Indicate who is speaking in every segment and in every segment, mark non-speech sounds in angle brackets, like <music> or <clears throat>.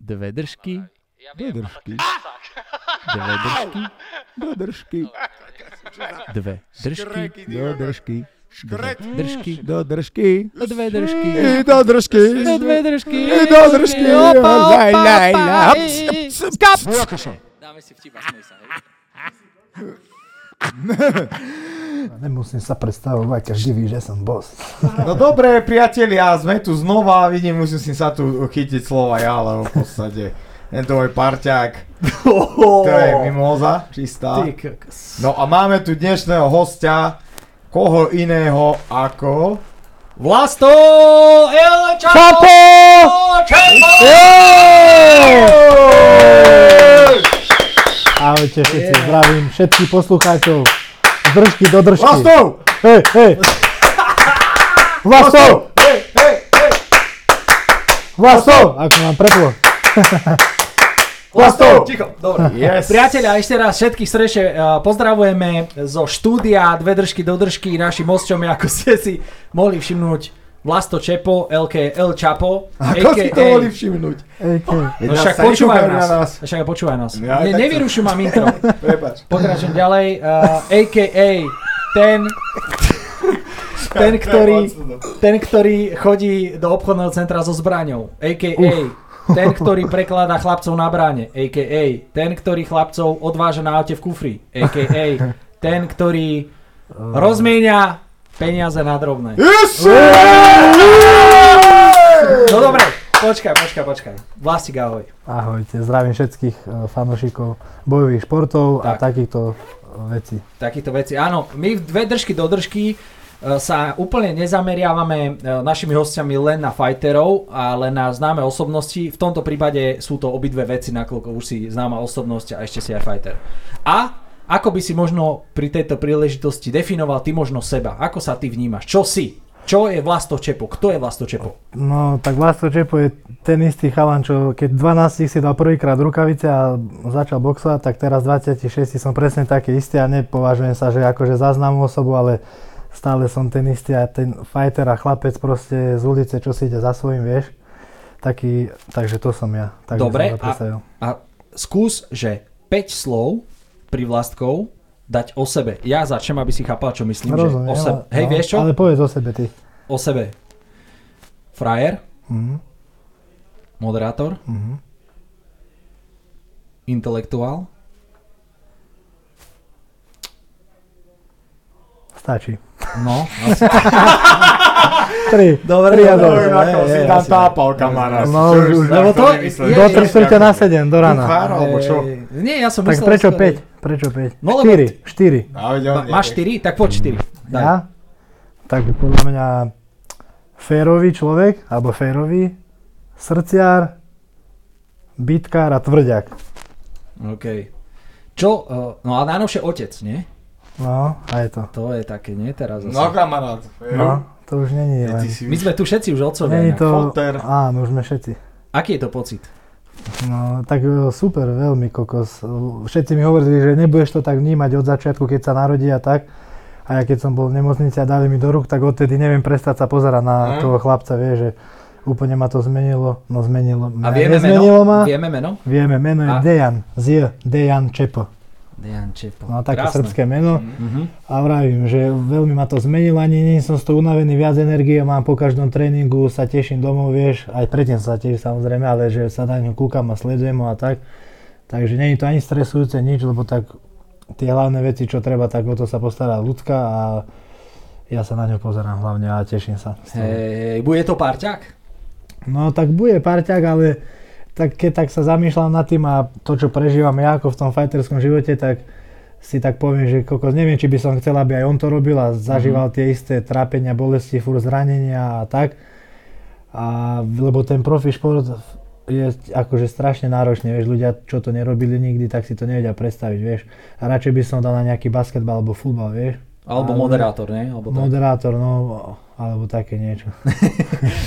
Speaker 1: dve držky,
Speaker 2: Ja viem, mám
Speaker 3: Bedržky.
Speaker 2: tak.
Speaker 1: dve držky,
Speaker 3: Bedržky.
Speaker 1: dve držky,
Speaker 4: Škrek,
Speaker 3: Do
Speaker 4: idiota.
Speaker 3: držky.
Speaker 4: Škrek.
Speaker 1: držky,
Speaker 3: Do držky.
Speaker 1: dve držky,
Speaker 3: I do držky.
Speaker 1: dve držky,
Speaker 3: I do držky.
Speaker 1: opa,
Speaker 3: Laj,
Speaker 1: opa,
Speaker 3: laj,
Speaker 1: opa,
Speaker 3: laj.
Speaker 1: i,
Speaker 3: Ps,
Speaker 1: i.
Speaker 3: ps, ps.
Speaker 2: Dáme si vtip a smej sa, hej.
Speaker 5: Nemusím sa predstavovať, každý ví, že som boss.
Speaker 4: No dobre, priatelia, sme tu znova, vidím, musím si sa tu chytiť slova ja, lebo v podstate tento môj parťák, to je mimoza čistá.
Speaker 1: Ty kokos.
Speaker 4: No a máme tu dnešného hostia, koho iného ako... Vlasto El Chapo!
Speaker 5: Ahojte všetci, zdravím všetkých poslucháčov. Z držky do držky.
Speaker 4: Vlasto!
Speaker 5: Hej, hej. Vlasto!
Speaker 4: Hej, hej, hej!
Speaker 5: Vlasto! Ako mám preplo.
Speaker 4: Vlasto!
Speaker 6: Ticho, dobre.
Speaker 4: Yes!
Speaker 6: Priatelia, ešte raz všetkých srdečne eh, pozdravujeme zo štúdia Dve držky do držky. Našim hosťom je, ako ste si mohli všimnúť, Vlasto Čepo, LK El Čapo.
Speaker 4: Ako si to mohli všimnúť?
Speaker 5: Ejke.
Speaker 6: No však počúvajú nás. Však počúvajú nás.
Speaker 4: Ja aj
Speaker 6: ne,
Speaker 4: tak
Speaker 6: nevyrušuj mám intro.
Speaker 4: Prepač.
Speaker 6: Pokračujem ďalej. eh, AKA
Speaker 4: <laughs>
Speaker 6: ten, ten, ktorý,
Speaker 4: no.
Speaker 6: ten, ktorý chodí do obchodného centra so zbraňou. AKA ten, ktorý prekladá chlapcov na bráne. AKA ten, ktorý chlapcov odváža na aute v kufri. AKA ten, ktorý rozmienia peniaze na drobné.
Speaker 4: Yes!
Speaker 6: No dobre, počkaj, počkaj, počkaj. Vlastík ahoj.
Speaker 5: Ahojte, zdravím všetkých eh, fanúšikov bojových športov a
Speaker 6: Tak.
Speaker 5: takýchto eh, vecí.
Speaker 6: Takýto veci. Áno, my v dve držky do držky e, sa úplne nezameriavame e, našimi hostiami len na fighterov, ale na známe osobnosti. V tomto prípade sú to obidve veci, nakoľko už si známa osobnosť a ešte si aj fighter. A ako by si možno pri tejto príležitosti definoval ty možno seba? Ako sa ty vnímaš? Čo si? Čo je Vlasto Čepo? Kto je Vlasto Čepo?
Speaker 5: No, tak Vlasto Čepo je ten istý chalan, čo keď 12 si dal prvýkrát rukavice a začal boxovať, tak teraz 26 som presne taký istý a nepovažujem sa, že akože zaznám osobu, ale stále som ten istý a ten fighter a chlapec proste z ulice, čo si ide za svojím, vieš. Taký, takže to som ja. Tak by
Speaker 6: Dobre,
Speaker 5: som to
Speaker 6: a-
Speaker 5: predstavil.
Speaker 6: A skús, že 5 slov pri Vlastkov dať o sebe. Ja začnem, aby si chápal, čo myslím, že o sebe.
Speaker 5: ale-
Speaker 6: Hej,
Speaker 5: no,
Speaker 6: vieš čo?
Speaker 5: Ale povedz o sebe ty.
Speaker 6: o sebe. Frajer,
Speaker 5: Mhm,
Speaker 6: moderátor,
Speaker 5: mhm.
Speaker 6: intelektuál.
Speaker 5: Stačí. <laughs>
Speaker 6: No, asi.
Speaker 5: Tri.
Speaker 6: Dobre,
Speaker 5: tri a dole.
Speaker 6: dobre,
Speaker 4: Neviem, ako
Speaker 5: Je,
Speaker 4: si
Speaker 5: je,
Speaker 4: tam
Speaker 5: asi.
Speaker 4: tápal, kamarát. Čo
Speaker 5: No, už-
Speaker 4: už
Speaker 5: už-
Speaker 4: si
Speaker 6: lebo
Speaker 4: to
Speaker 6: to je-
Speaker 4: nemyslel?
Speaker 5: Do
Speaker 6: Je,
Speaker 5: tri čtvrte na 7, do rána.
Speaker 4: Kuchár, alebo čo?
Speaker 6: Ej, Nie, ja som
Speaker 5: Tak
Speaker 6: myslel...
Speaker 5: prečo
Speaker 6: skôr-
Speaker 5: 5? Prečo 5?
Speaker 6: No, lebo
Speaker 5: 4, 4.
Speaker 4: A veď on
Speaker 6: Ma,
Speaker 4: nie.
Speaker 6: máš 4? Tak poď 4. Daj.
Speaker 5: Ja? Tak by podľa mňa férový človek, alebo férový, srdciar, bitkár a tvrďak.
Speaker 6: OK. Čo, eh, no a najnovšie otec, nie?
Speaker 5: No, a je to.
Speaker 6: To je také, nie teraz
Speaker 4: No,
Speaker 6: zase.
Speaker 4: kamarát.
Speaker 5: No, to už není
Speaker 4: Ty
Speaker 5: len.
Speaker 4: si
Speaker 6: My sme tu všetci už otcovia.
Speaker 5: Není
Speaker 6: inak.
Speaker 5: to...
Speaker 4: foter.
Speaker 5: Áno, už sme všetci.
Speaker 6: Aký je to pocit?
Speaker 5: No, tak e, super, veľmi kokos. Všetci mi hovorili, že nebudeš to tak vnímať od začiatku, keď sa narodí a tak. A ja keď som bol v nemocnici a dali mi do rúk, tak odtedy neviem prestať sa pozerať
Speaker 6: Hm?
Speaker 5: na
Speaker 4: Mm.
Speaker 5: toho chlapca, vie, že úplne ma to zmenilo. No zmenilo ma.
Speaker 6: A vieme
Speaker 5: nezmenilo
Speaker 6: meno?
Speaker 5: ma.
Speaker 6: Vieme meno?
Speaker 5: Vieme, meno je
Speaker 6: A-
Speaker 5: Dejan, z J, Dejan Čepo.
Speaker 6: Dejan Čepo.
Speaker 5: No také
Speaker 6: Krásne.
Speaker 5: srbské meno.
Speaker 6: Mhm.
Speaker 5: A vravím, že veľmi ma to zmenilo, ani nie som z toho unavený, viac energie mám po každom tréningu, sa teším domov, vieš, aj predtým sa teším samozrejme, ale že sa na ňu kúkam a sledujem ho a tak. Takže nie je to ani stresujúce, nič, lebo tak tie hlavné veci, čo treba, tak o to sa postará ľudka a ja sa na ňu pozerám hlavne a teším sa. z toho.
Speaker 6: Hej, bude to parťák?
Speaker 5: No tak bude parťák, ale tak, keď tak sa zamýšľam nad tým a to, čo prežívam ja ako v tom fighterskom živote, tak si tak poviem, že kokos, neviem, či by som chcel, aby aj on to robil a
Speaker 6: Mhm.
Speaker 5: zažíval tie isté trápenia, bolesti, fur zranenia a tak. A, lebo ten profi šport je akože strašne náročný, vieš, ľudia, čo to nerobili nikdy, tak si to nevedia predstaviť, vieš. A radšej by som dal na nejaký basketbal alebo futbal, vieš.
Speaker 6: Alebo
Speaker 5: Ale-
Speaker 6: moderátor, nie? Alebo tak.
Speaker 5: Moderátor, no, alebo také niečo.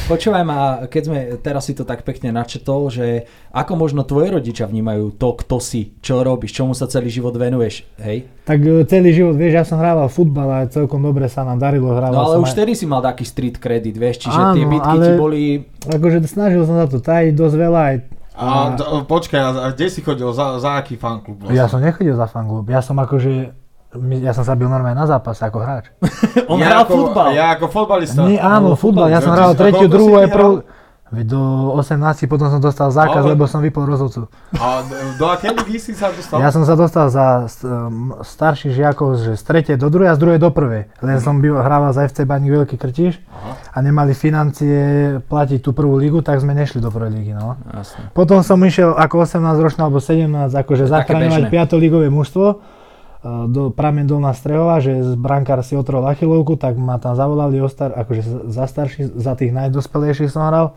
Speaker 6: Počúvaj ma, keď sme, teraz si to tak pekne načetol, že ako možno tvoje rodičia vnímajú to, kto si, čo robíš, čomu sa celý život venuješ, hej?
Speaker 5: Tak e, celý život, vieš, ja som hrával futbal a celkom dobre sa nám darilo, hrával
Speaker 6: No ale
Speaker 5: som
Speaker 6: už
Speaker 5: aj,
Speaker 6: vtedy si mal taký street credit, vieš, čiže
Speaker 5: Áno, <laughs>
Speaker 6: tie bitky
Speaker 5: ale-
Speaker 6: ti boli...
Speaker 5: akože snažil som sa to tajiť dosť veľa, aj
Speaker 4: A, d- počkaj, a, a kde si chodil? Za, za aký fanklub?
Speaker 5: Ja som nechodil za fanklub, ja som akože, my- ja som sa bil normálne na zápas ako hráč.
Speaker 6: On hral
Speaker 4: ako,
Speaker 6: futbal.
Speaker 4: Ja ako futbalista.
Speaker 6: No,
Speaker 5: Nie, áno, futbal, ja
Speaker 4: Čo, ty
Speaker 5: som hral
Speaker 4: si- a
Speaker 5: tretiu,
Speaker 4: koľko
Speaker 5: druhú
Speaker 4: si
Speaker 5: aj
Speaker 4: ty
Speaker 5: prvú. Veď Do 18 potom som dostal zákaz,
Speaker 6: No,
Speaker 4: Ale-
Speaker 5: lebo som vypol rozhodcu.
Speaker 4: A d- do akej ligy si sa dostal?
Speaker 6: No.
Speaker 5: Ja som sa dostal za s- um, starších žiakov že z tretej do druhej a z druhej do prvej. Len som býval, hrával za FC Baník Veľký Krtiš a nemali financie platiť tú prvú ligu, tak sme nešli do prvej ligy. No.
Speaker 6: Jasne.
Speaker 5: Potom som išiel ako 18 ročný alebo 17, akože zachraňovať
Speaker 6: bežné.
Speaker 5: 5. ligové mužstvo e, do Pramen Dolná Strehova, že z brankár si otrol achilovku, tak ma tam zavolali o star, akože za- za starší, za tých najdospelejších som hral.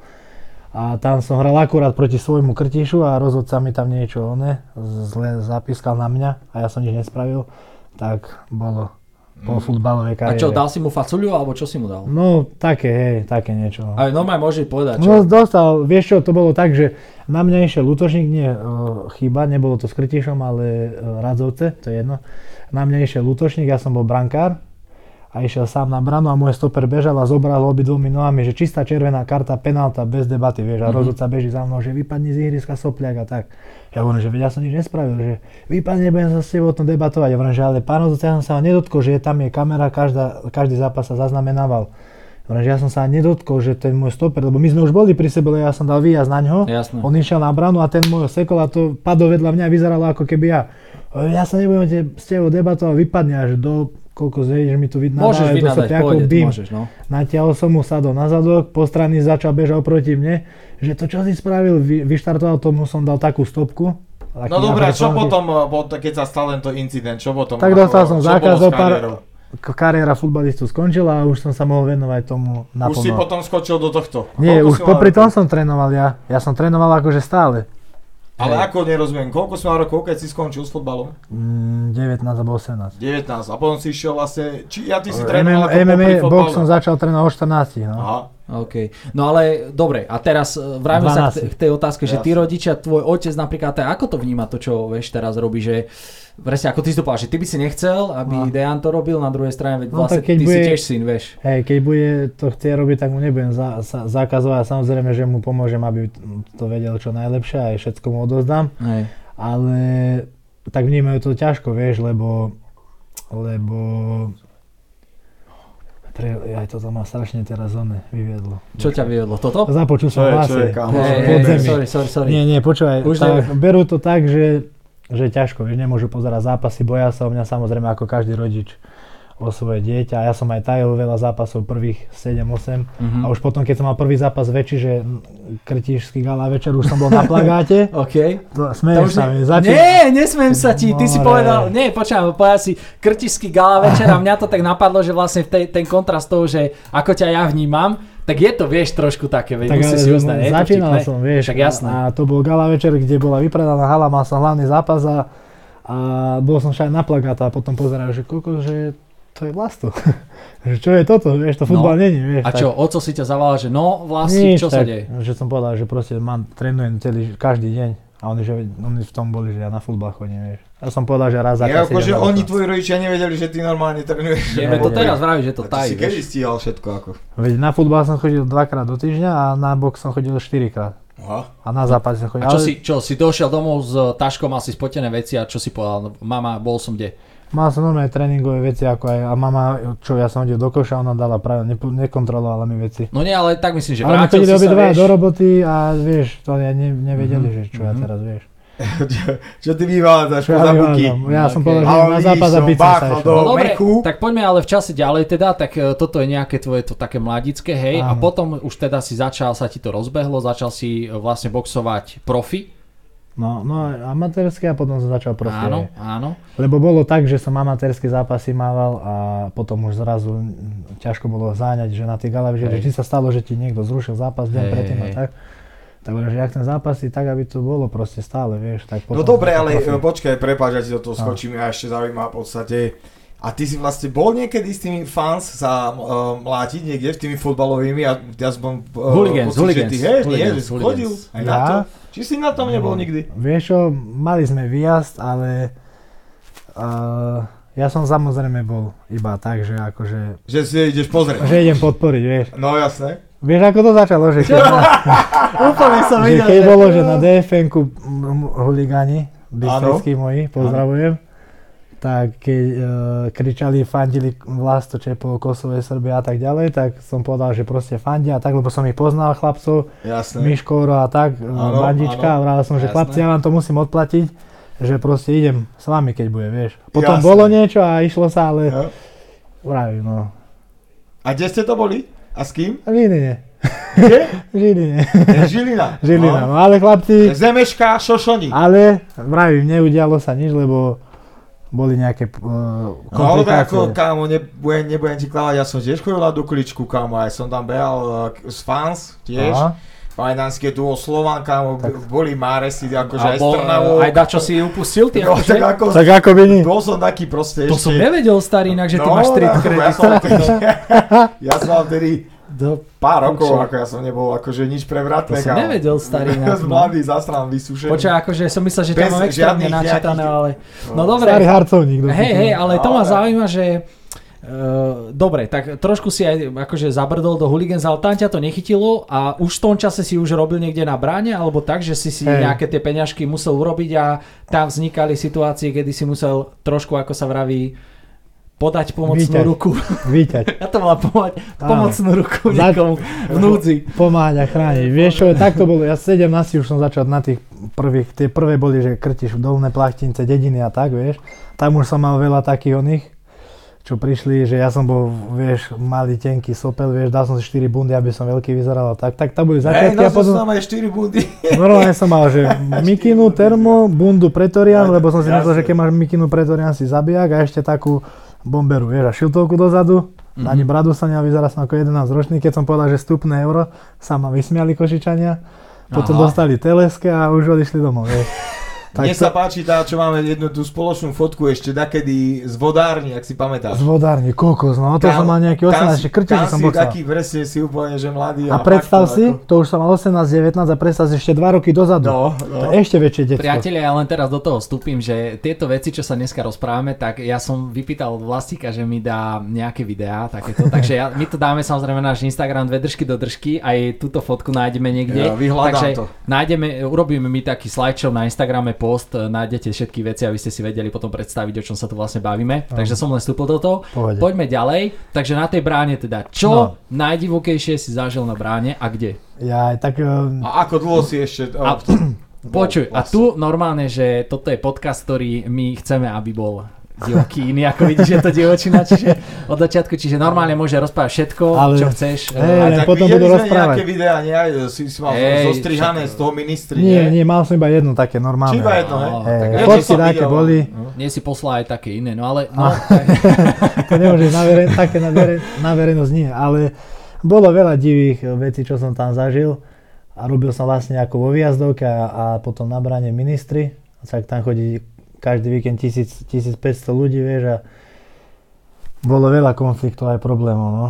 Speaker 5: A tam som hral akurát proti svojmu krtišu a rozhodca mi tam niečo one, zle zapískal na mňa a ja som nič nespravil. Tak bolo po futbalovej
Speaker 6: Mm. A
Speaker 5: kariére.
Speaker 6: čo, dal si mu facuľu, alebo čo si mu dal?
Speaker 5: No také, hej, také niečo. no.
Speaker 6: Ale normálne môže povedať, čo?
Speaker 5: No dostal, vieš čo, to bolo tak, že na mňa išiel útočník, nie e, chyba, nebolo to s Krtišom, ale e, Radzovce, to je jedno. Na mňa išiel útočník, ja som bol brankár a išiel sám na branu a môj stoper bežal a zobral ho obidvomi nohami, že čistá červená karta, penálta, bez debaty, vieš, a rozhodca beží za mnou, že vypadni z ihriska sopliak a tak. Ja hovorím, že veď ja som nič nespravil, že vypadne, budem sa s tebou o tom debatovať. Ja hovorím, že ale pán rozhodca, ja som sa ho nedotkol, že tam je kamera, každá, každý zápas sa zaznamenával. Hovorím, že ja som sa nedotkol, že ten môj stoper, lebo my sme už boli pri sebe, lebo ja som dal výjazd na ňo.
Speaker 6: Jasné.
Speaker 5: On išiel na branu a ten môj sekol a to padlo vedľa mňa a vyzeralo ako keby ja. Hovorím, Ja sa nebudem te, s tebou debatovať, vypadne až do koľko zvedeš mi tu vidno.
Speaker 6: Môžeš vynadať, pohode, môžeš, no.
Speaker 5: Natiahol som mu sadol na zadok, po strany začal bežať oproti mne, že to čo si spravil, vy, vyštartoval tomu, som dal takú stopku. Taký
Speaker 4: No dobré, čo
Speaker 5: afrikánsky-
Speaker 4: potom, eh, bol to- keď sa stal tento incident, čo potom?
Speaker 5: Tak
Speaker 4: Ako-
Speaker 5: dostal som
Speaker 4: čo bolo
Speaker 5: zákaz
Speaker 4: s
Speaker 5: o pár-
Speaker 4: kariérou?
Speaker 5: K- Kariéra futbalistu skončila a už som sa mohol venovať tomu naplno.
Speaker 4: Už si potom skočil do tohto.
Speaker 5: Nie,
Speaker 4: Koľko
Speaker 5: už
Speaker 4: si mal
Speaker 5: popri tom
Speaker 4: rokov?
Speaker 5: som trénoval ja. Ja som trénoval akože stále.
Speaker 4: Ale ako nerozumiem, koľko si mal rokov, keď si skončil s futbalom?
Speaker 5: Mm, 19 alebo 18.
Speaker 4: 19. A potom si išiel vlastne, či ja ty si trénoval ako popri
Speaker 5: MMA, box
Speaker 4: futbale.
Speaker 5: som začal trénovať o 14, no.
Speaker 4: Aha.
Speaker 6: OK. No ale dobre, a teraz e, vráťme sa
Speaker 5: 12.
Speaker 6: k, te- k tej otázke, že ty
Speaker 4: Jasne.
Speaker 6: rodičia, tvoj otec napríklad, tak ako to vníma to, čo vieš teraz robí, že presne ako ty si to povedal, že ty by si nechcel,
Speaker 5: No.
Speaker 6: aby Dejan to robil, na druhej strane, veď
Speaker 5: No,
Speaker 6: vlastne
Speaker 5: tak keď
Speaker 6: ty si
Speaker 5: bude-
Speaker 6: tiež syn, vieš.
Speaker 5: Hej, keď bude to chcieť robiť, tak mu nebudem za, sa, zakazovať. Samozrejme, že mu pomôžem, aby to vedel čo najlepšie a aj všetko mu odozdám.
Speaker 6: Hej.
Speaker 5: Ale tak vnímajú to ťažko, vieš, lebo... Lebo... Tre, aj to ma strašne teraz zone vyviedlo.
Speaker 6: Čo ťa vyvedlo? Toto?
Speaker 5: Započul
Speaker 4: Čo
Speaker 5: som
Speaker 4: je, čo
Speaker 5: hlasy.
Speaker 4: je, kámo?
Speaker 5: pod-
Speaker 6: Hej,
Speaker 5: pod
Speaker 6: hej,
Speaker 5: zemi.
Speaker 6: sorry, sorry, sorry.
Speaker 5: Nie, nie, počúvaj,
Speaker 6: Už
Speaker 5: tak, berú to tak, že, že ťažko, vieš, nemôžu pozerať zápasy, boja sa o mňa samozrejme ako každý rodič o svoje dieťa. Ja som aj tajil veľa zápasov, prvých 7-8
Speaker 6: Mhm.
Speaker 5: a už potom, keď som mal prvý zápas väčší, že mm, krtišský gala večer, už som bol na
Speaker 6: <laughs>
Speaker 5: plagáte.
Speaker 6: OK.
Speaker 5: To,
Speaker 6: To
Speaker 5: smeješ
Speaker 6: už
Speaker 5: sa mi,
Speaker 6: ne...
Speaker 5: začína.
Speaker 6: Nie, nesmiem sa ti, ty si
Speaker 5: More.
Speaker 6: povedal, nie, počkaj, povedal si krtišský gala večer a mňa to tak napadlo, že vlastne v tej, ten kontrast toho, že ako ťa ja vnímam, tak je to, vieš, trošku také, veď
Speaker 5: Tak ale
Speaker 6: musíš si uznať, nie je to
Speaker 5: začínal
Speaker 6: vtipné.
Speaker 5: som, vieš,
Speaker 6: Však jasné.
Speaker 5: A, a to bol gala večer, kde bola vypredaná hala, mal som hlavný zápas a, a bol som však na plagáta a potom pozerajú, že koľko, že to je vlastu. <laughs> že čo je toto, vieš, to futbal
Speaker 6: No.
Speaker 5: není, vieš. tak-
Speaker 6: A čo, oco si ťa zavolal, že no, vlastne,
Speaker 5: Nič,
Speaker 6: čo sa
Speaker 5: tak,
Speaker 6: deje?
Speaker 5: Že som povedal, že proste mám, trénujem celý, každý deň. A oni, že, oni v tom boli, že ja na futbal chodím, vieš. Ja som povedal, že raz za
Speaker 4: Ja
Speaker 5: čas idem
Speaker 4: akože
Speaker 5: na
Speaker 4: oni
Speaker 5: futbal.
Speaker 4: tvoji rodičia nevedeli, že ty normálne trénuješ.
Speaker 6: Vieme to teraz vraviť, že to
Speaker 4: A ty
Speaker 6: tají,
Speaker 4: si kedy
Speaker 6: No vieš.
Speaker 4: stíhal všetko ako?
Speaker 5: Veď na futbal som chodil dvakrát do týždňa a na box som chodil štyrikrát.
Speaker 4: Aha.
Speaker 5: A na zápas som chodil.
Speaker 6: A čo
Speaker 5: ale
Speaker 6: si, čo, si došiel domov s e, taškou, mal si spotené veci a čo si povedal, no, mama, bol som kde?
Speaker 5: Mal som normálne tréningové veci, ako aj a mama, čo ja som hodil do koša, ona dala práve, nepo, nekontrolovala mi veci.
Speaker 6: No nie, ale tak myslím, že
Speaker 5: Ale my
Speaker 6: vrátil
Speaker 5: chodili
Speaker 6: si sa,
Speaker 5: obidva
Speaker 6: vieš. Mhm,
Speaker 5: do roboty a vieš, to ja ne, nevedeli, že čo ja teraz, vieš.
Speaker 4: Čo ty vyvádzaš
Speaker 5: Čo ja
Speaker 4: poza buky?
Speaker 6: no,
Speaker 5: vyvádzam. Ja som
Speaker 6: Ok.
Speaker 5: povedal, že
Speaker 4: Ale
Speaker 5: na
Speaker 4: vidíš,
Speaker 5: zápas a
Speaker 4: som
Speaker 5: bicí sa
Speaker 4: báchal
Speaker 5: išiel.
Speaker 4: do-
Speaker 6: No dobre,
Speaker 4: mechu.
Speaker 6: tak poďme ale v čase ďalej teda, tak e, toto je nejaké tvoje to také mladické, hej, a
Speaker 5: Áno.
Speaker 6: potom už teda si začal, sa ti to rozbehlo, začal si e, vlastne boxovať profi,
Speaker 5: No, no amatérske a potom som začal profi.
Speaker 6: áno,
Speaker 5: Áno.
Speaker 6: áno,
Speaker 5: Lebo bolo tak, že som amatérske zápasy mával a potom už zrazu mm, ťažko bolo záňať, že na tie galavy, že
Speaker 6: Hej.
Speaker 5: vždy sa stalo, že ti niekto zrušil zápas deň
Speaker 6: Hej,
Speaker 5: predtým a
Speaker 6: hej.
Speaker 5: tak. Tak hovorím, že ja chcem zápasy tak, aby to bolo proste stále, vieš. Tak
Speaker 4: No
Speaker 5: potom som
Speaker 4: dobre,
Speaker 5: začal
Speaker 4: ale
Speaker 5: profi.
Speaker 4: e, počkaj, prepáč, ja ti do toho skočím, ja ešte zaujíma v podstate. A ty si vlastne bol niekedy s tými fans sa uh, mlátiť niekde, s tými futbalovými a ja som uh,
Speaker 6: Hooligans, hooligans,
Speaker 4: ty, hej, nie,
Speaker 6: hooligans,
Speaker 4: že si
Speaker 6: hooligans.
Speaker 4: chodil aj na
Speaker 5: Ja?
Speaker 4: to. Či si na tom nebol nikdy?
Speaker 5: Vieš čo, mali sme výjazd, ale uh, ja som samozrejme bol iba tak, že akože,
Speaker 4: Že si ideš pozrieť.
Speaker 5: že idem podporiť, vieš.
Speaker 4: No jasné.
Speaker 5: Vieš, ako to začalo, že keď,
Speaker 6: Úplne som
Speaker 5: že
Speaker 6: videl,
Speaker 5: keď bolo, že na DFN-ku m- m- huligáni, bystrickí moji, pozdravujem, tak keď e, kričali, fandili vlasto Čepov, Kosové, Srbia a tak ďalej, tak som povedal, že proste fandia a tak, lebo som ich poznal chlapcov,
Speaker 4: Jasné.
Speaker 5: Miškoro a tak,
Speaker 4: Áno,
Speaker 5: áno, bandička
Speaker 4: áno.
Speaker 5: a vravel som, že
Speaker 7: Jasné.
Speaker 5: chlapci, ja vám to musím odplatiť, že proste idem s vami, keď bude, vieš. Potom
Speaker 4: Jasné.
Speaker 5: bolo niečo a išlo sa, ale
Speaker 4: Jo.
Speaker 5: vravím, no.
Speaker 4: A kde ste to boli? A s
Speaker 7: <laughs>
Speaker 4: kým?
Speaker 5: V Žiline. <laughs> V Žiline.
Speaker 4: Žilina.
Speaker 5: Žilina, no ale chlapci,
Speaker 4: Zemeška, Šošoni.
Speaker 5: ale vravím, neudialo sa nič, lebo boli nejaké eh,
Speaker 4: No ale ako,
Speaker 5: komplikácie.
Speaker 4: kámo, nebudem, nebudem ti klávať, ja som tiež chodil na Dukličku, kámo, aj som tam behal eh, s fans tiež.
Speaker 5: Aha.
Speaker 4: Fajnánske duo Slovan, kámo, boli Máresi, akože aj s
Speaker 7: Alebo,
Speaker 4: Trnavou.
Speaker 7: e, aj dačo si upustil, ty
Speaker 4: <laughs> No,
Speaker 7: akože?
Speaker 4: tak ako,
Speaker 5: Tak ako by ni.
Speaker 4: bol som taký proste
Speaker 7: To
Speaker 4: ešte.
Speaker 7: som nevedel, starý, inak, že ty máš street
Speaker 4: no,
Speaker 7: cred.
Speaker 4: Ja som vtedy,
Speaker 7: <laughs>
Speaker 4: ja som mal vtedy
Speaker 7: Do-
Speaker 4: pár rokov,
Speaker 7: Čo?
Speaker 4: ako ja som nebol akože nič
Speaker 7: To
Speaker 4: prevratné.
Speaker 7: som
Speaker 4: kámo.
Speaker 7: nevedel,
Speaker 4: <laughs>
Speaker 7: starý, inak. no.
Speaker 4: Mladý, zasran, vysúšený.
Speaker 7: Počkaj, akože som myslel, že
Speaker 4: Bez
Speaker 7: tam mám extrémne
Speaker 4: žiadnych
Speaker 7: načítané,
Speaker 4: nejakých-
Speaker 7: ale... No dobre,
Speaker 5: Starý harcovník. do
Speaker 7: Hej, hej, ale to ma
Speaker 4: Ale-
Speaker 7: zaujíma, že... Uh, dobre, tak trošku si aj akože zabrdol do hooligans, ale tam ťa to nechytilo a už v tom čase si už robil niekde na bráne alebo tak, že si si
Speaker 5: Hej.
Speaker 7: nejaké tie peňažky musel urobiť a tam vznikali situácie, kedy si musel trošku, ako sa vraví, podať pomocnú
Speaker 5: Vyťať.
Speaker 7: ruku. <laughs>
Speaker 5: Víťať.
Speaker 7: ja to mala pomať,
Speaker 5: Áno.
Speaker 7: pomocnú ruku
Speaker 5: Za-
Speaker 7: niekomu v núdzi.
Speaker 5: pomáhať a chrániť. Vieš čo, tak to bolo, ja 17 už som začal na tých prvých, tie prvé boli, že krtiš dolné plachtince, dediny a tak, vieš. Tam už som mal veľa takých oných, čo prišli, že ja som bol, vieš, malý, tenký sopel, vieš, dal som si 4 bundy, aby som veľký vyzeral a tak, tak to boli
Speaker 4: Hej,
Speaker 5: začiatky
Speaker 4: no
Speaker 5: a potom...
Speaker 4: som aj 4 bundy.
Speaker 5: Normálne No, som mal, že mikinu, termo, bundu pretorian, lebo som si
Speaker 4: Jasne.
Speaker 5: myslel, že keď máš mikinu pretorian si zabijak a ešte takú bomberu, vieš, a šiltovku dozadu.
Speaker 4: Mhm.
Speaker 5: Mm-hmm. Ani bradu sa nemal, vyzeral som ako 11 ročný, keď som povedal, že stupné euro, sa ma vysmiali košičania, potom
Speaker 7: Aha.
Speaker 5: dostali teleske a už odišli domov, vieš.
Speaker 4: Mne sa páči tá, čo máme jednu tú spoločnú fotku ešte dakedy z vodárni, ak si pamätáš.
Speaker 5: z vodárne, kokos, no to
Speaker 4: Tam-
Speaker 5: som mal nejaký
Speaker 4: tam
Speaker 5: 18,
Speaker 4: si-
Speaker 5: že krtiči
Speaker 4: tam
Speaker 5: som
Speaker 4: si
Speaker 5: boxal.
Speaker 4: taký presne si úplne, že mladý.
Speaker 5: A predstav
Speaker 4: fakt
Speaker 5: si,
Speaker 4: ako-
Speaker 5: to už som mal 18-19 a predstav si ešte 2 roky dozadu.
Speaker 4: No, no.
Speaker 5: To je ešte väčšie detstvo.
Speaker 6: Priatelia, ja len teraz do toho vstúpim, že tieto veci, čo sa dneska rozprávame, tak ja som vypýtal od Vlastika, že mi dá nejaké videá
Speaker 4: <laughs>
Speaker 6: takéto, takže ja, my to dáme samozrejme na náš Instagram dve držky do držky, aj túto fotku nájdeme
Speaker 4: Ja
Speaker 6: niekde.
Speaker 4: vyhľadám
Speaker 6: takže
Speaker 4: to.
Speaker 6: nájdeme, urobíme mi taký slideshow na Instagrame post, eh, nájdete všetky veci, aby ste si vedeli potom predstaviť, o čom sa tu vlastne bavíme. Takže som len vstúpil do toho.
Speaker 5: Pohode.
Speaker 6: Poďme ďalej. Takže na tej bráne teda,
Speaker 4: No.
Speaker 6: čo najdivokejšie si zažil na bráne a kde?
Speaker 5: Ja aj tak... ehm,
Speaker 4: A ako dlho si ešte...
Speaker 6: A, počuj,
Speaker 5: Vlastne.
Speaker 6: a tu normálne, že toto je podcast, ktorý my chceme, aby bol divoký iný, ako vidíš, je to divočina, čiže od začiatku, čiže normálne môže rozprávať všetko,
Speaker 5: Ale-
Speaker 6: čo chceš.
Speaker 5: Hej, len potom budú rozprávať.
Speaker 4: nejaké videá, nie? Aj, Si, si mal
Speaker 6: Hej,
Speaker 4: zostrihané z toho ministri,
Speaker 5: Nie, nie, mal som iba jedno také normálne.
Speaker 4: Či iba jedno, hej?
Speaker 6: Á,
Speaker 5: Hej,
Speaker 6: tak
Speaker 4: No, ja to
Speaker 5: fotky
Speaker 4: som
Speaker 5: E, také
Speaker 4: videl. no.
Speaker 5: boli,
Speaker 6: Nie si poslal aj také iné, no ale
Speaker 5: Ah,
Speaker 6: no,
Speaker 5: to nemôžeš na,
Speaker 4: <laughs>
Speaker 5: verej, také na, verej, na verejnosť nie, ale bolo veľa divých e, vecí, čo som tam zažil a robil som vlastne ako vo výjazdovke a, a potom na brane ministri, tak tam chodí každý víkend 1000, 1500 ľudí, vieš, a bolo veľa konfliktov aj problémov, no.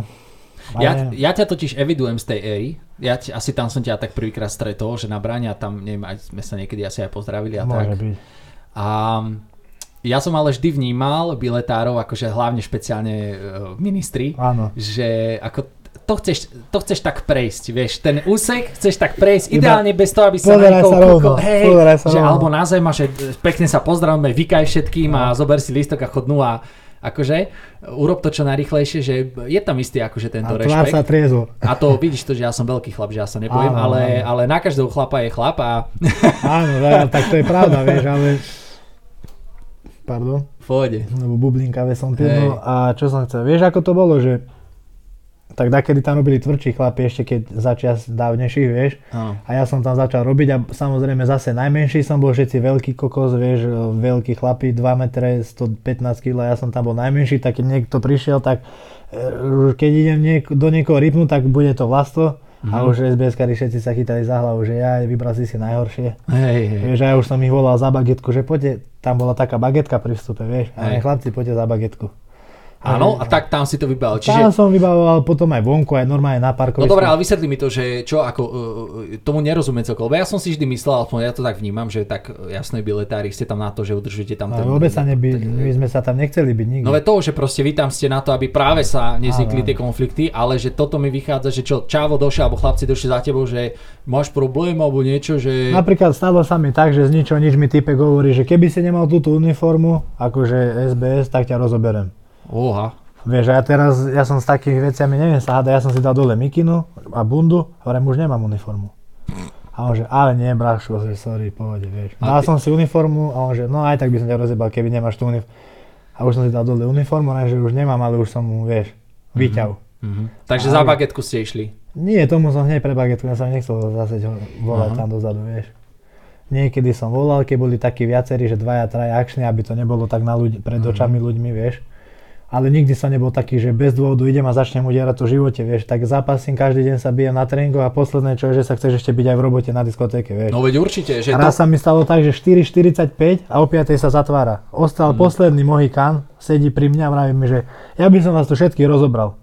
Speaker 5: A
Speaker 6: ja,
Speaker 5: neviem.
Speaker 6: ja ťa totiž evidujem z tej éry, ja ti, asi tam som ťa tak prvýkrát stretol, že na bráne a tam, neviem, aj sme sa niekedy asi aj pozdravili a tak.
Speaker 5: Môže byť.
Speaker 6: A ja som ale vždy vnímal biletárov, akože hlavne špeciálne eh, ministri,
Speaker 5: Áno.
Speaker 6: že ako to chceš, to chceš tak prejsť, vieš, ten úsek chceš tak prejsť,
Speaker 5: Iba
Speaker 6: ideálne bez toho, aby sa
Speaker 5: pozeraj sa rovno,
Speaker 6: kúkol, hej,
Speaker 5: pozeraj sa
Speaker 6: že
Speaker 5: rovno.
Speaker 6: alebo na zem a že eh, pekne sa pozdravme, vykaj všetkým
Speaker 5: No.
Speaker 6: a zober si lístok a chodnú a akože eh, urob to čo najrychlejšie, že je tam istý akože
Speaker 5: A
Speaker 6: tento
Speaker 5: tvár
Speaker 6: rešpekt.
Speaker 5: sa triezvo.
Speaker 6: A to vidíš to, že ja som veľký chlap, že ja sa nebojím,
Speaker 5: Áno, áno.
Speaker 6: ale, ale na každého chlapa je chlap a
Speaker 5: Áno, tak- tak to je pravda, vieš, ale...
Speaker 4: <laughs>
Speaker 5: Pardon.
Speaker 6: v pohode.
Speaker 5: lebo bublinkavé som
Speaker 6: Hej.
Speaker 5: pil. no A čo som chcel, vieš ako to bolo, že tak dakedy tam robili tvrdší chlapi, ešte keď začias dávnejších, vieš.
Speaker 6: Áno.
Speaker 5: A ja som tam začal robiť a samozrejme zase najmenší som bol, všetci veľký kokos, vieš, e, veľký chlapí, 2 metre, 115 kg, ja som tam bol najmenší, tak keď niekto prišiel, tak e, keď idem niek- do niekoho rytmu, tak bude to vlasto. A už SBS-kari všetci sa chytali za hlavu, že ja vybral si si najhoršie.
Speaker 6: Hej, hej.
Speaker 5: Vieš, a ja už som ich volal za bagetku, že poďte, tam bola taká bagetka pri vstupe, vieš, a
Speaker 6: Hej.
Speaker 5: chlapci, poďte za bagetku.
Speaker 6: Áno, a tak tam si to vybal.
Speaker 5: Tam
Speaker 6: Čiže,
Speaker 5: som vybavoval potom aj vonku, aj normálne na
Speaker 6: no
Speaker 5: parkovisku.
Speaker 6: dobré, ale vysvetli mi to, že čo ako, uh, uh, tomu nerozumiem celkovo. Lebo Ja som si vždy myslel, aspoň ja to tak vnímam, že tak uh, jasné biletári ste tam na to, že udržujete tam
Speaker 5: Ale vôbec sa neby, my sme sa tam nechceli byť nikdy.
Speaker 6: No ve toho, že proste vy tam ste na to, aby práve sa nevznikli tie konflikty, ale že toto mi vychádza, že čo, Čavo došiel, alebo chlapci došli za tebou, že máš problém alebo niečo, že...
Speaker 5: Napríklad stalo sa mi tak, že z ničoho nič mi typek hovorí, že keby si nemal túto uniformu, akože SBS, tak ťa rozoberem.
Speaker 6: Oha.
Speaker 5: Vieš, a ja teraz, ja som s takých veciami neviem sa hádať, ja som si dal dole mikinu a bundu, hovorím, už nemám uniformu. A on že, ale nie, braško, že sorry, pohode, vieš. Dal
Speaker 6: A ty-
Speaker 5: som si uniformu a on že, no aj tak by som ťa rozebal, keby nemáš tú uniformu. A už som si dal dole uniformu, hovorím, že už nemám, ale už som mu, vieš,
Speaker 6: Mhm.
Speaker 5: vyťahu.
Speaker 6: Takže za bagetku ste išli.
Speaker 5: Nie, tomu som hneď pre bagetu, ja som nechcel zase ho- volať tam dozadu, vieš. Niekedy som volal, keď boli takí viacerí, že dvaja, traja akční, aby to nebolo tak na ľudí, pred očami ľuďmi, vieš. Ale nikdy som nebol taký, že bez dôvodu idem a začnem udierať to v živote, vieš. Tak zápasím, každý deň sa bijem na tréningu a posledné čo je, že sa chceš ešte byť aj v robote na diskotéke, vieš.
Speaker 6: No veď určite, že
Speaker 5: Raz sa
Speaker 6: to...
Speaker 5: mi stalo tak, že 4.45 a o 5.00 sa zatvára. Ostal posledný Mohikán, sedí pri mňa a vraví mi, že ja by som vás tu všetky rozobral.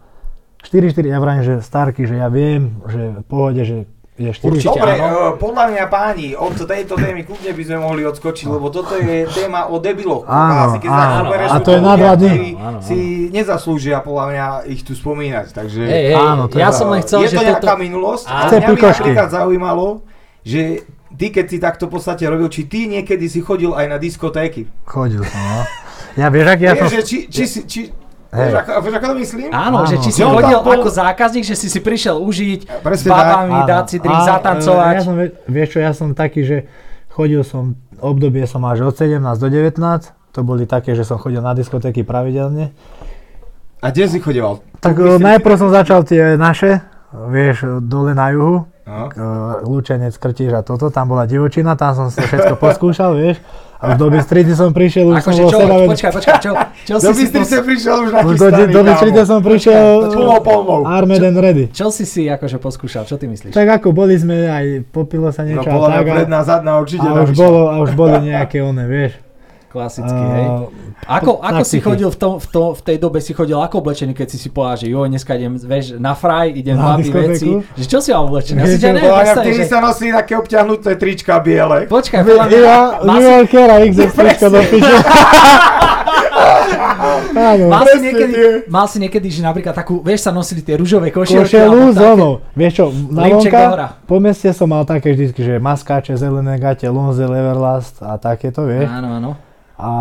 Speaker 5: 4.4, ja vravím, že starky, že ja viem, že v pohode, že je 4.
Speaker 6: Určite.
Speaker 4: Dobre,
Speaker 6: áno.
Speaker 4: eh, podľa mňa páni, od tejto témy kľudne by sme mohli odskočiť, lebo toto je téma o debiloch.
Speaker 5: Áno,
Speaker 4: Asi keď sa
Speaker 5: áno.
Speaker 4: zoberieš,
Speaker 5: A
Speaker 4: sú
Speaker 5: to je na
Speaker 4: ľudia,
Speaker 5: dva dny.
Speaker 4: ktorí Si nezaslúžia podľa mňa ich tu spomínať, takže...
Speaker 6: Hej, hej,
Speaker 5: Áno, to je
Speaker 6: ja
Speaker 5: pravda.
Speaker 6: som len chcel,
Speaker 4: je
Speaker 6: že
Speaker 4: to
Speaker 6: toto...
Speaker 4: nejaká minulosť.
Speaker 6: A-
Speaker 4: A
Speaker 5: Chce
Speaker 4: mňa by
Speaker 5: prikošky.
Speaker 4: napríklad zaujímalo, že ty keď si takto v podstate robil, či ty niekedy si chodil aj na diskotéky.
Speaker 5: Chodil som, no. Ja vieš, aký ja
Speaker 4: Ja
Speaker 5: som...
Speaker 4: Vieš, že či, či, si- či,
Speaker 5: Hej.
Speaker 4: vieš, ako, vieš, ako to myslím?
Speaker 6: Áno, že či si
Speaker 4: Áno.
Speaker 6: chodil
Speaker 4: Jo, tam bol-
Speaker 6: ako zákazník, že si si prišiel užiť s
Speaker 4: Presne
Speaker 6: babami,
Speaker 5: Áno.
Speaker 6: dať si
Speaker 5: A,
Speaker 6: drink,
Speaker 5: e, Ja
Speaker 6: zatancovať.
Speaker 5: som, vie- vieš čo, ja som taký, že chodil som, obdobie som až od 17 do 19, to boli také, že som chodil na diskotéky pravidelne.
Speaker 4: A kde si chodeval?
Speaker 5: Tak
Speaker 4: Myslím
Speaker 5: e,
Speaker 4: si-
Speaker 5: najprv som začal tie naše, vieš, dole na juhu,
Speaker 4: No.
Speaker 5: k, e, Lučenec, Krtíž a toto, tam bola divočina, tam som si všetko poskúšal, vieš. A už do Bystrici som prišiel, už som
Speaker 6: Akože
Speaker 5: bol
Speaker 6: čo,
Speaker 5: sedaven.
Speaker 6: počkaj, počkaj, čo,
Speaker 4: <laughs>
Speaker 6: čo
Speaker 4: Do
Speaker 6: si si...
Speaker 4: Bystrice prišiel už
Speaker 5: Už
Speaker 4: taký
Speaker 5: do,
Speaker 4: starý, No,
Speaker 5: do Bystrice som prišiel
Speaker 4: To bolo polnou.
Speaker 5: Armed and Ready.
Speaker 6: Čo si si akože poskúšal, čo ty myslíš?
Speaker 5: Tak ako boli sme aj, popilo sa
Speaker 4: No
Speaker 5: niečo a
Speaker 4: podľa mňa
Speaker 5: tak a,
Speaker 4: predná, zadná určite
Speaker 5: a, už
Speaker 4: navyše.
Speaker 5: bolo, a už boli nejaké one, vieš.
Speaker 6: Klasicky, hej. Ako, ako
Speaker 5: taktiky.
Speaker 6: si chodil v, tom, v, tom, v tej dobe, si chodil ako oblečený, keď si si povedal, že joj, dneska idem, vieš, na fraj, idem
Speaker 5: Na
Speaker 6: babiť
Speaker 5: diskotéku?
Speaker 6: veci. Že čo si mal oblečený? Ja si
Speaker 5: Vieš,
Speaker 6: ťa neviem
Speaker 4: Podľa mňa
Speaker 6: predstaviť,
Speaker 4: vtedy
Speaker 6: že...
Speaker 4: sa nosí také obťahnuté trička biele.
Speaker 6: Počkaj, podľa mňa...
Speaker 5: Iva,
Speaker 6: Má
Speaker 5: New
Speaker 6: si,
Speaker 5: Yorker a XXX do
Speaker 6: <laughs>
Speaker 5: piče. Áno.
Speaker 6: mal, si
Speaker 4: Presne
Speaker 6: niekedy,
Speaker 4: tie.
Speaker 6: mal si niekedy, že napríklad takú, vieš, sa nosili tie rúžové košielky.
Speaker 5: košelu
Speaker 6: alebo
Speaker 5: s
Speaker 6: také-
Speaker 5: onou. Vieš čo, na
Speaker 6: Límček
Speaker 5: lonka,
Speaker 6: dohora.
Speaker 5: po meste som mal také vždycky, že maskáče, zelené gate, lonzel, everlast a takéto, vieš.
Speaker 6: Áno, áno.
Speaker 5: A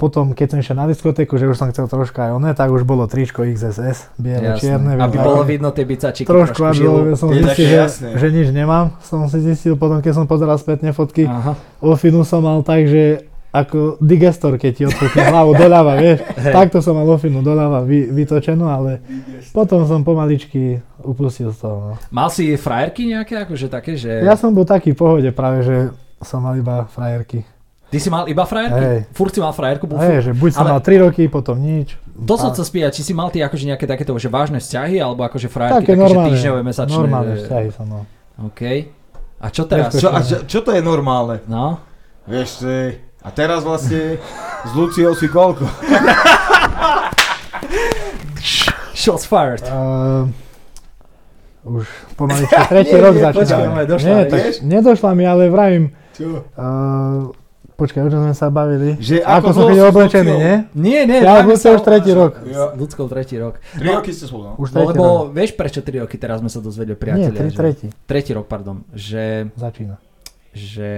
Speaker 5: potom, keď som išiel na diskotéku, že už som chcel troška aj oné, tak už bolo tričko XSS, biele,
Speaker 6: Jasné.
Speaker 5: čierne, vieš,
Speaker 6: Aby
Speaker 5: také.
Speaker 6: bolo vidno tie bicačiky.
Speaker 5: Trošku, aby
Speaker 6: žilu.
Speaker 5: bolo, som
Speaker 4: Je
Speaker 5: zistil,
Speaker 4: také
Speaker 5: že,
Speaker 4: jasné.
Speaker 5: že nič nemám, som si zistil potom, keď som pozeral spätne fotky.
Speaker 6: Aha.
Speaker 5: Ofinu som mal tak, že ako digestor, keď ti odpukne hlavu doľava, vieš. Takto som mal ofinu doľava vy, vytočenú, ale potom som pomaličky upustil z toho. No.
Speaker 6: Mal si frajerky nejaké, akože také, že...
Speaker 5: Ja som bol taký v pohode práve, že som mal iba frajerky.
Speaker 6: Ty si mal iba frajerky?
Speaker 5: Hej.
Speaker 6: Furt si mal frajerku? Bol furt-
Speaker 5: Hej, že buď som mal
Speaker 6: ale-
Speaker 5: 3 roky, potom nič.
Speaker 6: To som chcel spýtať, či si mal ty akože nejaké takéto že vážne vzťahy, alebo akože
Speaker 5: Také
Speaker 6: frajerky, také, že
Speaker 5: normálne,
Speaker 6: týždňové, mesačné.
Speaker 5: normálne
Speaker 6: že-
Speaker 5: vzťahy som mal.
Speaker 6: OK. A čo teraz?
Speaker 5: Bez
Speaker 4: Čo,
Speaker 6: Čo,
Speaker 4: a čo, čo to je normálne?
Speaker 6: no?
Speaker 4: Vieš, to je- a teraz vlastne s Luciou si koľko?
Speaker 6: Shots fired.
Speaker 5: Uh, už pomaličky tretí rok
Speaker 4: nie,
Speaker 5: začíname.
Speaker 4: počkaj, došla
Speaker 5: Nie,
Speaker 4: mi,
Speaker 5: tak
Speaker 4: vieš?
Speaker 5: nedošla mi, ale vravím,
Speaker 4: Čo?
Speaker 5: uh, počkaj, o čom sme sa bavili?
Speaker 4: Že ako
Speaker 5: ako, som
Speaker 4: dlho
Speaker 5: chodil
Speaker 4: si s
Speaker 5: oblečený,
Speaker 4: Luciou?
Speaker 5: nie?
Speaker 6: Nie, nie.
Speaker 5: Ja
Speaker 6: tak
Speaker 5: už
Speaker 6: sa-
Speaker 5: už tretí rok.
Speaker 4: Jo.
Speaker 6: S ľudskou tretí rok.
Speaker 4: Tri roky ste spolu, no?
Speaker 5: Už
Speaker 6: No
Speaker 5: tretí
Speaker 6: lebo
Speaker 5: rok.
Speaker 6: vieš prečo 3 roky teraz sme sa dozvedeli
Speaker 5: Nie,
Speaker 6: priatelia?
Speaker 5: tri,
Speaker 6: že-
Speaker 5: tretí.
Speaker 6: Tretí rok, pardon. Že,
Speaker 5: Začína.
Speaker 6: že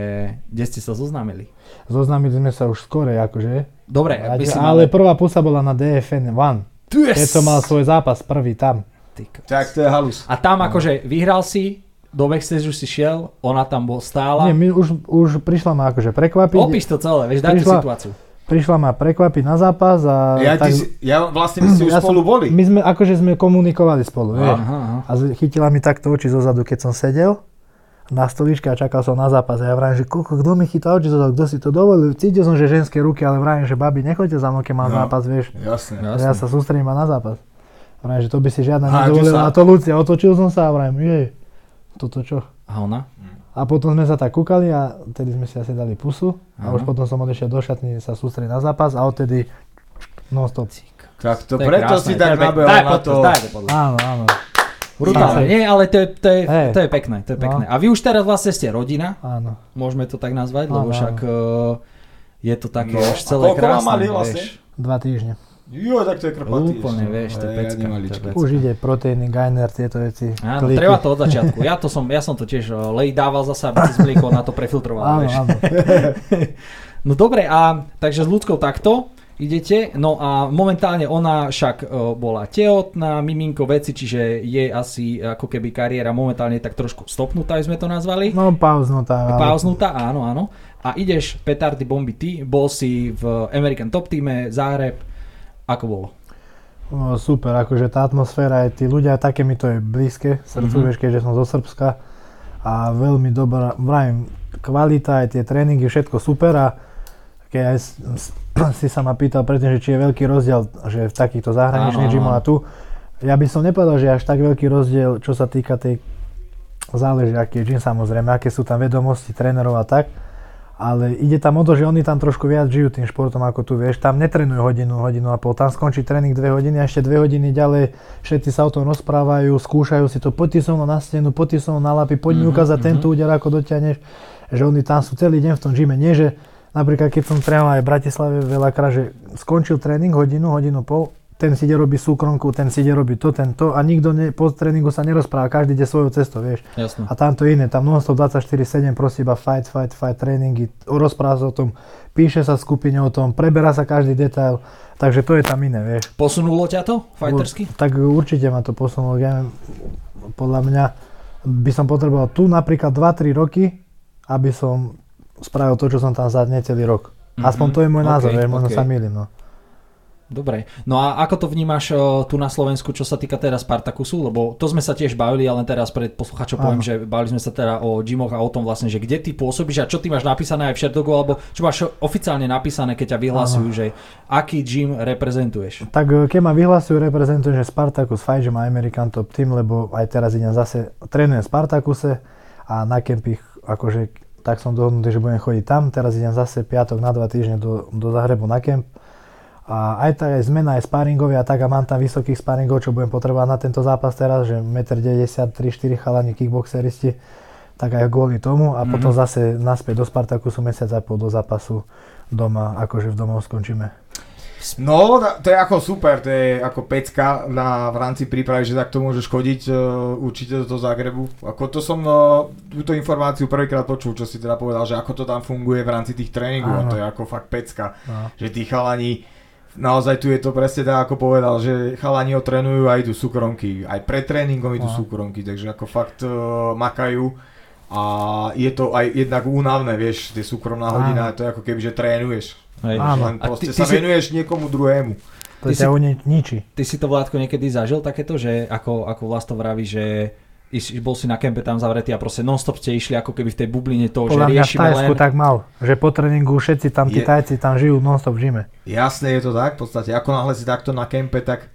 Speaker 6: kde ste sa zoznámili?
Speaker 5: Zoznámili sme sa už skorej, akože.
Speaker 6: Dobre,
Speaker 5: Ale,
Speaker 6: myslím,
Speaker 5: ale prvá pusa bola na DFN 1.
Speaker 6: Yes!
Speaker 5: Keď som mal svoj zápas prvý tam.
Speaker 6: Ty ko-
Speaker 4: Tak to je halus.
Speaker 6: A tam
Speaker 5: No.
Speaker 6: akože vyhral si, do backstage už si šiel, ona tam bol stála.
Speaker 5: Nie, my už, už prišla ma akože prekvapiť.
Speaker 6: Opíš to celé, vieš, daj tú
Speaker 5: Prišla-
Speaker 6: situáciu.
Speaker 5: Prišla ma prekvapiť na zápas a...
Speaker 4: Ja, ty, si- ja vlastne my ste už
Speaker 5: ja
Speaker 4: spolu
Speaker 5: som,
Speaker 4: boli.
Speaker 5: My sme akože sme komunikovali spolu, vieš.
Speaker 6: Aha, aha.
Speaker 5: A z- chytila mi takto oči zozadu, keď som sedel na stoličke a čakal som na zápas. A ja vravím, že koko, kto mi chytá oči zozadu, kto si to dovolil? Cítil som, že ženské ruky, ale vravím, že babi, nechoďte za mnou, keď mám
Speaker 4: No.
Speaker 5: zápas, vieš.
Speaker 4: Jasné.
Speaker 5: Ja sa sústredím iba na zápas. Vravím, že to by si žiadna
Speaker 4: Aha, tu
Speaker 5: nedovolila.
Speaker 4: sa-
Speaker 5: A to Lucia, otočil som sa a vravím, jej, toto čo?
Speaker 6: A ona?
Speaker 5: A potom sme sa tak kúkali a tedy sme si asi dali pusu. A
Speaker 6: Áno.
Speaker 5: už potom som odešiel do šatne sa sústrediť na zápas a odtedy non stop.
Speaker 4: Tak to,
Speaker 8: To je
Speaker 4: No preto
Speaker 8: krásne.
Speaker 4: si
Speaker 8: To
Speaker 4: tak
Speaker 8: je pek-
Speaker 4: nabehol
Speaker 8: daj
Speaker 4: na
Speaker 8: podpis,
Speaker 4: to.
Speaker 8: daj to podľa.
Speaker 5: Áno, áno.
Speaker 6: Brutálne.
Speaker 5: Hej.
Speaker 6: Nie, ale to je, to, je,
Speaker 5: Hej.
Speaker 6: to je pekné, to je
Speaker 5: No.
Speaker 6: pekné. A vy už teraz vlastne ste rodina,
Speaker 5: Áno.
Speaker 6: môžeme to tak nazvať, lebo
Speaker 5: Áno,
Speaker 6: však eh, je to také
Speaker 4: No,
Speaker 6: už
Speaker 4: a
Speaker 6: celé
Speaker 4: koľko vám
Speaker 6: krásne,
Speaker 4: mali
Speaker 6: vieš.
Speaker 4: vlastne?
Speaker 5: Dva týždne.
Speaker 4: Jo, tak to je krpatý.
Speaker 6: Úplne,
Speaker 4: no.
Speaker 6: vieš, to je pecka, to je pecka.
Speaker 5: Už ide proteíny, gainer, tieto veci.
Speaker 6: Áno,
Speaker 5: klíky.
Speaker 6: no, treba to od začiatku. Ja, to som, ja som to tiež eh, lej dával zasa, aby si s mliekom na to prefiltroval.
Speaker 5: Áno,
Speaker 6: vieš. <laughs>
Speaker 5: áno.
Speaker 6: No dobre, a takže s ľudskou takto idete, no a momentálne ona však e, bola tehotná, miminko veci, čiže je asi ako keby kariéra momentálne tak trošku stopnutá, by sme to nazvali.
Speaker 5: No, pauznutá. ale-
Speaker 6: Pauznutá, áno, áno. A ideš petardy bomby ty, bol si v American Top týme, Záreb, ako bolo?
Speaker 5: No, super, akože tá atmosféra aj tí ľudia, také mi to je blízke srdcu,
Speaker 6: Mhm.
Speaker 5: vieš, keďže som zo Srbska a veľmi dobrá, vrajím, kvalita, aj tie tréningy, všetko super a keď aj s- s- <clears throat> si sa ma pýtal predtým, že či je veľký rozdiel, že v takýchto zahraničných
Speaker 6: Áno, áno,
Speaker 5: gymoch a tu, ja by som nepovedal, že je až tak veľký rozdiel, čo sa týka tej, záleží aký je gym samozrejme, aké sú tam vedomosti trénerov a tak, ale ide tam o to, že oni tam trošku viac žijú tým športom ako tu, vieš, tam netrenujú hodinu, hodinu a pol, tam skončí tréning dve hodiny a ešte dve hodiny ďalej všetci sa o tom rozprávajú, skúšajú si to, poď ty so mnou na stenu, poď ty so mnou na lapy, poď mi
Speaker 6: Mhm,
Speaker 5: ukázať
Speaker 6: mhm.
Speaker 5: tento úder, ako dotiahneš, že oni tam sú celý deň v tom gyme, nie že napríklad keď som trénoval aj v Bratislave veľakrát, že skončil tréning hodinu, hodinu pol, ten si ide robiť súkromku, ten si ide robiť to, ten to a nikto ne, po tréningu sa nerozpráva, každý ide svojou cestou, vieš.
Speaker 6: Jasné.
Speaker 5: A tam to iné, tam non-stop 24-7 proste iba fight, fight, fight, tréningy, rozpráva sa o tom, píše sa v skupine o tom, preberá sa každý detail, takže to je tam iné, vieš.
Speaker 6: Posunulo ťa to fightersky?
Speaker 5: Ur- Tak určite ma to posunulo, ja neviem, podľa mňa by som potreboval tu napríklad 2-3 roky, aby som spravil to, čo som tam za necelý rok. Aspoň
Speaker 6: Mhm,
Speaker 5: to je môj názor,
Speaker 6: okej,
Speaker 5: vieš, možno
Speaker 6: okej.
Speaker 5: sa milím, no.
Speaker 6: Dobre. No a ako to vnímaš e, tu na Slovensku, čo sa týka teraz Spartakusu? Lebo to sme sa tiež bavili, ale teraz pred poslucháčom poviem,
Speaker 5: Áno.
Speaker 6: že bavili sme sa teda o gymoch a o tom vlastne, že kde ty pôsobíš a čo ty máš napísané aj v Šerdogu, alebo čo máš oficiálne napísané, keď ťa vyhlasujú, že aký gym reprezentuješ.
Speaker 5: Tak e, keď ma vyhlasujú, reprezentujem, že Spartacus Fight, že má American Top Team, lebo aj teraz idem zase, trénujem v Spartacuse a na kempich, akože tak som dohodnutý, že budem chodiť tam, teraz idem zase piatok na dva týždne do, do Zahrebu na kemp. A aj tá aj zmena, aj sparingovia a tak, a mám tam vysokých sparingov, čo budem potrebovať na tento zápas teraz, že 1,93 4 chalani kickboxeristi, tak aj kvôli tomu
Speaker 6: Mhm.
Speaker 5: a potom zase naspäť do Spartakusu mesiac a pol do zápasu doma, akože v domov skončíme.
Speaker 4: No, ta- to je ako super, to je ako pecka na, v rámci prípravy, že takto môžeš chodiť e, určite do toho Zagrebu. Ako to som e, túto informáciu prvýkrát počul, čo si teda povedal, že ako to tam funguje v rámci tých tréningov. A
Speaker 5: Áno.
Speaker 4: to je ako fakt pecka,
Speaker 5: No.
Speaker 4: že tí chalani Naozaj tu je to presne tak, ako povedal, že chalani ho trénujú a idú súkromky. Aj pred tréningom idú
Speaker 5: No.
Speaker 4: súkromky, takže ako fakt e, makajú. A je to aj jednak únavné, vieš, tie súkromná
Speaker 5: Áno.
Speaker 4: hodina, to je ako keby, že trénuješ.
Speaker 6: Hej.
Speaker 4: Len
Speaker 5: Áno.
Speaker 6: A
Speaker 4: proste
Speaker 6: ty- ty
Speaker 4: sa
Speaker 6: si-
Speaker 4: venuješ niekomu druhému.
Speaker 5: To
Speaker 6: Ty si-
Speaker 5: ťa uni- ničí.
Speaker 6: Ty si to, Vládko, niekedy zažil takéto, že ako, ako Vlasto vraví, že iš- bol si na kempe tam zavretý a proste non-stop ste išli ako keby v tej bubline toho, že
Speaker 5: Podľa mňa v
Speaker 6: riešime
Speaker 5: Tajsku
Speaker 6: len...
Speaker 5: tak mal, že po tréningu všetci tam,
Speaker 4: Je.
Speaker 5: tí Tajci tam žijú non-stop v žime.
Speaker 4: Jasné je to tak, v podstate, ako náhle si takto na kempe, tak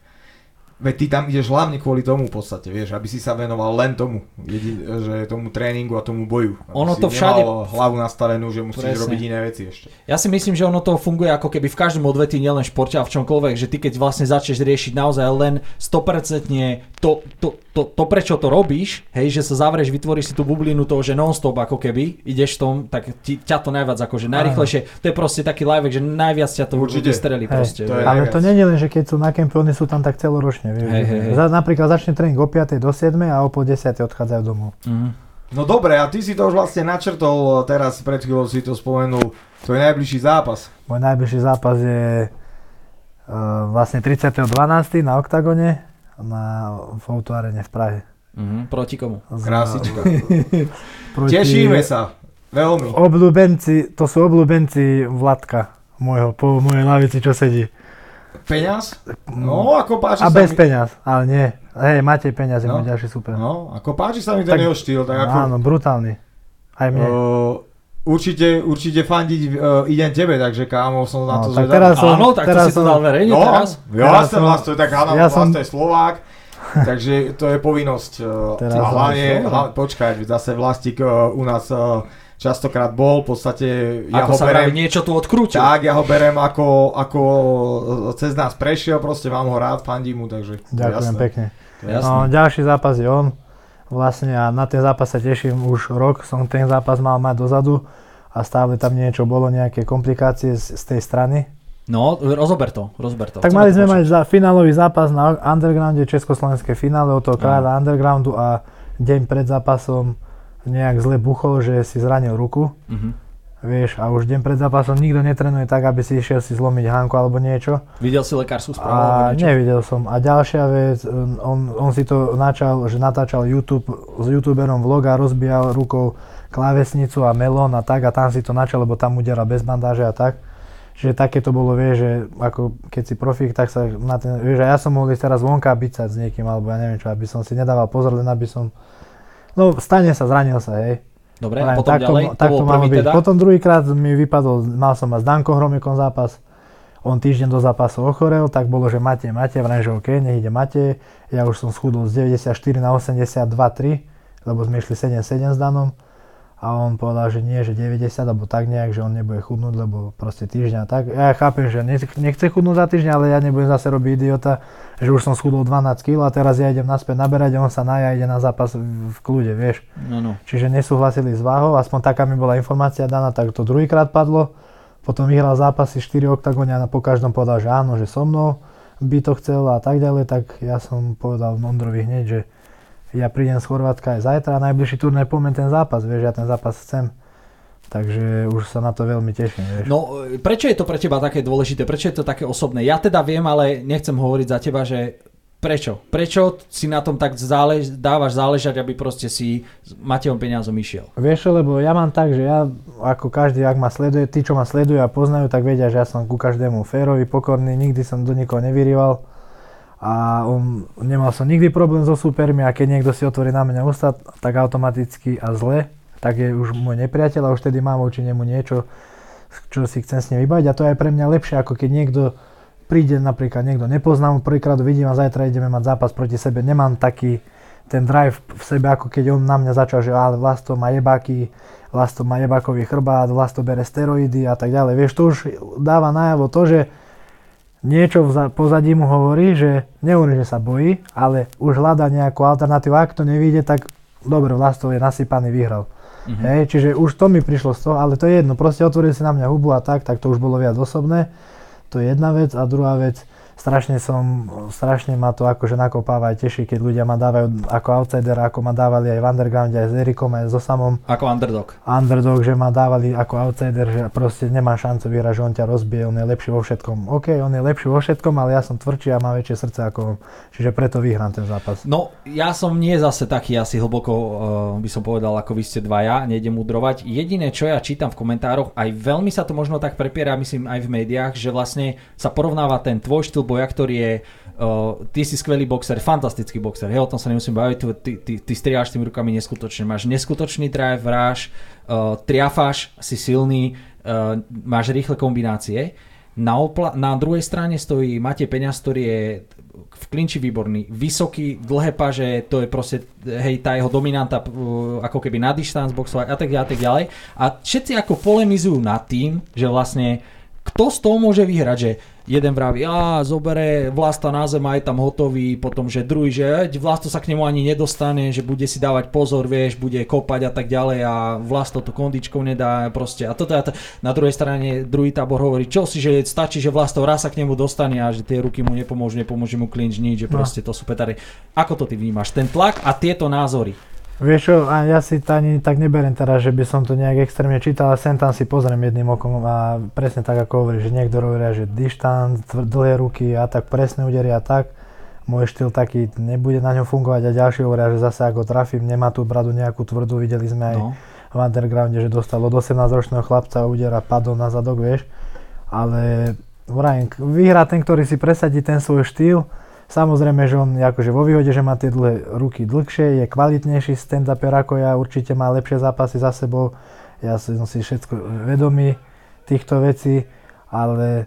Speaker 4: Veď ty tam ideš hlavne kvôli tomu v podstate, vieš, aby si sa venoval len tomu, jedin, že tomu tréningu a tomu boju. Aby
Speaker 6: Ono
Speaker 4: si
Speaker 6: to všade-
Speaker 4: nemal hlavu nastavenú, že musíš
Speaker 6: Presne.
Speaker 4: robiť iné veci ešte.
Speaker 6: Ja si myslím, že ono to funguje ako keby v každom odvetí, nielen v športe a v čomkoľvek, že ty keď vlastne začneš riešiť naozaj len 100% to, to, to, to, prečo to robíš, hej, že sa zavrieš, vytvoríš si tú bublinu toho, že non-stop ako keby ideš v tom, tak ti, ťa to najviac akože najrychlejšie, to je proste taký live, že najviac ťa to
Speaker 4: Určite.
Speaker 5: Hej,
Speaker 6: vystrelí proste.
Speaker 4: to je
Speaker 6: vieš.
Speaker 5: Ale
Speaker 4: najviac.
Speaker 5: to nie je len, že keď sú na kempe, oni sú tam tak celoročne. Vieš,
Speaker 6: Hej,
Speaker 5: že-
Speaker 6: hej, hej.
Speaker 5: Za, napríklad začne tréning o 5. do 7. a o pol 10. odchádzajú domov.
Speaker 6: Mhm.
Speaker 4: No dobre, a ty si to už vlastne načrtol, teraz pred chvíľou si to spomenul, to je najbližší zápas.
Speaker 5: Môj najbližší zápas je e, vlastne 30.12. na Oktagone na, v autoárene v Prahe.
Speaker 6: Mhm. Proti komu?
Speaker 5: Za-
Speaker 4: Krásička.
Speaker 5: proti-
Speaker 4: Tešíme sa, veľmi.
Speaker 5: Obľúbenci, to sú obľúbenci Vladka, môjho, po mojej lavici, čo sedí.
Speaker 4: Peňaz? No, ako páči
Speaker 5: A
Speaker 4: sa
Speaker 5: bez
Speaker 4: mi...
Speaker 5: peňaz, ale nie. Hej, máte peniaze,
Speaker 4: No.
Speaker 5: no. môj ďalší super.
Speaker 4: No, ako páči sa mi ten
Speaker 5: Tak-
Speaker 4: jeho štýl, tak ako...
Speaker 5: Áno, brutálny. Aj mne.
Speaker 4: Uh, určite, určite fandiť uh, idem tebe, takže kámo, som na
Speaker 5: No,
Speaker 4: to
Speaker 5: tak
Speaker 4: zvedavý.
Speaker 5: teraz som-
Speaker 6: Áno, tak
Speaker 5: teraz
Speaker 6: to si to
Speaker 5: som-
Speaker 6: dal verejne
Speaker 4: no,
Speaker 6: teraz.
Speaker 4: ja
Speaker 5: Teraz
Speaker 4: som
Speaker 5: som-
Speaker 4: vlastne, tak áno, ja
Speaker 5: ja som-
Speaker 4: vlastne je
Speaker 5: <laughs>
Speaker 4: Slovák, takže to je povinnosť. Uh,
Speaker 5: Teraz
Speaker 4: a
Speaker 5: som
Speaker 4: hlavne,
Speaker 5: Slovák.
Speaker 4: hlavne, počkaj, zase vlastník uh, e, u nás uh, častokrát bol, v podstate ja ho
Speaker 6: Ako sa
Speaker 4: berem,
Speaker 6: vraví, niečo tu odkrútil.
Speaker 4: tak, ja ho berem ako, ako e, cez nás prešiel, proste mám ho rád, fandím mu, takže to je
Speaker 5: Ďakujem
Speaker 4: jasné.
Speaker 5: pekne.
Speaker 4: To je jasné.
Speaker 5: No, ďalší zápas je on. Vlastne a na ten zápas sa teším už rok. Som ten zápas mal mať dozadu a stále tam niečo bolo, nejaké komplikácie z, z tej strany.
Speaker 6: No, rozober to, rozober to.
Speaker 5: tak
Speaker 6: Chceme
Speaker 5: mali
Speaker 6: to
Speaker 5: sme
Speaker 6: počuť.
Speaker 5: mať za finálový zápas na undergrounde, československé finále od toho kráľa undergroundu a deň pred zápasom nejak zle buchol, že si zranil ruku.
Speaker 6: Mhm.
Speaker 5: Vieš, a už deň pred zápasom nikto netrenuje tak, aby si išiel si zlomiť hanku alebo niečo.
Speaker 6: Videl si lekárskú správu? alebo
Speaker 5: A
Speaker 6: niečo?
Speaker 5: nevidel som. A ďalšia vec, um, on, on si to načal, že natáčal YouTube s youtuberom vlog a rozbíjal rukou klávesnicu a melón a tak a tam si to načal, lebo tam udera bez bandáže a tak. Čiže také to bolo, vieš, že ako keď si profík, tak sa na ten, vieš, a ja som mohol ísť teraz vonka a biť sa s niekým, alebo ja neviem čo, aby som si nedával pozor, len aby som, no stane sa, zranil sa, hej.
Speaker 6: Dobre,
Speaker 5: Len
Speaker 6: potom ďalej, to
Speaker 5: tak
Speaker 6: bol
Speaker 5: to malo
Speaker 6: prvý
Speaker 5: byť.
Speaker 6: teda.
Speaker 5: Potom druhýkrát mi vypadol, mal som mať s Dankom Hromikom zápas, on týždeň do zápasu ochorel, tak bolo, že Matej, Matej, vrajím, že OK, nech ide Matej, ja už som schudol z 94 na 82, 3, lebo sme išli 7-7 s Danom a on povedal, že nie, že 90 alebo tak nejak, že on nebude chudnúť, lebo proste týždňa tak. Ja chápem, že nech- nechce chudnúť za týždeň, ale ja nebudem zase robiť idiota, že už som schudol 12 kg a teraz ja idem naspäť naberať a on sa naja ide na zápas v, v kľude, vieš.
Speaker 6: No, no.
Speaker 5: Čiže nesúhlasili s váhou, aspoň taká mi bola informácia daná, tak to druhýkrát padlo. Potom vyhral zápasy 4 oktagónia a po každom povedal, že áno, že so mnou by to chcel a tak ďalej, tak ja som povedal Mondrovi hneď, že ja prídem z Chorvátska aj zajtra a najbližší turnaj pomen ten zápas, vieš, ja ten zápas chcem. Takže už sa na to veľmi teším, vieš.
Speaker 6: No, e, prečo je to pre teba také dôležité? Prečo je to také osobné? Ja teda viem, ale nechcem hovoriť za teba, že prečo? Prečo si na tom tak zálež, dávaš záležať, aby proste si s Matejom peniazom išiel?
Speaker 5: Vieš, čo, lebo ja mám tak, že ja, ako každý, ak ma sleduje, tí, čo ma sledujú a poznajú, tak vedia, že ja som ku každému férovi, pokorný, nikdy som do nikoho nevyrýval a on, nemal som nikdy problém so súpermi a keď niekto si otvorí na mňa ústa, tak automaticky a zle, tak je už môj nepriateľ a už tedy mám voči nemu niečo, čo si chcem s ním vybaviť a to je aj pre mňa lepšie, ako keď niekto príde napríklad niekto nepoznám, prvýkrát ho vidím a zajtra ideme mať zápas proti sebe, nemám taký ten drive v sebe, ako keď on na mňa začal, že ale Vlasto má jebáky, Vlasto má jebakový chrbát, Vlasto bere steroidy a tak ďalej. Vieš, to už dáva najavo to, že niečo v za- pozadí mu hovorí, že nehovorí, že sa bojí, ale už hľadá nejakú alternatívu. Ak to nevíde, tak dobre, Vlasto je nasypaný, vyhral. Mm-hmm. Hej, čiže už to mi prišlo z toho, ale to je jedno, proste otvoril si na mňa hubu a tak, tak to už bolo viac osobné. To je jedna vec a druhá vec, strašne som, strašne ma to akože nakopáva aj teší, keď ľudia ma dávajú ako outsider, ako ma dávali aj v undergrounde, aj s Erikom, aj so samom
Speaker 6: Ako underdog.
Speaker 5: underdog, že ma dávali ako outsider, že proste nemá šancu vyhrať, že on ťa rozbije, on je lepší vo všetkom. OK, on je lepší vo všetkom, ale ja som tvrdší a mám väčšie srdce ako on, čiže preto vyhrám ten zápas.
Speaker 6: No, ja som nie zase taký asi hlboko, eh, by som povedal, ako vy ste dvaja, nejdem mudrovať. Jediné, čo ja čítam v komentároch, aj veľmi sa to možno tak prepiera, myslím aj v médiách, že vlastne sa porovnáva ten tvoj štýl boja, ktorý je, eh, ty si skvelý boxer, fantastický boxer, hej, o tom sa nemusím baviť, tu- ty, ty, ty strieľaš tými rukami neskutočne, máš neskutočný drive, vráš, eh, triafáš, si silný, eh, máš rýchle kombinácie. Na, opla- na druhej strane stojí Matej Peňaz, ktorý je v klinči výborný, vysoký, dlhé paže, to je proste, hej, tá jeho dominanta uh, ako keby na distance boxovať a tak ďalej, a tak ďalej. A všetci ako polemizujú nad tým, že vlastne kto z toho môže vyhrať, že jeden vraví, a zobere Vlasta na zem a je tam hotový, potom že druhý, že eď, Vlasto sa k nemu ani nedostane, že bude si dávať pozor, vieš, bude kopať a tak ďalej a Vlasto to kondičkou nedá proste a toto a to. Na druhej strane druhý tábor hovorí, čo si, že stačí, že Vlasto raz sa k nemu dostane a že tie ruky mu nepomôžu, nepomôže mu klinč nič, že proste to sú petary. Ako to ty vnímaš, ten tlak a tieto názory?
Speaker 5: Vieš čo, a ja si to ani tak neberiem teraz, že by som to nejak extrémne čítal, ale sem tam si pozriem jedným okom a presne tak ako hovorí, že niekto hovoria, že dištant, dlhé ruky a tak presne uderia a tak. Môj štýl taký nebude na ňom fungovať a ďalší hovoria, že zase ako trafím, nemá tú bradu nejakú tvrdú, videli sme aj
Speaker 6: No.
Speaker 5: v undergrounde, že dostal od 18 ročného chlapca úder a padol na zadok, vieš. Ale vrajím, k- vyhrá ten, ktorý si presadí ten svoj štýl. Samozrejme, že on je akože vo výhode, že má tie dlhé ruky dlhšie, je kvalitnejší stand ako ja, určite má lepšie zápasy za sebou. Ja som si všetko vedomý týchto vecí, ale,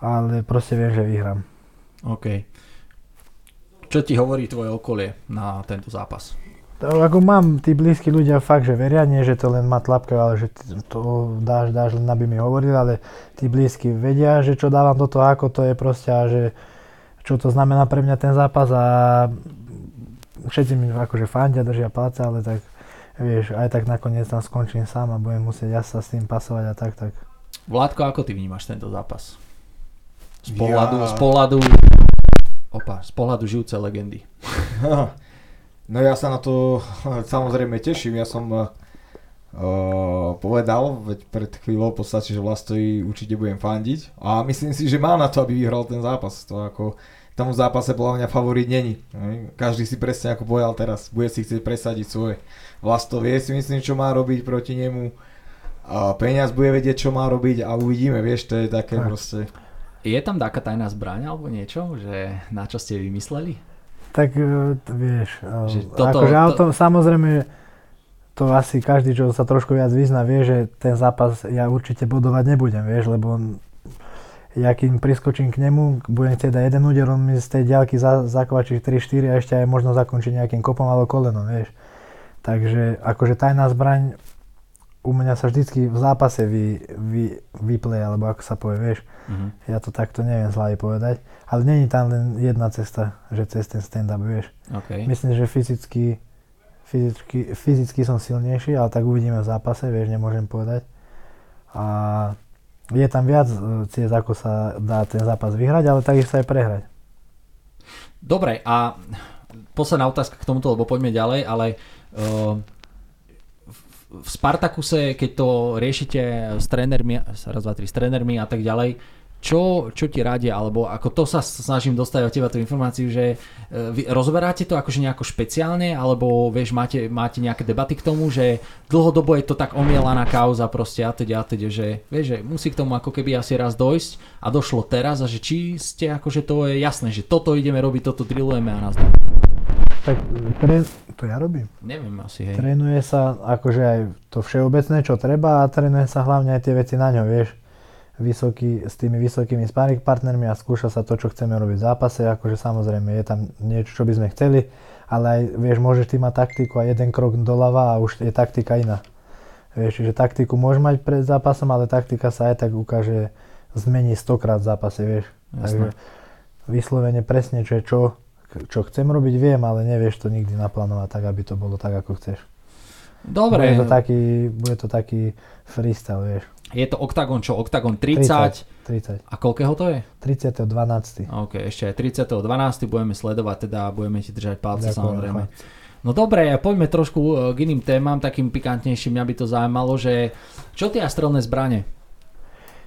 Speaker 5: ale proste viem, že vyhrám.
Speaker 8: OK. Čo ti hovorí tvoje okolie na tento zápas?
Speaker 5: To, ako mám tí blízki ľudia fakt, že veria, nie, že to len ma tlapkajú, ale že t- to dáš, dáš len, aby mi hovoril, ale tí blízki vedia, že čo dávam do toho, ako to je proste a že čo to znamená pre mňa ten zápas a všetci mi akože fandia, držia palce, ale tak vieš, aj tak nakoniec tam skončím sám a budem musieť ja sa s tým pasovať a tak, tak.
Speaker 6: Vládko, ako ty vnímaš tento zápas?
Speaker 4: Ja-
Speaker 6: Z pohľadu, z pohľadu, opa, z pohľadu žijúcej legendy.
Speaker 4: No ja sa na to <laughs> samozrejme teším, ja som eh, eh, povedal, veď pred chvíľou v podstate, že Vlastovi určite budem fandiť a myslím si, že má na to, aby vyhral ten zápas, to ako v tom zápase podľa mňa favorit není. hej. Každý si presne ako povedal teraz, bude si chcieť presadiť svoje. Vlasto vie si myslím, čo má robiť proti nemu. A peniaz bude vedieť, čo má robiť a uvidíme, vieš, to je také proste.
Speaker 6: Je tam taká tajná zbraň alebo niečo, že na čo ste vymysleli?
Speaker 5: Tak e, t- vieš, e,
Speaker 6: Že toto-
Speaker 5: akože
Speaker 6: to-
Speaker 5: auto, samozrejme, že to asi každý, čo sa trošku viac vyzná, vie, že ten zápas ja určite bodovať nebudem, vieš, lebo on- ja kým priskočím k nemu, budem chcieť dať jeden úder, on mi z tej diaľky za, zakvačí 3-4 a ešte aj možno zakončí nejakým kopom alebo kolenom, vieš. Takže akože tajná zbraň u mňa sa vždycky v zápase vy, vy, vypleje, alebo ako sa povie, vieš. Ja
Speaker 6: Mhm.
Speaker 5: to takto neviem z hlavy povedať, ale není tam len jedna cesta, že cez ten stand-up, vieš.
Speaker 6: Okay.
Speaker 5: Myslím, že fyzicky, fyzicky, fyzicky som silnejší, ale tak uvidíme v zápase, vieš, nemôžem povedať. A je tam viac e, ciest, ako sa dá ten zápas vyhrať, ale takisto aj prehrať.
Speaker 6: Dobre, a posledná otázka k tomuto, lebo poďme ďalej, ale uh, v- v Spartakuse, keď to riešite s trénermi, raz, dva, tri, s trénermi a tak ďalej, čo, čo ti radia, alebo ako to sa snažím dostať od teba tú informáciu, že e, vy rozoberáte to akože nejako špeciálne, alebo vieš, máte, máte nejaké debaty k tomu, že dlhodobo je to tak omielaná kauza proste a teda, a teda, že vieš, že musí k tomu ako keby asi raz dojsť a došlo teraz a že či ste akože to je jasné, že toto ideme robiť, toto drillujeme a nás
Speaker 5: Tak e, tre... to ja robím.
Speaker 6: Neviem asi, hej.
Speaker 5: Trénuje sa akože aj to všeobecné, čo treba a trénuje sa hlavne aj tie veci na ňo, vieš. Vysoký, s tými vysokými sparring partnermi a skúša sa to, čo chceme robiť v zápase, akože samozrejme je tam niečo, čo by sme chceli, ale aj, vieš, môžeš ty mať taktiku a jeden krok doľava a už je taktika iná. Vieš, čiže taktiku môžeš mať pred zápasom, ale taktika sa aj tak ukáže zmení stokrát v zápase, vieš. Takže
Speaker 6: Jasné.
Speaker 5: vyslovene presne, čo je čo, čo chcem robiť, viem, ale nevieš to nikdy naplánovať tak, aby to bolo tak, ako chceš.
Speaker 6: Dobre,
Speaker 5: Bude No to taký, bude to taký freestyle, vieš.
Speaker 6: je to OKTAGON čo? OKTAGON 30,
Speaker 5: 30.
Speaker 6: a koľkého to je?
Speaker 5: 30.12.
Speaker 6: OK, ešte aj 30.12. budeme sledovať, teda budeme ti držať
Speaker 5: Ďakujem,
Speaker 6: palce samozrejme. No dobre, poďme trošku e, k iným témam, takým pikantnejším, mňa by to zaujímalo, že čo tie astrálne zbranie?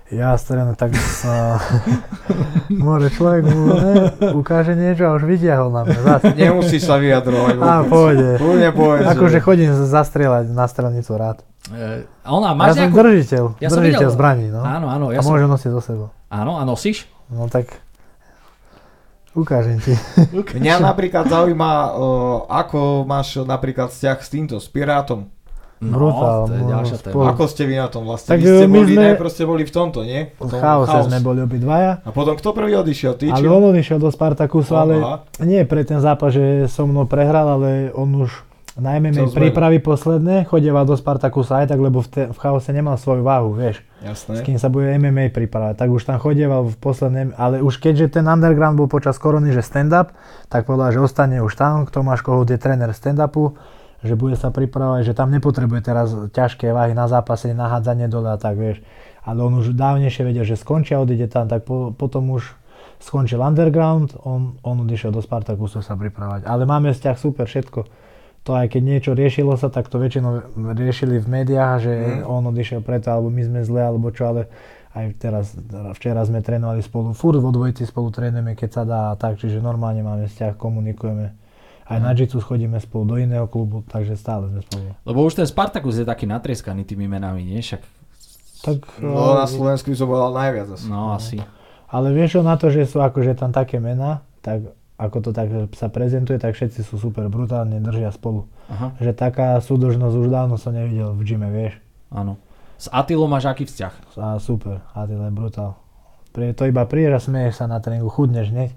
Speaker 5: Ja strelám tak sa... <laughs> Môže človek mu ne, ukáže niečo a už vidia ho na mňa zase.
Speaker 6: <laughs>
Speaker 4: Nemusíš sa
Speaker 5: <laughs>
Speaker 4: vyjadrovať.
Speaker 5: Á,
Speaker 4: vôbec.
Speaker 5: pôjde.
Speaker 4: Kľudne povedz, že-
Speaker 5: Akože chodím zastrieľať na strelnicu rád.
Speaker 6: E, A
Speaker 5: Ja
Speaker 6: ona, máš
Speaker 5: som
Speaker 6: nejakú...
Speaker 5: držiteľ,
Speaker 6: Ja som
Speaker 5: držiteľ
Speaker 6: videl-
Speaker 5: zbraní, no.
Speaker 6: Áno, áno,
Speaker 5: A
Speaker 6: ja som...
Speaker 5: môžem nosiť so sebou.
Speaker 6: Áno, a nosíš?
Speaker 5: No tak... Ukážem ti.
Speaker 4: Mňa napríklad zaujíma, o, ako máš napríklad vzťah s týmto, s Pirátom.
Speaker 5: Brutál,
Speaker 6: to je
Speaker 5: no,
Speaker 6: ďalšia téma.
Speaker 5: spolu.
Speaker 4: Ako ste vy na tom vlastne?
Speaker 5: Tak,
Speaker 4: vy ste
Speaker 5: e, my
Speaker 4: boli,
Speaker 5: sme-
Speaker 4: najprv ste boli v tomto, nie?
Speaker 5: V chaose sme boli obidvaja.
Speaker 4: A potom kto prvý odišiel? Ty či...
Speaker 5: Ale on odišiel do Spartakusu, ale
Speaker 4: Aha.
Speaker 5: nie pre ten zápas, že so mnou prehral, ale on už najmä mi
Speaker 4: Chcel zmenu.
Speaker 5: prípravy posledné chodeva do Spartakusa aj tak, lebo v, te, v chaose nemal svoju váhu, vieš, s
Speaker 4: Jasné.
Speaker 5: kým sa bude MMA pripravať. Tak už tam chodieval v poslednej, ale už keďže ten underground bol počas korony, že stand-up, tak povedal, že ostane už tam, kto máš koho, je tréner stand-upu, že bude sa pripravovať, že tam nepotrebuje teraz ťažké váhy na zápase, nahádzanie dole a tak, vieš. Ale on už dávnejšie vedel, že skončia, odíde tam, tak po, potom už skončil underground, on, on odišiel do Spartakusu sa pripravať. Ale máme vzťah super, všetko. To aj keď niečo riešilo sa, tak to väčšinou riešili v médiách, že
Speaker 4: Mhm.
Speaker 5: on odišiel preto, alebo my sme zle, alebo čo, ale aj teraz, teda včera sme trénovali spolu, furt vo dvojici spolu trénujeme, keď sa dá a tak, čiže normálne máme vzťah, komunikujeme.
Speaker 4: Mhm.
Speaker 5: Aj na jitsu chodíme spolu do iného klubu, takže stále sme spolu.
Speaker 6: Lebo už ten Spartakus je taký natrieskaný tými menami, nie? Však,
Speaker 5: Tak,
Speaker 4: No
Speaker 5: eh,
Speaker 4: na Slovensku by som povedal najviac asi.
Speaker 6: no asi.
Speaker 5: Ale vieš čo, na to, že sú akože tam také mená, tak ako to tak sa prezentuje, tak všetci sú super brutálne, držia spolu.
Speaker 6: Aha,
Speaker 5: Že taká súdržnosť už dávno som nevidel v gyme, vieš.
Speaker 6: áno. S Atilom máš aký vzťah?
Speaker 5: A super, a to je brutál. Pri, to iba prídeš a smieješ sa na tréningu, chudneš, ne?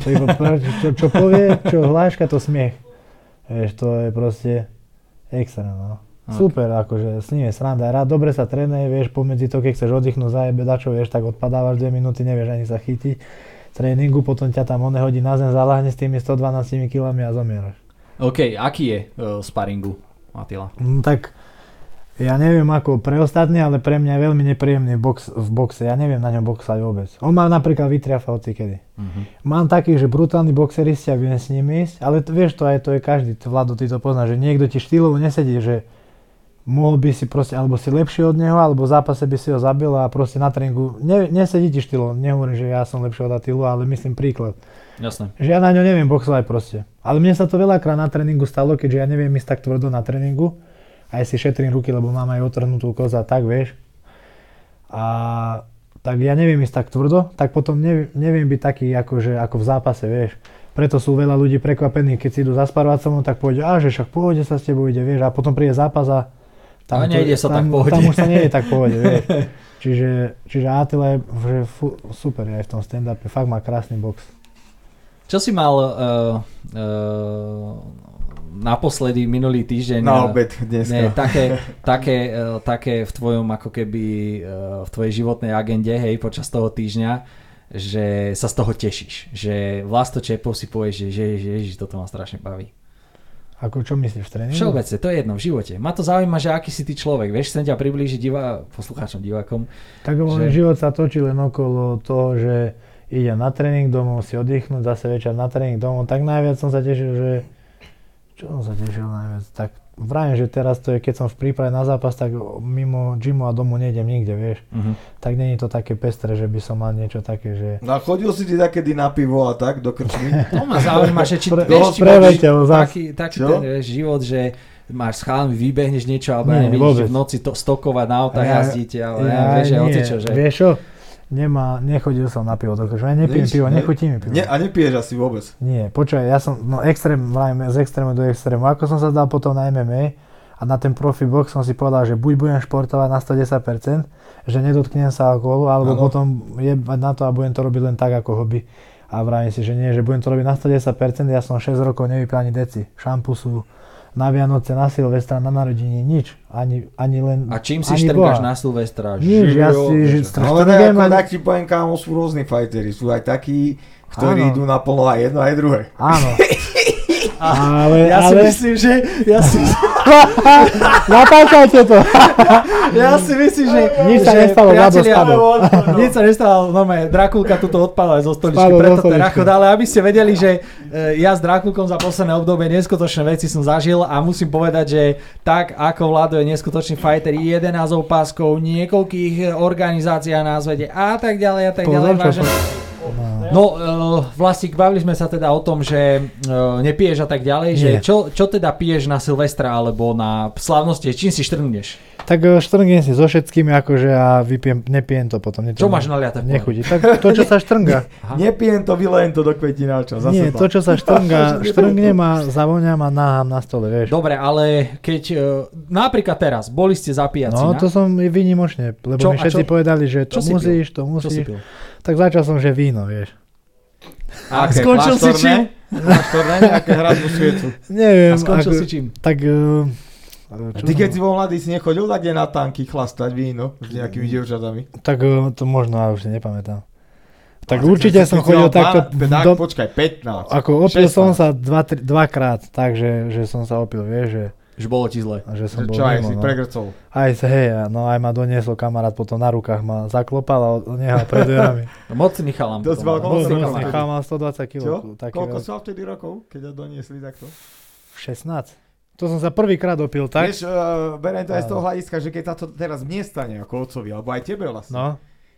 Speaker 5: To iba pr- čo, čo povie, čo hláška, to smiech. Vieš, to je proste extra, no. Super, akože s ním je sranda, rád dobre sa trénuje, vieš, pomedzi to, keď chceš oddychnúť, zajebe dačo, vieš, tak odpadávaš 2 minúty, nevieš ani sa chytiť tréningu, potom ťa tam one hodí na zem, zalahne s tými 112 kilami a zomieraš.
Speaker 8: OK, aký
Speaker 6: eh,
Speaker 8: je uh, sparingu, Matila?
Speaker 5: No tak ja neviem ako pre ostatní, ale pre mňa je veľmi nepríjemný box, v boxe. Ja neviem na ňom boxovať vôbec. On má napríklad vytriafa hoci kedy. Mám takých, že brutálni boxeristi a viem s nimi ísť, ale t- vieš to aj, to je každý, to, Vlado, ty to poznáš, že niekto ti štýlovo nesedí, že mohol by si proste, alebo si lepší od neho, alebo v zápase by si ho zabil a proste na tréningu, ne, nesedí ti štýlovo, nehovorím, že ja som lepší od Atilu, ale myslím príklad.
Speaker 6: Jasné.
Speaker 5: Že ja na ňo neviem boxovať proste. Ale mne sa to veľakrát na tréningu stalo, keďže ja neviem ísť tak tvrdo na tréningu. Aj si šetrím ruky, lebo mám aj otrhnutú koz a tak, vieš. A tak ja neviem ísť tak tvrdo, tak potom neviem, neviem byť taký akože, ako v zápase, vieš. Preto sú veľa ľudí prekvapených, keď si idú zasparovať so mnou, tak povedia, a že však v pohode sa s tebou ide, vieš, a potom príde zápas a
Speaker 6: A No, nejde sa tak
Speaker 5: tam,
Speaker 6: v pohode.
Speaker 5: tam už sa nejde tak v
Speaker 6: <laughs>
Speaker 5: pohode, vieš. Čiže, čiže Attila je že fu, super je aj v tom stand-upe, fakt má krásny box.
Speaker 6: Čo si mal uh, uh, naposledy minulý týždeň?
Speaker 5: no.
Speaker 4: Na
Speaker 6: eh,
Speaker 4: obed dneska.
Speaker 6: Ne, také, také, eh, také v tvojom ako keby eh, v tvojej životnej agende, hej, počas toho týždňa, že sa z toho tešíš. Že Vlasto Čepov si povieš, že, že, že ježiš, toto ma strašne baví.
Speaker 5: Ako čo myslíš v tréningu?
Speaker 6: Všeobecne, to je jedno v živote. Ma to zaujíma, že aký si ty človek. Vieš, chcem ťa priblížiť divá, poslucháčom, divákom.
Speaker 5: Tak hovorím,
Speaker 6: Že-
Speaker 5: život sa točí len okolo toho, že idem na tréning domov, si oddychnúť, zase večer na tréning domov. Tak najviac som sa tešil, že... Čo som sa tešil najviac? Tak vrajím, že teraz to je, keď som v príprave na zápas, tak mimo gymu a domu nejdem nikde, vieš.
Speaker 6: Mhm.
Speaker 5: Tak není to také pestré, že by som mal niečo také, že...
Speaker 4: No a chodil si ty takedy na pivo a tak do krčmy?
Speaker 5: <laughs>
Speaker 6: To ma zaujíma, že či
Speaker 5: Pre-
Speaker 6: vieš, či
Speaker 5: preveď
Speaker 6: máš
Speaker 5: ťa, zas.
Speaker 6: taký, taký
Speaker 4: Čo?
Speaker 6: ten, vieš, život, že máš s chalami, vybehneš niečo, alebo
Speaker 5: Nie,
Speaker 6: nie,
Speaker 5: vôbec.
Speaker 6: v noci to, stokovať na autách,
Speaker 5: Ja-
Speaker 6: jazdíte, ale No, ja, vieš, že
Speaker 5: nie,
Speaker 6: hocičo, že...
Speaker 5: Vieš čo? Nemá, nechodil som na pivo, dokonca, ja nepijem
Speaker 4: Vidíš?
Speaker 5: pivo,
Speaker 4: Ne-
Speaker 5: nechutí mi pivo.
Speaker 4: Ne, a nepiješ asi vôbec.
Speaker 5: Nie, počkaj, ja som, no extrém, vrajme, z extrému do extrému. Ako som sa dal potom na MMA a na ten profi box som si povedal, že buď budem športovať na 110%, že nedotknem sa alkoholu, alebo
Speaker 4: Áno.
Speaker 5: potom jebať na to a budem to robiť len tak ako hobby. A vravím si, že nie, že budem to robiť na 110%, ja som 6 rokov nevypil ani deci. Šampusu, na Vianoce, na Silvestra, na narodiny, nič. Ani, ani len...
Speaker 6: A čím si
Speaker 5: ani Boha.
Speaker 6: štrngáš na Silvestra?
Speaker 5: Nie, že ja
Speaker 4: Jo,
Speaker 5: si... Že,
Speaker 4: že- No, Ale ne, ako tak ti poviem, kámo, sú rôzni fajteri. Sú aj takí, ktorí
Speaker 5: Áno.
Speaker 4: idú na plno aj jedno aj druhé. <laughs>
Speaker 5: Áno. Ale,
Speaker 6: Ja si
Speaker 5: ale...
Speaker 6: myslím, že... Ja si,
Speaker 5: Natáčajte to!
Speaker 6: ja si myslím, že...
Speaker 5: Nič sa
Speaker 6: že
Speaker 5: nestalo, Vlado
Speaker 6: priatelia,
Speaker 5: spadol.
Speaker 6: <laughs> Nič sa nestalo, no moje Drakulka tuto odpadla aj zo stoličky,
Speaker 5: Spadol zo
Speaker 6: preto ten
Speaker 5: stoličky.
Speaker 6: rachod, ale aby ste vedeli, že e, ja s Drakulkom za posledné obdobie neskutočné veci som zažil a musím povedať, že tak ako Vlado je neskutočný fighter 11 opáskov, niekoľkých organizáciách na svete a tak ďalej a tak ďalej.
Speaker 5: Pozor, čo
Speaker 6: vážené- No, e, Vlastík, bavili sme sa teda o tom, že e, nepiješ a tak ďalej, že
Speaker 5: Nie.
Speaker 6: čo, čo teda piješ na Silvestra alebo na slávnosti, čím si štrngneš?
Speaker 5: Tak e, štrngnem si so všetkými akože a vypijem, nepijem to potom.
Speaker 6: Čo máš naliate? v pohode?
Speaker 5: Nechutí. Tak to, čo sa
Speaker 6: <laughs>
Speaker 5: štrnga.
Speaker 4: Nepijem to, vylejem to do kvetináča. Zase
Speaker 5: Nie, to, čo sa
Speaker 6: <laughs>
Speaker 5: štrnga, štrngnem a zavoňam a náham na stole, vieš.
Speaker 6: Dobre, ale keď e, napríklad teraz, boli ste zapíjaci
Speaker 5: No,
Speaker 6: na...
Speaker 5: to som i výnimočne, lebo
Speaker 6: Čo-
Speaker 5: mi
Speaker 6: a
Speaker 5: všetci
Speaker 6: čo-
Speaker 5: povedali, že to
Speaker 6: čo si
Speaker 5: musíš, to
Speaker 6: čo si
Speaker 5: musíš.
Speaker 6: pil?
Speaker 5: Tak začal som, že víno, vieš.
Speaker 6: Aké,
Speaker 5: skončil si
Speaker 6: kláštorné?
Speaker 5: čím?
Speaker 4: Nejaké
Speaker 5: <laughs>
Speaker 4: hradbu svietu.
Speaker 5: Neviem,
Speaker 6: A skončil
Speaker 5: ako-
Speaker 6: si čím?
Speaker 5: tak... e, čo
Speaker 4: Ty keď
Speaker 5: som-
Speaker 4: si bol mladý, si nechodil tak kde na tanky chlastať víno s nejakými dievčatami?
Speaker 5: Tak e, to možno, ja už si nepamätám. Tak
Speaker 4: A
Speaker 5: určite
Speaker 4: si
Speaker 5: som
Speaker 4: si
Speaker 5: chodil
Speaker 4: dal
Speaker 5: takto...
Speaker 4: pár- tak,
Speaker 5: do-
Speaker 4: Počkaj, 15.
Speaker 5: Ako opil
Speaker 4: 16.
Speaker 5: som sa dva, tri, dvakrát, takže že som sa opil, vieš, že,
Speaker 6: Že bolo ti zle.
Speaker 5: že
Speaker 4: Že
Speaker 5: som bol
Speaker 4: Čo aj
Speaker 5: mimo,
Speaker 4: si
Speaker 5: no.
Speaker 4: pregrcol.
Speaker 5: Aj sa, hej, a- no aj ma doniesol kamarát potom na rukách, ma zaklopal a od- nehal
Speaker 4: <laughs>
Speaker 5: pred dverami.
Speaker 6: No, Mocný chalan.
Speaker 4: Dosť
Speaker 6: to bol.
Speaker 4: veľko-
Speaker 5: Bol
Speaker 4: Mocný
Speaker 5: hrozný,
Speaker 4: kamarát.
Speaker 5: chal mal 120 kg.
Speaker 4: Čo?
Speaker 5: Taký
Speaker 4: Koľko
Speaker 5: veľký.
Speaker 4: sa vtedy rokov, keď ťa doniesli takto?
Speaker 5: 16. To som sa prvýkrát opil, tak?
Speaker 4: Vieš, uh, berem to aj z toho
Speaker 5: Áno.
Speaker 4: hľadiska, že keď sa to teraz mne stane ako otcovi, alebo aj tebe vlastne.
Speaker 5: No,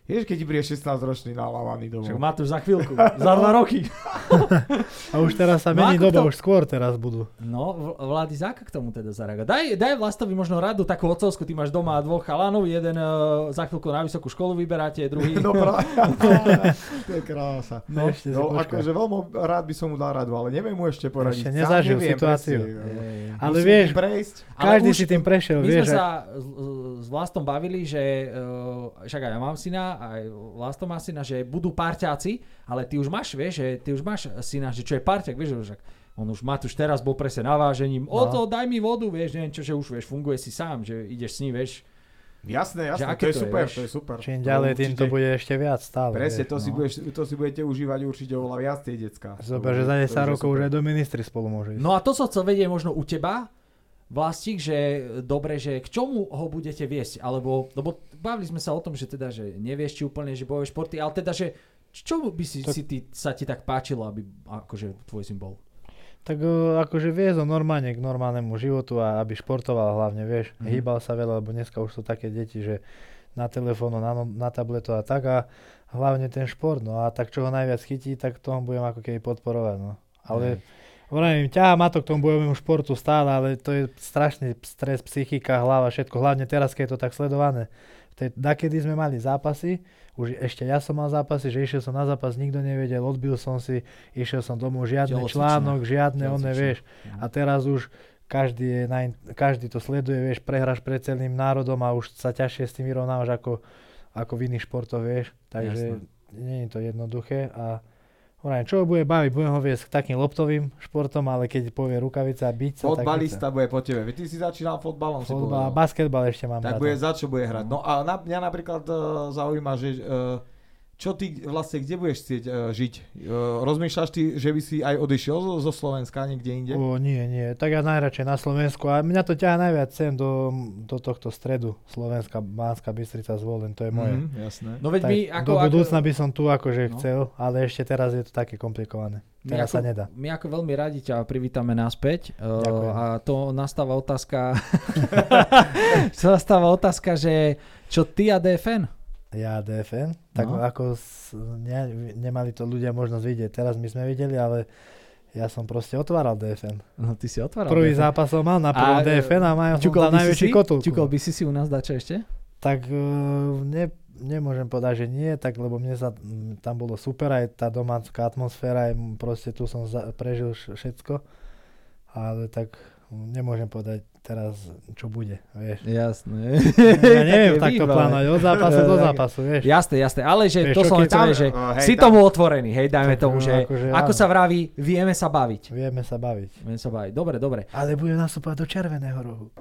Speaker 4: Vieš, keď ti príde 16-ročný nalávaný <laughs>
Speaker 6: Však
Speaker 4: domov.
Speaker 6: Matúš za chvíľku, za dva roky.
Speaker 5: a už teraz sa
Speaker 6: No
Speaker 5: mení
Speaker 6: ako
Speaker 5: doba,
Speaker 6: to-
Speaker 5: už skôr teraz budú.
Speaker 6: No, Vl- Vladi, za ako k tomu teda zareagovať? Daj, daj Vlastovi možno radu, takú otcovskú, ty máš doma dvoch chalanov, jeden e, za chvíľku na vysokú školu vyberáte, druhý...
Speaker 4: No
Speaker 5: <laughs>
Speaker 4: práve, to je krása.
Speaker 5: No, ešte si
Speaker 4: No,
Speaker 5: počkaj.
Speaker 4: akože veľmi rád by som mu dal radu, ale neviem mu ešte poradiť.
Speaker 5: Ešte
Speaker 4: Sám
Speaker 5: nezažil
Speaker 4: neviem
Speaker 5: situáciu.
Speaker 4: presne,
Speaker 6: Ej.
Speaker 5: Ale
Speaker 4: musím
Speaker 5: vieš,
Speaker 4: Prejsť.
Speaker 6: Ale
Speaker 5: každý
Speaker 6: už-
Speaker 5: si tým prešiel,
Speaker 6: My
Speaker 5: vieš.
Speaker 6: sme
Speaker 5: Sa...
Speaker 6: sa s- s Vlastom bavili, že eh, však aj ja mám syna, aj Vlasto má syna, že budú parťáci, ale ty už máš, vieš, že ty už máš syna, že čo je parťák, vieš, že však On už Matúš teraz bol presne navážením.
Speaker 5: No.
Speaker 6: O to, daj mi vodu, vieš, neviem čo, že už vieš, funguje si sám, že ideš s ním, vieš.
Speaker 4: Jasné,
Speaker 6: Že
Speaker 4: jasné, to
Speaker 6: aké
Speaker 4: je
Speaker 6: to je,
Speaker 4: super,
Speaker 6: vieš?
Speaker 4: to je super.
Speaker 5: Čím ďalej, tým to
Speaker 4: určite-
Speaker 5: bude ešte viac stále.
Speaker 4: Presne,
Speaker 5: vieš,
Speaker 4: to, si
Speaker 5: no.
Speaker 4: budeš, to si budete užívať určite oveľa viac tie decka.
Speaker 5: Zober,
Speaker 4: To
Speaker 5: že za
Speaker 4: bude- to
Speaker 5: 10
Speaker 4: bude
Speaker 5: rokov
Speaker 4: super.
Speaker 5: už aj do ministry spolu môže ísť.
Speaker 6: No a to som chcel vedieť možno u teba, Vlastík, že dobre, že k čomu ho budete viesť, alebo, lebo bavili sme sa o tom, že teda, že nevieš či úplne, že bojové športy, ale teda, že čo by si, si ty, sa ti tak páčilo, aby akože tvoj symbol?
Speaker 5: Tak e, akože viesť ho normálne k normálnemu životu a aby športoval hlavne, vieš,
Speaker 6: Mhm.
Speaker 5: hýbal sa veľa, lebo dneska už sú také deti, že na telefónu, na, no- na tabletu a tak a hlavne ten šport, no a tak čo ho najviac chytí, tak toho budem ako keby podporovať, no. Ale hovorím, ťahá ma to k tomu bojovému športu stále, ale to je strašný stres, psychika, hlava, všetko, hlavne teraz, keď je to tak sledované. V tej, dakedy sme mali zápasy, už ešte ja som mal zápasy, že išiel som na zápas, nikto nevedel, odbil som si, išiel som domov, žiadny
Speaker 6: Telocvičné.
Speaker 5: článok, žiadne one,
Speaker 6: Telocvičné.
Speaker 5: vieš. A teraz už každý, je na, in- každý to sleduje, vieš, prehráš pred celým národom a už sa ťažšie s tým vyrovnávaš ako, ako v iných športoch, vieš. Takže nie je to jednoduché a hovorím, čo ho bude baviť, budem ho viesť k takým loptovým športom, ale keď povie rukavica a byť sa,
Speaker 4: Fotbalista bude po tebe. Veď Ty si začínal fotbalom, si
Speaker 5: tak
Speaker 4: povedal.
Speaker 5: Fotbal, basketbal ešte mám
Speaker 4: Tak
Speaker 5: rád.
Speaker 4: bude, za čo bude hrať. No a na, mňa napríklad e, zaujíma, že e, čo ty vlastne, kde budeš chcieť e, žiť? E, rozmýšľaš ty, že by si aj odišiel zo, zo Slovenska niekde inde?
Speaker 5: O, nie, nie, tak ja najradšej na Slovensku a mňa to ťaha najviac sem do, do tohto stredu Slovenska, Banská Bystrica, Zvolen, to je moje.
Speaker 4: Mhm, jasné.
Speaker 6: No veď
Speaker 5: Tak
Speaker 6: my ako...
Speaker 5: do
Speaker 6: ako-
Speaker 5: budúcna by som tu akože
Speaker 6: No.
Speaker 5: chcel, ale ešte teraz je to také komplikované.
Speaker 6: My
Speaker 5: Teraz
Speaker 6: ako,
Speaker 5: sa nedá.
Speaker 6: My ako veľmi radi ťa privítame naspäť. Uh,
Speaker 5: Ďakujem.
Speaker 6: a to nastáva otázka... <laughs> to nastáva otázka, že čo ty a DFN?
Speaker 5: Ja DFN, tak
Speaker 6: No.
Speaker 5: ako s, ne, nemali to ľudia možnosť vidieť. Teraz my sme videli, ale ja som proste otváral DFN.
Speaker 6: No ty si otváral.
Speaker 5: Prvý
Speaker 6: DFN.
Speaker 5: zápas som mal na prvom
Speaker 6: A,
Speaker 5: DFN a majú som
Speaker 6: Ťukol
Speaker 5: tam
Speaker 6: by, si si,
Speaker 5: najväčší kotulku.
Speaker 6: ťukol by si si u nás dačo ešte?
Speaker 5: Tak e, ne, nemôžem povedať, že nie, tak lebo mne sa m, tam bolo super, aj tá domácká atmosféra, aj m, proste tu som za, prežil š- všetko. Ale tak m, nemôžem povedať teraz, čo bude, vieš.
Speaker 6: Jasné.
Speaker 5: <laughs> Ja neviem
Speaker 6: <laughs> Také
Speaker 5: takto
Speaker 6: výbave.
Speaker 5: plánovať, od zápasu <laughs> do zápasu, vieš.
Speaker 6: Jasné, jasné, ale že
Speaker 5: Vieš,
Speaker 6: to
Speaker 5: čo
Speaker 6: som
Speaker 5: keď
Speaker 6: len
Speaker 5: tam-
Speaker 6: chcel, že
Speaker 4: Eh, hej,
Speaker 6: si
Speaker 4: tam-
Speaker 6: tomu otvorený, hej, dajme
Speaker 5: Tak,
Speaker 6: tomu,
Speaker 5: no,
Speaker 6: že
Speaker 5: akože
Speaker 6: ako
Speaker 5: áno.
Speaker 6: sa vraví, vieme sa baviť.
Speaker 5: Vieme sa baviť.
Speaker 6: Vieme sa baviť, dobre, dobre.
Speaker 5: Ale budem nastúpať do červeného rohu.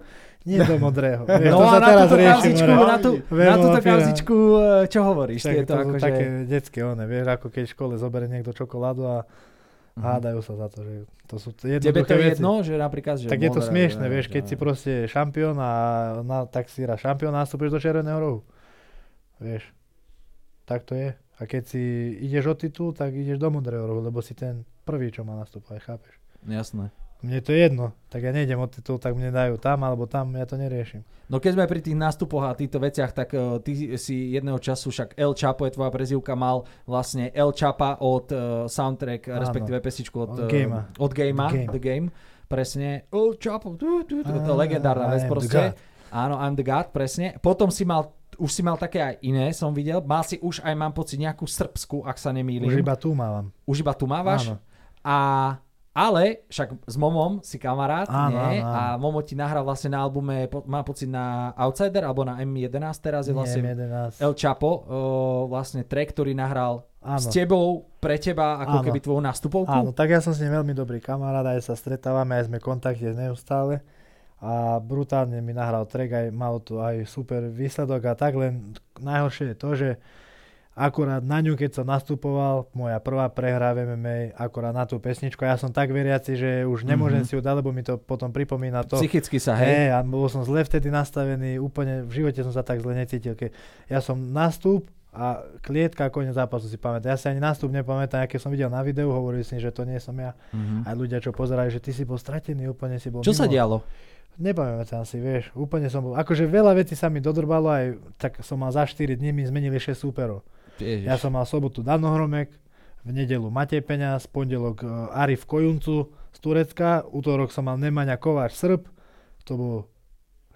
Speaker 5: Nie <laughs> do modrého. Vieš,
Speaker 6: No
Speaker 5: to
Speaker 6: a
Speaker 5: sa
Speaker 6: na
Speaker 5: teraz
Speaker 6: túto
Speaker 5: riešim,
Speaker 6: kauzičku,
Speaker 5: no.
Speaker 6: na, tú, na
Speaker 5: Veľmi
Speaker 6: túto
Speaker 5: otvíram.
Speaker 6: kauzičku, e, čo hovoríš?
Speaker 5: Však
Speaker 6: Tieto
Speaker 5: to sú
Speaker 6: akože...
Speaker 5: také detské one, vieš, ako keď v škole zoberie niekto čokoládu a hádajú sa za to, že Mhm. to sú
Speaker 6: Tebe
Speaker 5: jednoduché
Speaker 6: to je
Speaker 5: veci.
Speaker 6: jedno, že napríklad... Že
Speaker 5: tak je to
Speaker 6: modrá,
Speaker 5: smiešne,
Speaker 6: že-
Speaker 5: vieš, keď
Speaker 6: že-
Speaker 5: si proste šampión a na, tak si hráš šampión a nastúpiš do červeného rohu. Vieš, tak to je. A keď si ideš o titul, tak ideš do modrého rohu, lebo si ten prvý, čo má nastúpať, chápeš?
Speaker 6: Jasné.
Speaker 5: Mne to je jedno, tak ja nejdem o titul, tak mne dajú tam alebo tam, ja to neriešim.
Speaker 6: No keď sme pri tých nástupoch a týchto veciach, tak eh, ty si jedného času, však El Chapo je tvoja prezivka, mal vlastne El Chapa od eh, soundtrack,
Speaker 5: Áno.
Speaker 6: respektíve pesičku od,
Speaker 5: Od
Speaker 6: eh,
Speaker 5: Gamea.
Speaker 6: Od Gamea,
Speaker 5: Game.
Speaker 6: The Game. Presne. El Chapo, tu, tu, tu, to
Speaker 5: Ah,
Speaker 6: je legendárna
Speaker 5: I
Speaker 6: vec
Speaker 5: am the
Speaker 6: proste.
Speaker 5: God.
Speaker 6: Áno, I'm the God, presne. Potom si mal už si mal také aj iné, som videl. Mal si už aj, mám pocit, nejakú srbsku, ak sa nemýlim.
Speaker 5: Už iba tu mávam.
Speaker 6: Už iba tu mávaš.
Speaker 5: Áno.
Speaker 6: A, ale však s Momom si kamarát,
Speaker 5: Áno,
Speaker 6: nie?
Speaker 5: áno, áno.
Speaker 6: A Momo ti nahral vlastne na albume, po, má pocit na Outsider alebo na M11 teraz je vlastne
Speaker 5: Nie, 11.
Speaker 6: El Chapo, o, vlastne track, ktorý nahral
Speaker 5: Áno.
Speaker 6: s tebou, pre teba, ako
Speaker 5: Áno.
Speaker 6: keby tvoju nástupovku.
Speaker 5: Áno, tak ja som s ním veľmi dobrý kamarát, aj sa stretávame, aj sme v kontakte neustále. A brutálne mi nahral track, aj malo to aj super výsledok a tak, len najhoršie je to, že akurát na ňu, keď som nastupoval, moja prvá prehra v MMA, akurát na tú pesničku, ja som tak veriaci, že už
Speaker 6: Mhm.
Speaker 5: nemôžem si ju dať, lebo mi to potom pripomína to.
Speaker 6: Psychicky sa, hej.
Speaker 5: Hej, a bol som zle vtedy nastavený, úplne v živote som sa tak zle necítil. Ke, ja som nastup a klietka a koniec zápasu si pamätám. Ja si ani nastup nepamätám, aké som videl na videu, hovorili si, že to nie som ja.
Speaker 6: Mhm.
Speaker 5: Aj ľudia, čo pozerajú, že ty si bol stratený, úplne si bol
Speaker 6: Čo sa
Speaker 5: mimo.
Speaker 6: dialo?
Speaker 5: Nepamätám si, vieš, úplne som bol. Akože veľa vecí sa mi dodrbalo, aj tak som mal za 4 dní, mi zmenili 6 súperov.
Speaker 6: Ježiš.
Speaker 5: Ja som mal sobotu Dano Hromek, v nedelu Matej Peňaz, pondelok e, Arif Kojuncu z Turecka, útorok som mal Nemaňa Kováč Srb, to bol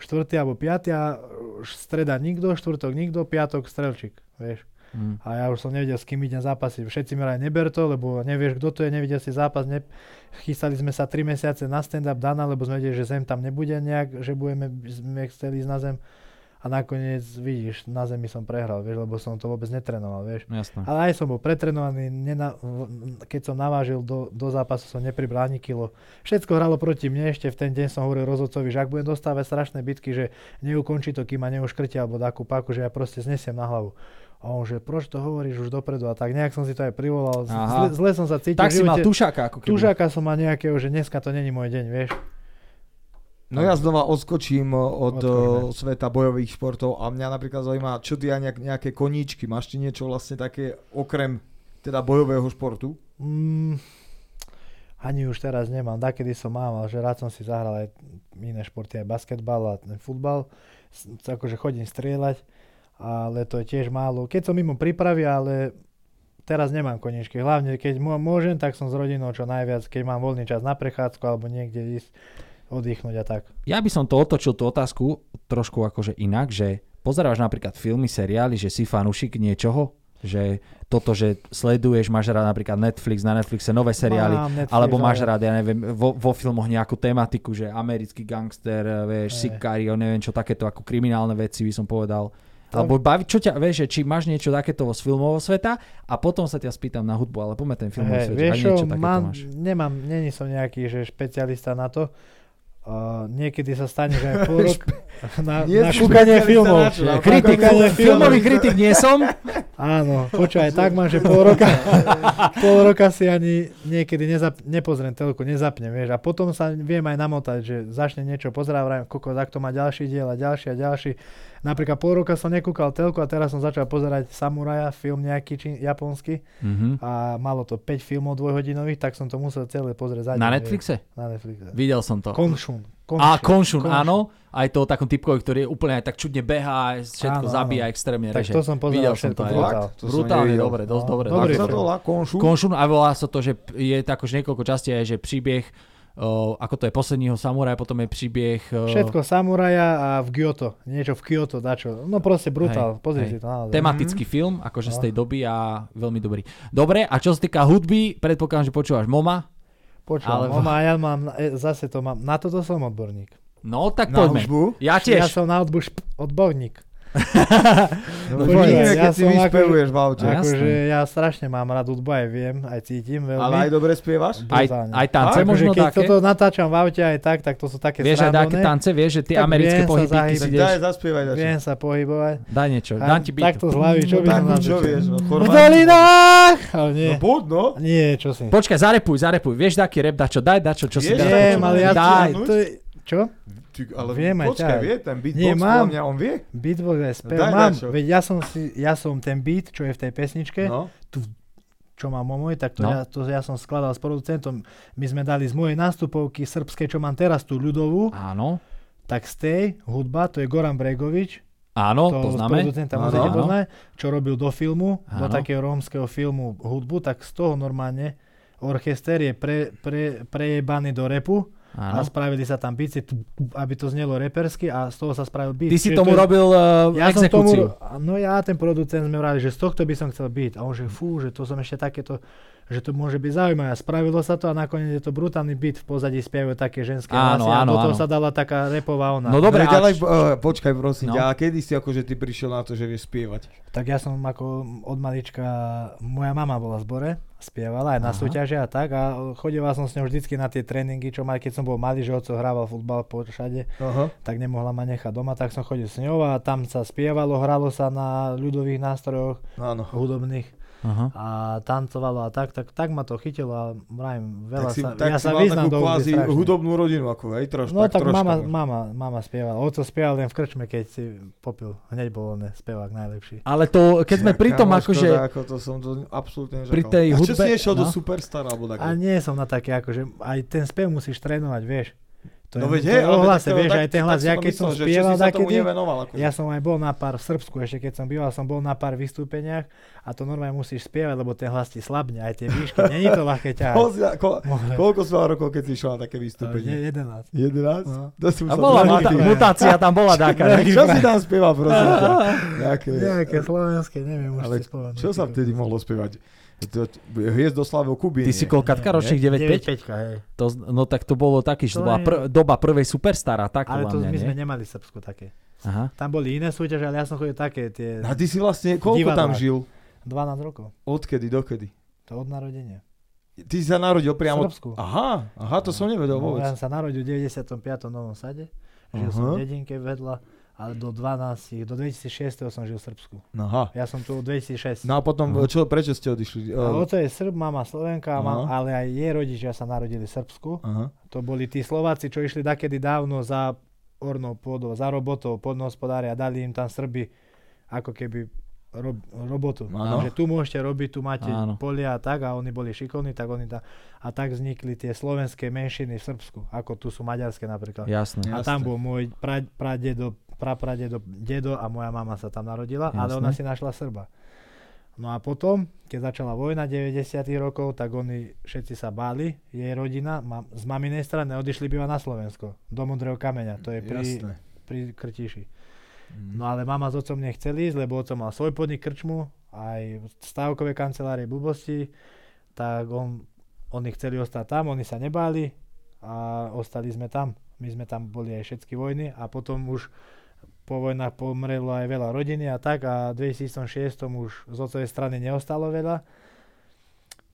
Speaker 5: štvrtý alebo piatý a e, streda nikto, štvrtok nikto, piatok Strelčík, vieš.
Speaker 6: Mhm.
Speaker 5: A ja už som nevedel, s kým idem zápasiť. Všetci mi aj neber to, lebo nevieš, kto to je, nevidel si zápas. Ne... Chystali sme sa 3 mesiace na stand-up Dana, lebo sme vedeli, že zem tam nebude nejak, že budeme, sme chceli ísť na zem. A a nakoniec vidíš, na zemi som prehral, vieš, lebo som to vôbec netrenoval,
Speaker 6: No
Speaker 5: vieš.
Speaker 1: Jasné.
Speaker 5: Ale aj som bol pretrenovaný, nena, v- keď som navážil do, do zápasu, som nepribral ani kilo. Všetko hralo proti mne, ešte v ten deň som hovoril rozhodcovi, že ak budem dostávať strašné bitky, že neukončí to, kým ma neuškrtia alebo takú páku, že ja proste znesiem na hlavu. A on že, proč to hovoríš už dopredu a tak nejak som si to aj privolal, Z-
Speaker 6: Aha.
Speaker 5: zle, zle som sa cítil
Speaker 6: Tak
Speaker 5: v
Speaker 6: si mal
Speaker 5: živote.
Speaker 6: tušaka ako keby.
Speaker 5: Tužáka som mal nejakého, že dneska to není môj deň, vieš.
Speaker 4: No ja znova odskočím eh, od eh,
Speaker 5: Odskočíme.
Speaker 4: sveta bojových športov a mňa napríklad zaujíma, čo ty a nejak, nejaké koníčky, máš ty niečo vlastne také okrem teda bojového športu?
Speaker 5: Mm, ani už teraz nemám. Dakedy som mal, ale že rád som si zahral aj iné športy, aj basketbal a ten futbal. S- Akože chodím strieľať, ale to je tiež málo. Keď som mimo prípravy, ale teraz nemám koničky. Hlavne keď mô- môžem, tak som s rodinou čo najviac, keď mám voľný čas na prechádzku alebo niekde ísť oddychnúť a tak.
Speaker 6: Ja by som to otočil tú otázku trošku akože inak, že pozeráš napríklad filmy, seriály, že si fanúšik niečoho, že toto, že sleduješ, máš rád napríklad Netflix, na Netflixe nové seriály,
Speaker 5: Mám Netflix,
Speaker 6: alebo máš
Speaker 5: áno.
Speaker 6: rád, ja neviem, vo, vo filmoch nejakú tematiku, že americký gangster, eh,
Speaker 5: Hej.
Speaker 6: vieš, Sicario, neviem čo, takéto ako kriminálne veci by som povedal. Alebo baví, čo ťa, vieš, že či máš niečo takéto z filmového sveta a potom sa ťa spýtam na hudbu, ale poďme ten
Speaker 5: Hej,
Speaker 6: filmový svet,
Speaker 5: vieš
Speaker 6: ak
Speaker 5: čo,
Speaker 6: niečo takéto
Speaker 5: mám,
Speaker 6: máš.
Speaker 5: nemám, není som nejaký že špecialista na to. Uh, niekedy sa stane, že aj pol
Speaker 4: <laughs>
Speaker 5: rok na,
Speaker 4: Nie
Speaker 5: na
Speaker 4: si špecialista
Speaker 5: kúkanie
Speaker 4: na
Speaker 5: filmov.
Speaker 4: čo? Na
Speaker 5: Kritik,
Speaker 4: kúkanie
Speaker 6: Filmový kritik nie som,
Speaker 5: Áno, počúvaj, tak mám, že pol
Speaker 4: <laughs>
Speaker 5: roka, pol roka si ani niekedy nezap, nepozriem telku, nezapnem, vieš, a potom sa viem aj namotať, že začne niečo pozerať, vrajím, koko, tak to má ďalší diel a ďalší a ďalší. Napríklad pol roka som nekúkal telku a teraz som začal pozerať Samuraja, film nejaký či, japonský
Speaker 6: Mhm.
Speaker 5: a malo to 5 filmov dvojhodinových, tak som to musel celé pozrieť za
Speaker 8: Na
Speaker 5: deň,
Speaker 8: Netflixe?
Speaker 5: vieš. Na Netflixe.
Speaker 8: Videl som to.
Speaker 5: Konšun.
Speaker 8: A Konšun, áno. Aj to o takom typkovi, ktorý je úplne aj tak čudne behá, aj všetko
Speaker 5: Áno, áno.
Speaker 8: zabíja áno. extrémne
Speaker 5: Tak
Speaker 8: reže.
Speaker 5: to som pozeral
Speaker 8: Videl som to
Speaker 5: všetko,
Speaker 8: aj.
Speaker 5: brutál.
Speaker 4: Fakt? To som
Speaker 8: Brutálne
Speaker 4: nevidel.
Speaker 8: dobre, dosť
Speaker 5: No,
Speaker 8: dobre.
Speaker 5: dobrý
Speaker 8: dobre.
Speaker 4: Ako sa
Speaker 5: film.
Speaker 4: to volá? Konšu?
Speaker 8: Konšun a volá sa to, že p- je tak už niekoľko častí aj, že príbeh o, ako to je posledního samuraja, potom je príbeh... o,
Speaker 5: Všetko samuraja a v Kyoto. Niečo v Kyoto, dačo. No proste brutál.
Speaker 8: Hej,
Speaker 5: Pozri
Speaker 8: hej.
Speaker 5: si to naozaj.
Speaker 8: Tematický
Speaker 5: Mhm.
Speaker 8: film, akože z tej
Speaker 5: No.
Speaker 8: doby a veľmi dobrý. Dobre, a čo sa týka hudby, predpokladám, že počúvaš Moma.
Speaker 5: Počúvam,
Speaker 8: Ale-
Speaker 5: ale... ja mám, na- e, zase to mám, na toto som odborník.
Speaker 8: No tak
Speaker 4: Na
Speaker 8: poďme.
Speaker 4: hudbu?
Speaker 8: Ja
Speaker 5: Ja
Speaker 8: tiež.
Speaker 5: som na odbuš odborník.
Speaker 4: No,
Speaker 5: Počúvaj,
Speaker 4: nie,
Speaker 5: ja
Speaker 4: keď si
Speaker 5: som
Speaker 4: vyspevuješ v aute.
Speaker 8: jasné.
Speaker 5: Akože ja strašne mám rád hudbu, aj viem, aj cítim veľmi.
Speaker 4: Ale aj dobre spievaš?
Speaker 8: Aj,
Speaker 5: brutálne.
Speaker 8: aj tance
Speaker 5: Akože
Speaker 8: možno
Speaker 5: keď
Speaker 8: také.
Speaker 5: toto natáčam v aute aj tak, tak to sú také
Speaker 8: Vieš aj také
Speaker 5: srandovné.
Speaker 8: tance, vieš, že tie
Speaker 5: Tak
Speaker 8: americké
Speaker 5: viem sa
Speaker 8: pohyby, ty
Speaker 5: zahýbať.
Speaker 8: si
Speaker 4: Tak
Speaker 8: ideš,
Speaker 4: daj zaspievaj dačo.
Speaker 5: Viem sa pohybovať.
Speaker 8: daj niečo,
Speaker 5: A
Speaker 8: dám ti beat.
Speaker 5: Takto z hlavy, čo by som
Speaker 4: Tak čo
Speaker 5: nám začal?
Speaker 4: vieš, no,
Speaker 5: V
Speaker 4: Chorvátsky.
Speaker 5: dolinách! Ale nie,
Speaker 4: No buď, no.
Speaker 5: nie, čo si.
Speaker 8: Počkaj, zarepuj, zarepuj, vieš taký rap, dačo, daj dačo, čo si
Speaker 4: Vieš
Speaker 8: dá.
Speaker 4: také,
Speaker 5: Viem,
Speaker 4: čo
Speaker 5: ale ja...
Speaker 4: daj.
Speaker 5: to je- Čo?
Speaker 4: Ty, ale
Speaker 5: Viem aj
Speaker 4: počkaj,
Speaker 5: ťa.
Speaker 4: vie ten beatbox,
Speaker 5: Nie, mám.
Speaker 4: podľa mňa on vie.
Speaker 5: Beatbox aj spev
Speaker 4: Daj
Speaker 5: mám,
Speaker 4: dačo.
Speaker 5: veď ja som, si, ja som ten beat, čo je v tej pesničke,
Speaker 4: No.
Speaker 5: čo mám o môj, tak to,
Speaker 8: No.
Speaker 5: ja, to ja som skladal s producentom. My sme dali z mojej nástupovky srbskej, čo mám teraz, tú ľudovú,
Speaker 8: Áno,
Speaker 5: tak z tej hudba, to je Goran Bregovič,
Speaker 8: áno,
Speaker 5: to
Speaker 8: poznáme.
Speaker 5: producenta
Speaker 4: Áno,
Speaker 5: musíte
Speaker 8: áno.
Speaker 5: poznať, čo robil do filmu, do
Speaker 8: Áno.
Speaker 5: takého rómskeho filmu hudbu, tak z toho normálne orchester je pre, pre, prejebaný do repu a
Speaker 8: Áno.
Speaker 5: spravili sa tam bicie, aby to znelo repersky a z toho sa spravil beat.
Speaker 8: Ty si
Speaker 5: Čiže to
Speaker 8: tomu
Speaker 5: je-
Speaker 8: robil
Speaker 6: eh,
Speaker 8: uh,
Speaker 5: ja som
Speaker 8: exekúciu.
Speaker 5: tomu, no ja a ten producent sme vrali, že z tohto by som chcel byť. A on že fú, že to som ešte takéto, že to môže byť zaujímavé. A Spravilo sa to a nakoniec je to brutálny byt. V pozadí spievajú také ženské
Speaker 8: Áno,
Speaker 5: hlasy a
Speaker 8: áno,
Speaker 5: do toho
Speaker 8: áno.
Speaker 5: sa dala taká repová ona.
Speaker 8: No dobre,
Speaker 4: Dobre, ale
Speaker 8: ale...
Speaker 4: eh, počkaj prosím
Speaker 8: No.
Speaker 4: ťa, a kedy si akože ty prišiel na to, že vieš spievať?
Speaker 5: Tak ja som ako od malička, moja mama bola v zbore, spievala aj na
Speaker 8: Aha.
Speaker 5: súťaže a tak a chodieval som s ňou vždycky na tie tréningy, čo mali, keď som bol malý, že oco hrával futbal po všade.
Speaker 4: Aha.
Speaker 5: tak nemohla ma nechať doma, tak som chodil s ňou a tam sa spievalo, hralo sa na ľudových nástrojoch
Speaker 4: No, Áno.
Speaker 5: hudobných
Speaker 8: Aha.
Speaker 5: a tancovalo a tak, tak, tak ma to chytilo a vrajím, veľa
Speaker 4: Tak si,
Speaker 5: sa,
Speaker 4: tak
Speaker 5: ja
Speaker 4: si
Speaker 5: sa
Speaker 4: mal
Speaker 5: vyznám
Speaker 4: takú
Speaker 5: do
Speaker 4: kvázi
Speaker 5: hudby strašne.
Speaker 4: hudobnú rodinu, ako hej, troš,
Speaker 5: No tak,
Speaker 4: troška.
Speaker 5: mama,
Speaker 4: no.
Speaker 5: mama, mama spievala, oco spieval len v krčme, keď si popil, hneď bol on spevák najlepší.
Speaker 8: Ale to, keď sme
Speaker 4: Ja,
Speaker 8: pri tom
Speaker 4: kámo,
Speaker 8: akože...
Speaker 4: škoda, ako to som to absolútne nežakal.
Speaker 8: pri tej
Speaker 4: A čo si
Speaker 8: hudbe-
Speaker 4: nešiel do
Speaker 8: no.
Speaker 4: Superstar alebo tak?
Speaker 5: A nie som na také, akože aj ten spev musíš trénovať, vieš. To
Speaker 4: No veď
Speaker 5: je, to
Speaker 4: hej,
Speaker 5: je
Speaker 4: ale
Speaker 5: o
Speaker 4: tak
Speaker 5: hlase,
Speaker 4: to-
Speaker 5: vieš,
Speaker 4: tak-
Speaker 5: aj ten
Speaker 4: tak
Speaker 5: hlas,
Speaker 4: si
Speaker 5: ja
Speaker 4: to
Speaker 5: keď som
Speaker 4: myslel, že čo si
Speaker 5: spieval
Speaker 4: sa tomu
Speaker 5: takedy,
Speaker 4: nevenoval, akože.
Speaker 5: Ja som aj bol na pár v Srbsku, ešte keď som býval, som bol na pár vystúpeniach a to normálne musíš spievať, lebo ten hlas ti slabne, aj tie výšky, není to ľahké ťahať.
Speaker 4: Pozri, ko- Koľko si mal rokov, keď si išiel na také vystúpenie?
Speaker 5: 11.
Speaker 4: 11?
Speaker 5: No.
Speaker 4: To si
Speaker 8: A
Speaker 4: musel
Speaker 8: bola
Speaker 4: byť
Speaker 8: muta-
Speaker 4: mladý.
Speaker 8: mutácia, tam bola dáka.
Speaker 4: Čo si tam spieval, prosím ťa? Nejaké,
Speaker 5: Nejaké slovenské, neviem, už
Speaker 4: ale
Speaker 5: si spomenúť.
Speaker 4: čo sa vtedy mohlo spievať? To- Hviezdoslav Kubín.
Speaker 8: Ty si koľkatka ročník? 9.5?
Speaker 5: 9-5, hej.
Speaker 8: To, z- no tak to bolo taký, že to
Speaker 5: To
Speaker 8: bola
Speaker 5: je-
Speaker 8: pr- doba prvej superstara, tak
Speaker 5: Ale
Speaker 8: podľa
Speaker 5: to
Speaker 8: mňa,
Speaker 5: my
Speaker 8: nie?
Speaker 5: sme nemali v Srbsku také.
Speaker 1: Aha.
Speaker 5: Tam boli iné súťaže, ale ja som chodil také tie
Speaker 4: A ty si vlastne, koľko
Speaker 5: Divadlák.
Speaker 4: tam žil?
Speaker 5: 12 rokov.
Speaker 4: Odkedy, dokedy?
Speaker 5: To od narodenia.
Speaker 4: Ty si sa narodil
Speaker 5: V
Speaker 4: priamo...
Speaker 5: Srbsku.
Speaker 4: Aha, aha, to som nevedel
Speaker 5: No, ja
Speaker 4: vôbec.
Speaker 5: som sa narodil v 95. Novom Sade. Žil som
Speaker 4: Aha.
Speaker 5: v dedinke vedľa, ale do 12, do 2006. som žil v Srbsku.
Speaker 4: Aha.
Speaker 5: Ja som tu od 2006.
Speaker 4: No a potom, čo, prečo ste odišli?
Speaker 5: A
Speaker 4: Eh,
Speaker 5: Oco je Srb, mama Slovenka,
Speaker 4: Aha.
Speaker 5: mám, ale aj jej rodičia sa narodili v Srbsku.
Speaker 4: Aha.
Speaker 5: To boli tí Slováci, čo išli dakedy dávno za ornou pôdou, za robotou, podnohospodári a dali im tam Srbi ako keby rob, robotu.
Speaker 4: Áno.
Speaker 5: Že tu môžete robiť, tu máte
Speaker 8: Áno.
Speaker 5: polia a tak a oni boli šikovní, tak oni tam, a tak vznikli tie slovenské menšiny v Srbsku, ako tu sú maďarské napríklad.
Speaker 1: Jasné.
Speaker 5: A tam bol môj pra, pradedo, prapradedo, dedo a moja mama sa tam narodila, ale
Speaker 1: Jasné.
Speaker 5: ona si našla Srba. No a potom, keď začala vojna 90. rokov, tak oni všetci sa báli, jej rodina, ma, z maminej strany odišli býva na Slovensko, do Modrého kameňa, to je pri,
Speaker 4: Jasné.
Speaker 5: pri Krtiši. No ale mama s otcom nechcel ísť, lebo otcom mal svoj podnik krčmu, aj stávkové kancelárie blbosti, tak on, oni chceli ostať tam, oni sa nebáli a ostali sme tam. My sme tam boli aj všetky vojny a potom už po vojnách pomrelo aj veľa rodiny a tak a v 2006 už z otcovej strany neostalo veľa.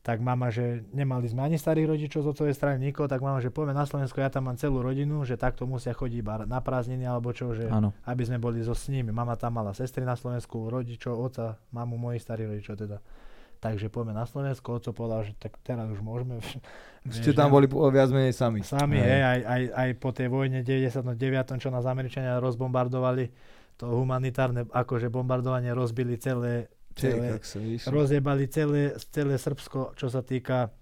Speaker 5: Tak mama, že nemali sme ani starých rodičov z otcovej strany nikoho, tak mama, že poďme na Slovensko, ja tam mám celú rodinu, že takto musia chodiť iba na prázdniny alebo čo, že
Speaker 1: Áno.
Speaker 5: aby sme boli so s nimi. Mama tam mala sestry na Slovensku, rodičov, oca, mamu mojich starých rodičov teda. Takže poďme na Slovensko, oco povedal, že tak teraz už môžeme.
Speaker 4: Ste
Speaker 5: Vieš,
Speaker 4: tam
Speaker 5: ne?
Speaker 4: boli po- viac menej sami.
Speaker 5: Sami, hej, aj, aj, aj po tej vojne 99., čo nás Američania rozbombardovali, to humanitárne akože bombardovanie rozbili celé,
Speaker 4: Ty,
Speaker 5: celé
Speaker 4: jak sa vidíš.
Speaker 5: rozjebali celé, celé Srbsko, čo sa týka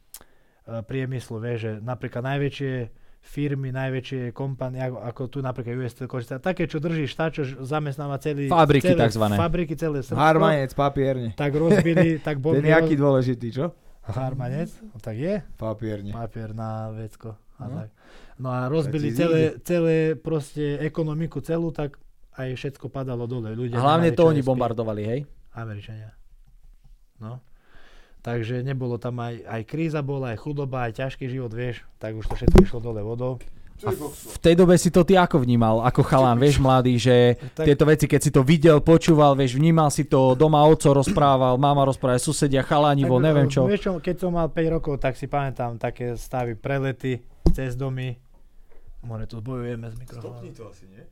Speaker 5: e, priemyslu, vieš, že napríklad najväčšie firmy, najväčšie kompanie, ako, ako tu napríklad US Steel Košice, a také, čo drží štát, čo ž- zamestnáva celý...
Speaker 1: Fabriky
Speaker 5: celé,
Speaker 1: takzvané.
Speaker 5: Fabriky celé Srbsko.
Speaker 4: Harmanec, papierne.
Speaker 5: Tak
Speaker 1: <laughs>
Speaker 5: rozbili, tak
Speaker 4: Ten
Speaker 5: bomby...
Speaker 4: je aký dôležitý, čo?
Speaker 5: Harmanec? No, tak je.
Speaker 4: Papierne.
Speaker 5: Papier na vecko.
Speaker 4: No.
Speaker 5: A no. Tak. no a rozbili
Speaker 4: ti
Speaker 5: celé, celé proste ekonomiku celú, tak aj všetko padalo dole. Ľudia
Speaker 1: A hlavne
Speaker 5: nemali
Speaker 1: to
Speaker 5: čo
Speaker 1: oni
Speaker 5: jesť, piť.
Speaker 1: bombardovali, hej?
Speaker 5: Američania. No. Takže nebolo tam aj, aj kríza bola, aj chudoba, aj ťažký život, vieš, tak už to všetko išlo dole vodou.
Speaker 8: A v tej dobe si to ty ako vnímal, ako chalán, vieš mladý, že
Speaker 5: Tak-
Speaker 8: tieto veci, keď si to videl, počúval, vieš, vnímal si to, doma oco rozprával, mama rozpráva, susedia, chalani, vo,
Speaker 5: Tak,
Speaker 8: neviem
Speaker 5: e,
Speaker 8: čo.
Speaker 5: Vieš čo, keď som mal 5 rokov, tak si pamätám také stavy prelety cez domy. More, tu bojujeme s mikrofónom.
Speaker 4: to asi, nie?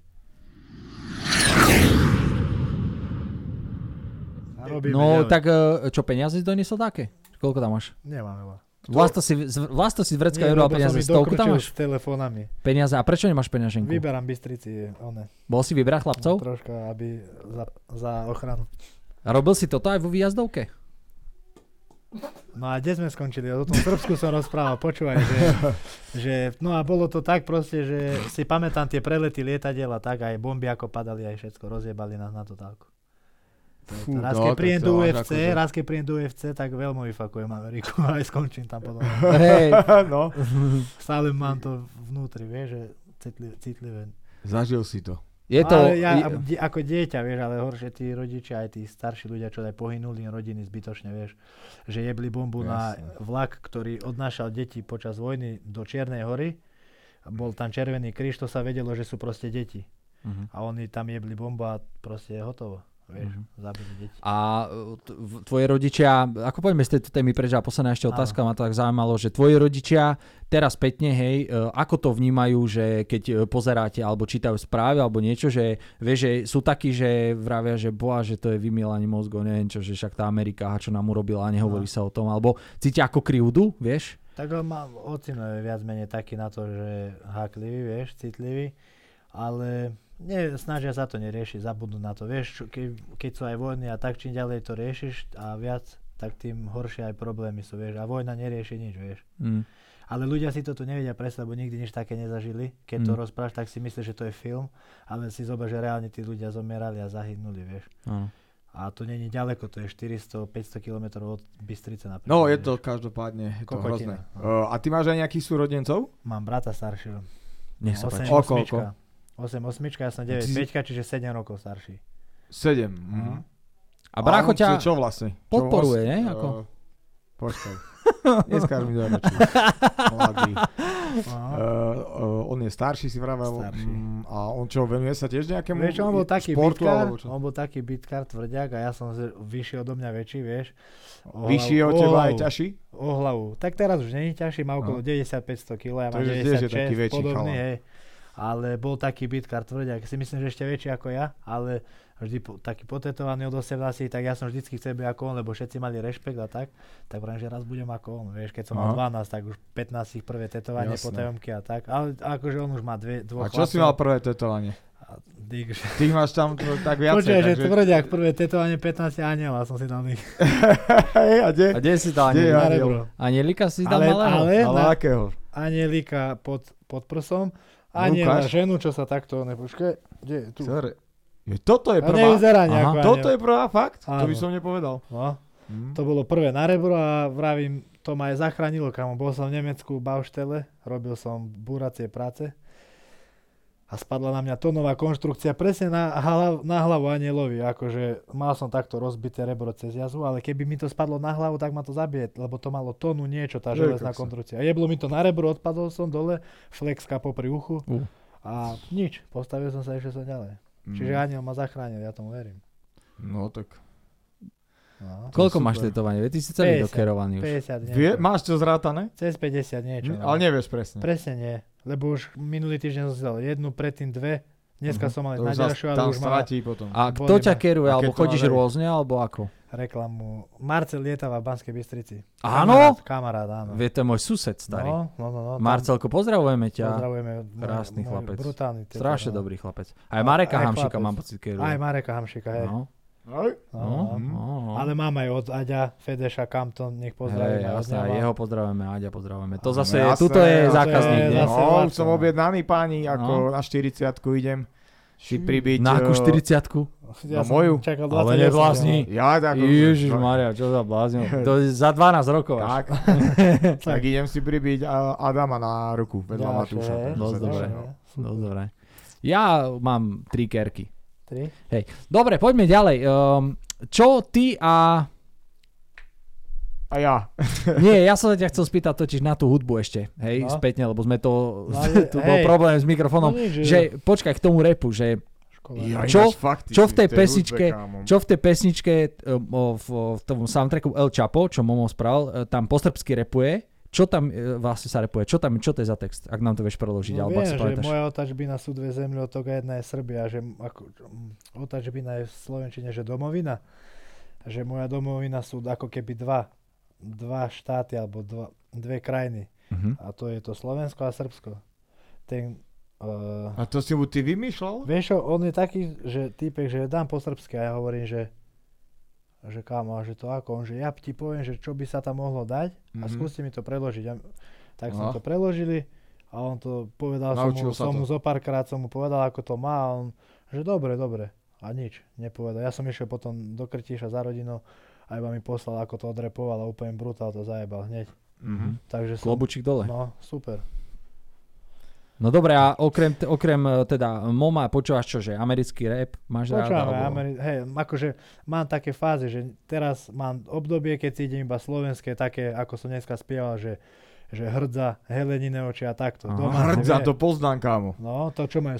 Speaker 5: A Robíme
Speaker 8: No,
Speaker 5: ďalej.
Speaker 8: tak e, čo, peniaze si doniesol také? Koľko tam máš?
Speaker 5: Nemám veľa.
Speaker 8: Vlasto si, z- vlasto si vrecka
Speaker 5: Nie,
Speaker 8: euroval
Speaker 5: lebo som
Speaker 8: peniaze,
Speaker 5: ich
Speaker 8: stovku tam
Speaker 5: dokrčil
Speaker 8: máš?
Speaker 5: S telefónami.
Speaker 8: Peniaze, a prečo nemáš peňaženku?
Speaker 5: Vyberám Bystrici, one,
Speaker 8: Bol si vybrať chlapcov?
Speaker 5: troška, aby za, za ochranu.
Speaker 8: A robil si toto aj vo výjazdovke?
Speaker 5: No a kde sme skončili? O tom Srbsku som rozprával, počúvaj, že,
Speaker 4: <laughs>
Speaker 5: že, no a bolo to tak proste, že si pamätám tie prelety lietadiel a tak, aj bomby ako padali, aj všetko, rozjebali nás na totálku.
Speaker 4: Fú,
Speaker 5: Raz
Speaker 4: dá,
Speaker 5: keď
Speaker 4: tak
Speaker 5: príjem
Speaker 4: to
Speaker 5: do
Speaker 4: máš
Speaker 5: UFC,
Speaker 4: akože-
Speaker 5: raz keď príjem do UFC, tak veľmi vyfakujem Ameriku <laughs> a aj skončím tam potom. <laughs>
Speaker 8: Hej,
Speaker 4: no.
Speaker 5: Stále mám to vnútri, vieš, že citlivé. citlivé.
Speaker 4: Zažil si to.
Speaker 8: je to...
Speaker 5: ale ja,
Speaker 8: je-
Speaker 5: di- ako dieťa, vieš, ale horšie tí rodičia, aj tí starší ľudia, čo aj pohynuli rodiny zbytočne, vieš, že jebli bombu na
Speaker 4: Jasné.
Speaker 5: vlak, ktorý odnášal deti počas vojny do Čiernej hory. Bol tam Červený kríž, to sa vedelo, že sú proste deti.
Speaker 8: Mhm.
Speaker 5: A oni tam jebli bombu a proste je hotovo. Vieš, zabili deti.
Speaker 8: A e, t- v- tvoji rodičia, ako poďme z tejto témy preč, a posledná ešte
Speaker 5: Áno.
Speaker 8: otázka ma to tak zaujímalo, že tvoji rodičia teraz spätne, hej, e, ako to vnímajú, že keď e, pozeráte alebo čítajú správy alebo niečo, že, vieš, že sú takí, že vravia, že boha, že to je vymýlanie mozgov, neviem čo, že však tá Amerika, aha, čo nám urobila a nehovorí
Speaker 5: No.
Speaker 8: sa o tom, alebo cítia ako krivdu, vieš?
Speaker 5: Tak on má ocino no je viac menej taký na to, že háklivý, vieš, citlivý, ale nie, snažia sa to neriešiť, zabudnú na to, vieš, čo, ke, keď sú aj vojny a tak čím ďalej to riešiš a viac, tak tým horšie aj problémy sú, vieš, a vojna nerieši nič, vieš.
Speaker 8: Mm.
Speaker 5: Ale ľudia si to tu nevedia predstaviť, lebo nikdy nič také nezažili. Keď to
Speaker 8: Mm.
Speaker 5: rozprávaš, tak si myslíš, že to je film, ale si zober, že reálne tí ľudia zomierali a zahynuli, vieš.
Speaker 8: Áno.
Speaker 5: A to není ďaleko, to je 400-500 km od Bystrice napríklad.
Speaker 4: No, je
Speaker 5: vieš.
Speaker 4: to každopádne, je to hrozné.
Speaker 5: Kokotina.
Speaker 4: Uh, a ty máš aj nejakých súrodencov?
Speaker 5: Mám brata staršieho.
Speaker 8: Nech sa páči.
Speaker 5: 8,
Speaker 4: Koľko,
Speaker 5: 8, 8, 8, ja som 9,
Speaker 4: Ty si-
Speaker 5: 5, čiže 7 rokov starší.
Speaker 4: Sedem. mhm.
Speaker 8: A brácho
Speaker 4: on chce
Speaker 8: ťa...
Speaker 4: Čo vlastne? Čo
Speaker 8: podporuje,
Speaker 4: vlastne?
Speaker 8: ne?
Speaker 4: Eh,
Speaker 8: Ako-
Speaker 4: <laughs> Počkaj. Dneska mi dáme čo. Mladý. Uh, uh, on je starší, si vravel.
Speaker 5: Starší.
Speaker 4: Mm, A on čo, venuje sa tiež nejakému
Speaker 5: Vieš, on bol taký
Speaker 4: športu?
Speaker 5: bitkár,
Speaker 4: alebo čo?
Speaker 5: on bol taký bitkár tvrďák a ja som z- vyšší odo mňa väčší, vieš. O
Speaker 4: Vyšší
Speaker 5: hlavu-
Speaker 4: od
Speaker 5: o
Speaker 4: teba aj
Speaker 5: hlavu,
Speaker 4: ťažší?
Speaker 5: O hlavu. Tak teraz už není ťažší, má okolo 90-500 kg, ja mám
Speaker 4: Takže tiež No. je taký
Speaker 5: 96,
Speaker 4: väčší
Speaker 5: podobný,
Speaker 4: chalan.
Speaker 5: hej. Ale bol taký bitkár tvrďák, si myslím, že ešte väčší ako ja, ale vždy po, taký potetovaný od 18, tak ja som vždycky chcel byť ako on, lebo všetci mali rešpekt a tak, tak vrajím, že raz budem ako on, vieš, keď som mal 12, tak už 15 ich prvé tetovanie,
Speaker 4: Jasné.
Speaker 5: potajomky a tak, ale akože on už má dve,
Speaker 4: A
Speaker 5: dvoch
Speaker 4: čo si mal prvé tetovanie?
Speaker 5: Dík,
Speaker 4: Ty máš tam to, tak viacej.
Speaker 5: Počkaj, že
Speaker 4: takže...
Speaker 5: tvrďák prvé tetovanie 15 aniela som si dal ich
Speaker 4: <laughs> Hej, a kde?
Speaker 8: A kde si dal
Speaker 4: Kde je
Speaker 8: anielika?
Speaker 5: na
Speaker 4: aniel?
Speaker 5: rebro.
Speaker 8: Anielika si dal
Speaker 5: Ale,
Speaker 8: malého?
Speaker 5: ale,
Speaker 4: Ale
Speaker 5: na
Speaker 4: akého?
Speaker 5: anielika pod, pod prsom, aniela
Speaker 4: Lukáš?
Speaker 5: ženu, čo sa takto, ne, počkaj, kde je tu?
Speaker 4: Sorry. Je, toto je
Speaker 5: A
Speaker 4: prvá.
Speaker 8: Aha.
Speaker 5: nevyzerá nejako aniel.
Speaker 4: Toto je prvá fakt? To by
Speaker 5: Áno.
Speaker 4: som nepovedal.
Speaker 5: No,
Speaker 4: Hm.
Speaker 5: to bolo prvé na rebro a vravím, to ma aj zachránilo, kamo. Bol som v Nemecku v Bauštele, robil som buracie práce a spadla na mňa tonová konštrukcia presne na, hlav, na hlavu anielovi. Akože mal som takto rozbité rebro cez jazu, ale keby mi to spadlo na hlavu, tak ma to zabije, lebo to malo tonu niečo, tá
Speaker 4: Je,
Speaker 5: železná
Speaker 4: kokso.
Speaker 5: konštrukcia. Jeblo mi to na rebro, odpadol som dole, flexka popri uchu a nič, postavil som sa ešte sa ďalej. Čiže
Speaker 4: Mm.
Speaker 5: aniel ma zachránil, ja tomu verím.
Speaker 4: No tak.
Speaker 5: No.
Speaker 8: Koľko
Speaker 4: To je
Speaker 8: máš
Speaker 4: super.
Speaker 8: tetovanie? Veď Ty si celý
Speaker 5: 50.
Speaker 8: dokerovaný už.
Speaker 5: 50
Speaker 4: Vie,
Speaker 5: niečo.
Speaker 4: máš to zrátané?
Speaker 5: Cez 50 niečo.
Speaker 4: Hm,
Speaker 5: no.
Speaker 4: Ale nevieš presne.
Speaker 5: Presne nie, lebo už minulý týždeň som si dal jednu, predtým dve,
Speaker 8: Mhm.
Speaker 5: dneska som mal
Speaker 4: To už
Speaker 5: na
Speaker 4: zas
Speaker 5: ďalšiu, ale
Speaker 4: tam
Speaker 5: už mám
Speaker 4: stratí potom.
Speaker 8: A kto
Speaker 5: Boli
Speaker 8: ťa
Speaker 5: ma.
Speaker 8: keruje?
Speaker 4: A
Speaker 8: Alebo
Speaker 4: keď to
Speaker 8: chodíš
Speaker 4: má-
Speaker 8: rôzne, alebo ako?
Speaker 5: No. reklamu. Marcel lietáva v Banskej Bystrici.
Speaker 8: Áno?
Speaker 5: Kamarát, kamarát áno.
Speaker 8: Vie, to je môj sused starý.
Speaker 5: No, no, no. no tam
Speaker 8: Marcelko, pozdravujeme ťa.
Speaker 5: Pozdravujeme. môj-
Speaker 8: Krásny
Speaker 5: môj
Speaker 8: chlapec.
Speaker 5: Brutálny. typ,
Speaker 8: Strašne
Speaker 5: no.
Speaker 8: dobrý chlapec. Aj
Speaker 5: No,
Speaker 8: Mareka
Speaker 5: aj
Speaker 8: Hamšika
Speaker 5: chlapec.
Speaker 8: mám pocit
Speaker 5: Aj
Speaker 8: keruje.
Speaker 5: Mareka Hamšika, hej.
Speaker 8: No,
Speaker 4: Aj.
Speaker 5: No,
Speaker 8: no,
Speaker 5: no.
Speaker 8: no, no.
Speaker 5: Ale mám aj od Aďa, Fedeša, Compton, nech pozdravíme.
Speaker 8: Hej,
Speaker 5: od
Speaker 8: jasné,
Speaker 5: neho.
Speaker 8: jeho pozdravujeme, Aďa pozdravujeme. To
Speaker 4: Áno,
Speaker 8: zase
Speaker 5: no
Speaker 8: je,
Speaker 4: jasné,
Speaker 8: tuto je
Speaker 4: jasné,
Speaker 8: zákazník,
Speaker 5: to je
Speaker 8: nie?
Speaker 5: zase
Speaker 4: No, už
Speaker 5: Václav.
Speaker 4: som objednaný páni, ako na 40 idem si pribiť.
Speaker 8: No. Hm. Na akú
Speaker 4: eh,
Speaker 8: 40
Speaker 5: Ja
Speaker 4: No,
Speaker 5: som
Speaker 4: moju.
Speaker 5: čakal
Speaker 8: Ale
Speaker 5: 28,
Speaker 8: nevlastní.
Speaker 4: Ja tak. no,
Speaker 8: Ježiš Maria, čo za
Speaker 5: <laughs>
Speaker 8: blázňo. To je za 12 rokov. až.
Speaker 4: Tak, tak idem si pribiť a- Adama na ruku vedľa
Speaker 5: Ďalšie,
Speaker 4: Matúša.
Speaker 5: hej.
Speaker 4: takže
Speaker 8: Dosť
Speaker 4: sa
Speaker 8: dobre.
Speaker 4: teším, no.
Speaker 8: No, dobre. Ja mám tri kerky.
Speaker 5: Tri.
Speaker 8: Dobre, poďme ďalej. Ehm, čo ty a...
Speaker 5: <laughs>
Speaker 4: A ja.
Speaker 8: Nie, ja som sa ťa chcel spýtať totiž na tú hudbu ešte, hej,
Speaker 5: No.
Speaker 8: spätne, lebo sme <laughs> to...
Speaker 5: No, ale-
Speaker 8: tu bol
Speaker 5: hej.
Speaker 8: problém s mikrofonom.
Speaker 5: No nič,
Speaker 8: že počkaj k tomu repu, že
Speaker 5: Škoda.
Speaker 4: Ja,
Speaker 8: Čo-
Speaker 4: ináč fakt, ty
Speaker 8: čo
Speaker 4: si
Speaker 8: v tej
Speaker 4: hudbe,
Speaker 8: pesničke-
Speaker 4: kámo.
Speaker 8: čo v tej pesničke um, o- v, o- v tom soundtracku El Chapo, čo Momo spravil, e, tam po srbsky repuje, čo tam e, vlastne sa repuje, čo tam, čo to je za text, ak nám to vieš preložiť,
Speaker 5: No
Speaker 8: alebo
Speaker 5: viem,
Speaker 8: ak si
Speaker 5: že
Speaker 8: pamätáš.
Speaker 5: moja otačbina sú dve zemľe, od toga jedna je Srbia, že m- ako, m, otačbina je v Slovenčine, že domovina, že moja domovina sú ako keby dva, dva štáty alebo dva, dve krajiny
Speaker 8: Mhm.
Speaker 5: a to je to Slovensko a Srbsko. Ten, uh,
Speaker 4: A to si mu ty vymýšľal?
Speaker 5: vieš čo, on je taký, že týpek, že dám po srbsky a ja hovorím, že že kámo, a že to ako, on že ja ti poviem, že čo by sa tam mohlo dať a
Speaker 4: Mhm.
Speaker 5: skúste mi to preložiť. A, tak
Speaker 4: No.
Speaker 5: sme to preložili a on to povedal, som
Speaker 4: Naučil
Speaker 5: mu,
Speaker 4: sa
Speaker 5: som
Speaker 4: to.
Speaker 5: mu zo párkrát som mu povedal, ako to má a on, že dobre, dobre. A nič, nepovedal. Ja som išiel potom do Krtiša za rodinou a iba mi poslal, ako to odrepoval a úplne brutál to zajebal hneď.
Speaker 4: Mhm.
Speaker 5: Takže som,
Speaker 8: Klobučík dole.
Speaker 5: No, super.
Speaker 8: No dobre, a okrem, t- okrem e, teda Moma počúvaš čo, že americký rap máš rád?
Speaker 5: Počúvam,
Speaker 8: alebo-
Speaker 5: Ameri- hej, akože mám také fázy, že teraz mám obdobie, keď si idem iba slovenské, také, ako som dneska spieval, že, že hrdza, helenine oči a takto.
Speaker 8: Aha.
Speaker 5: Doma si
Speaker 4: Hrdza,
Speaker 5: vie.
Speaker 4: to poznám, kámo.
Speaker 5: No, to čo majú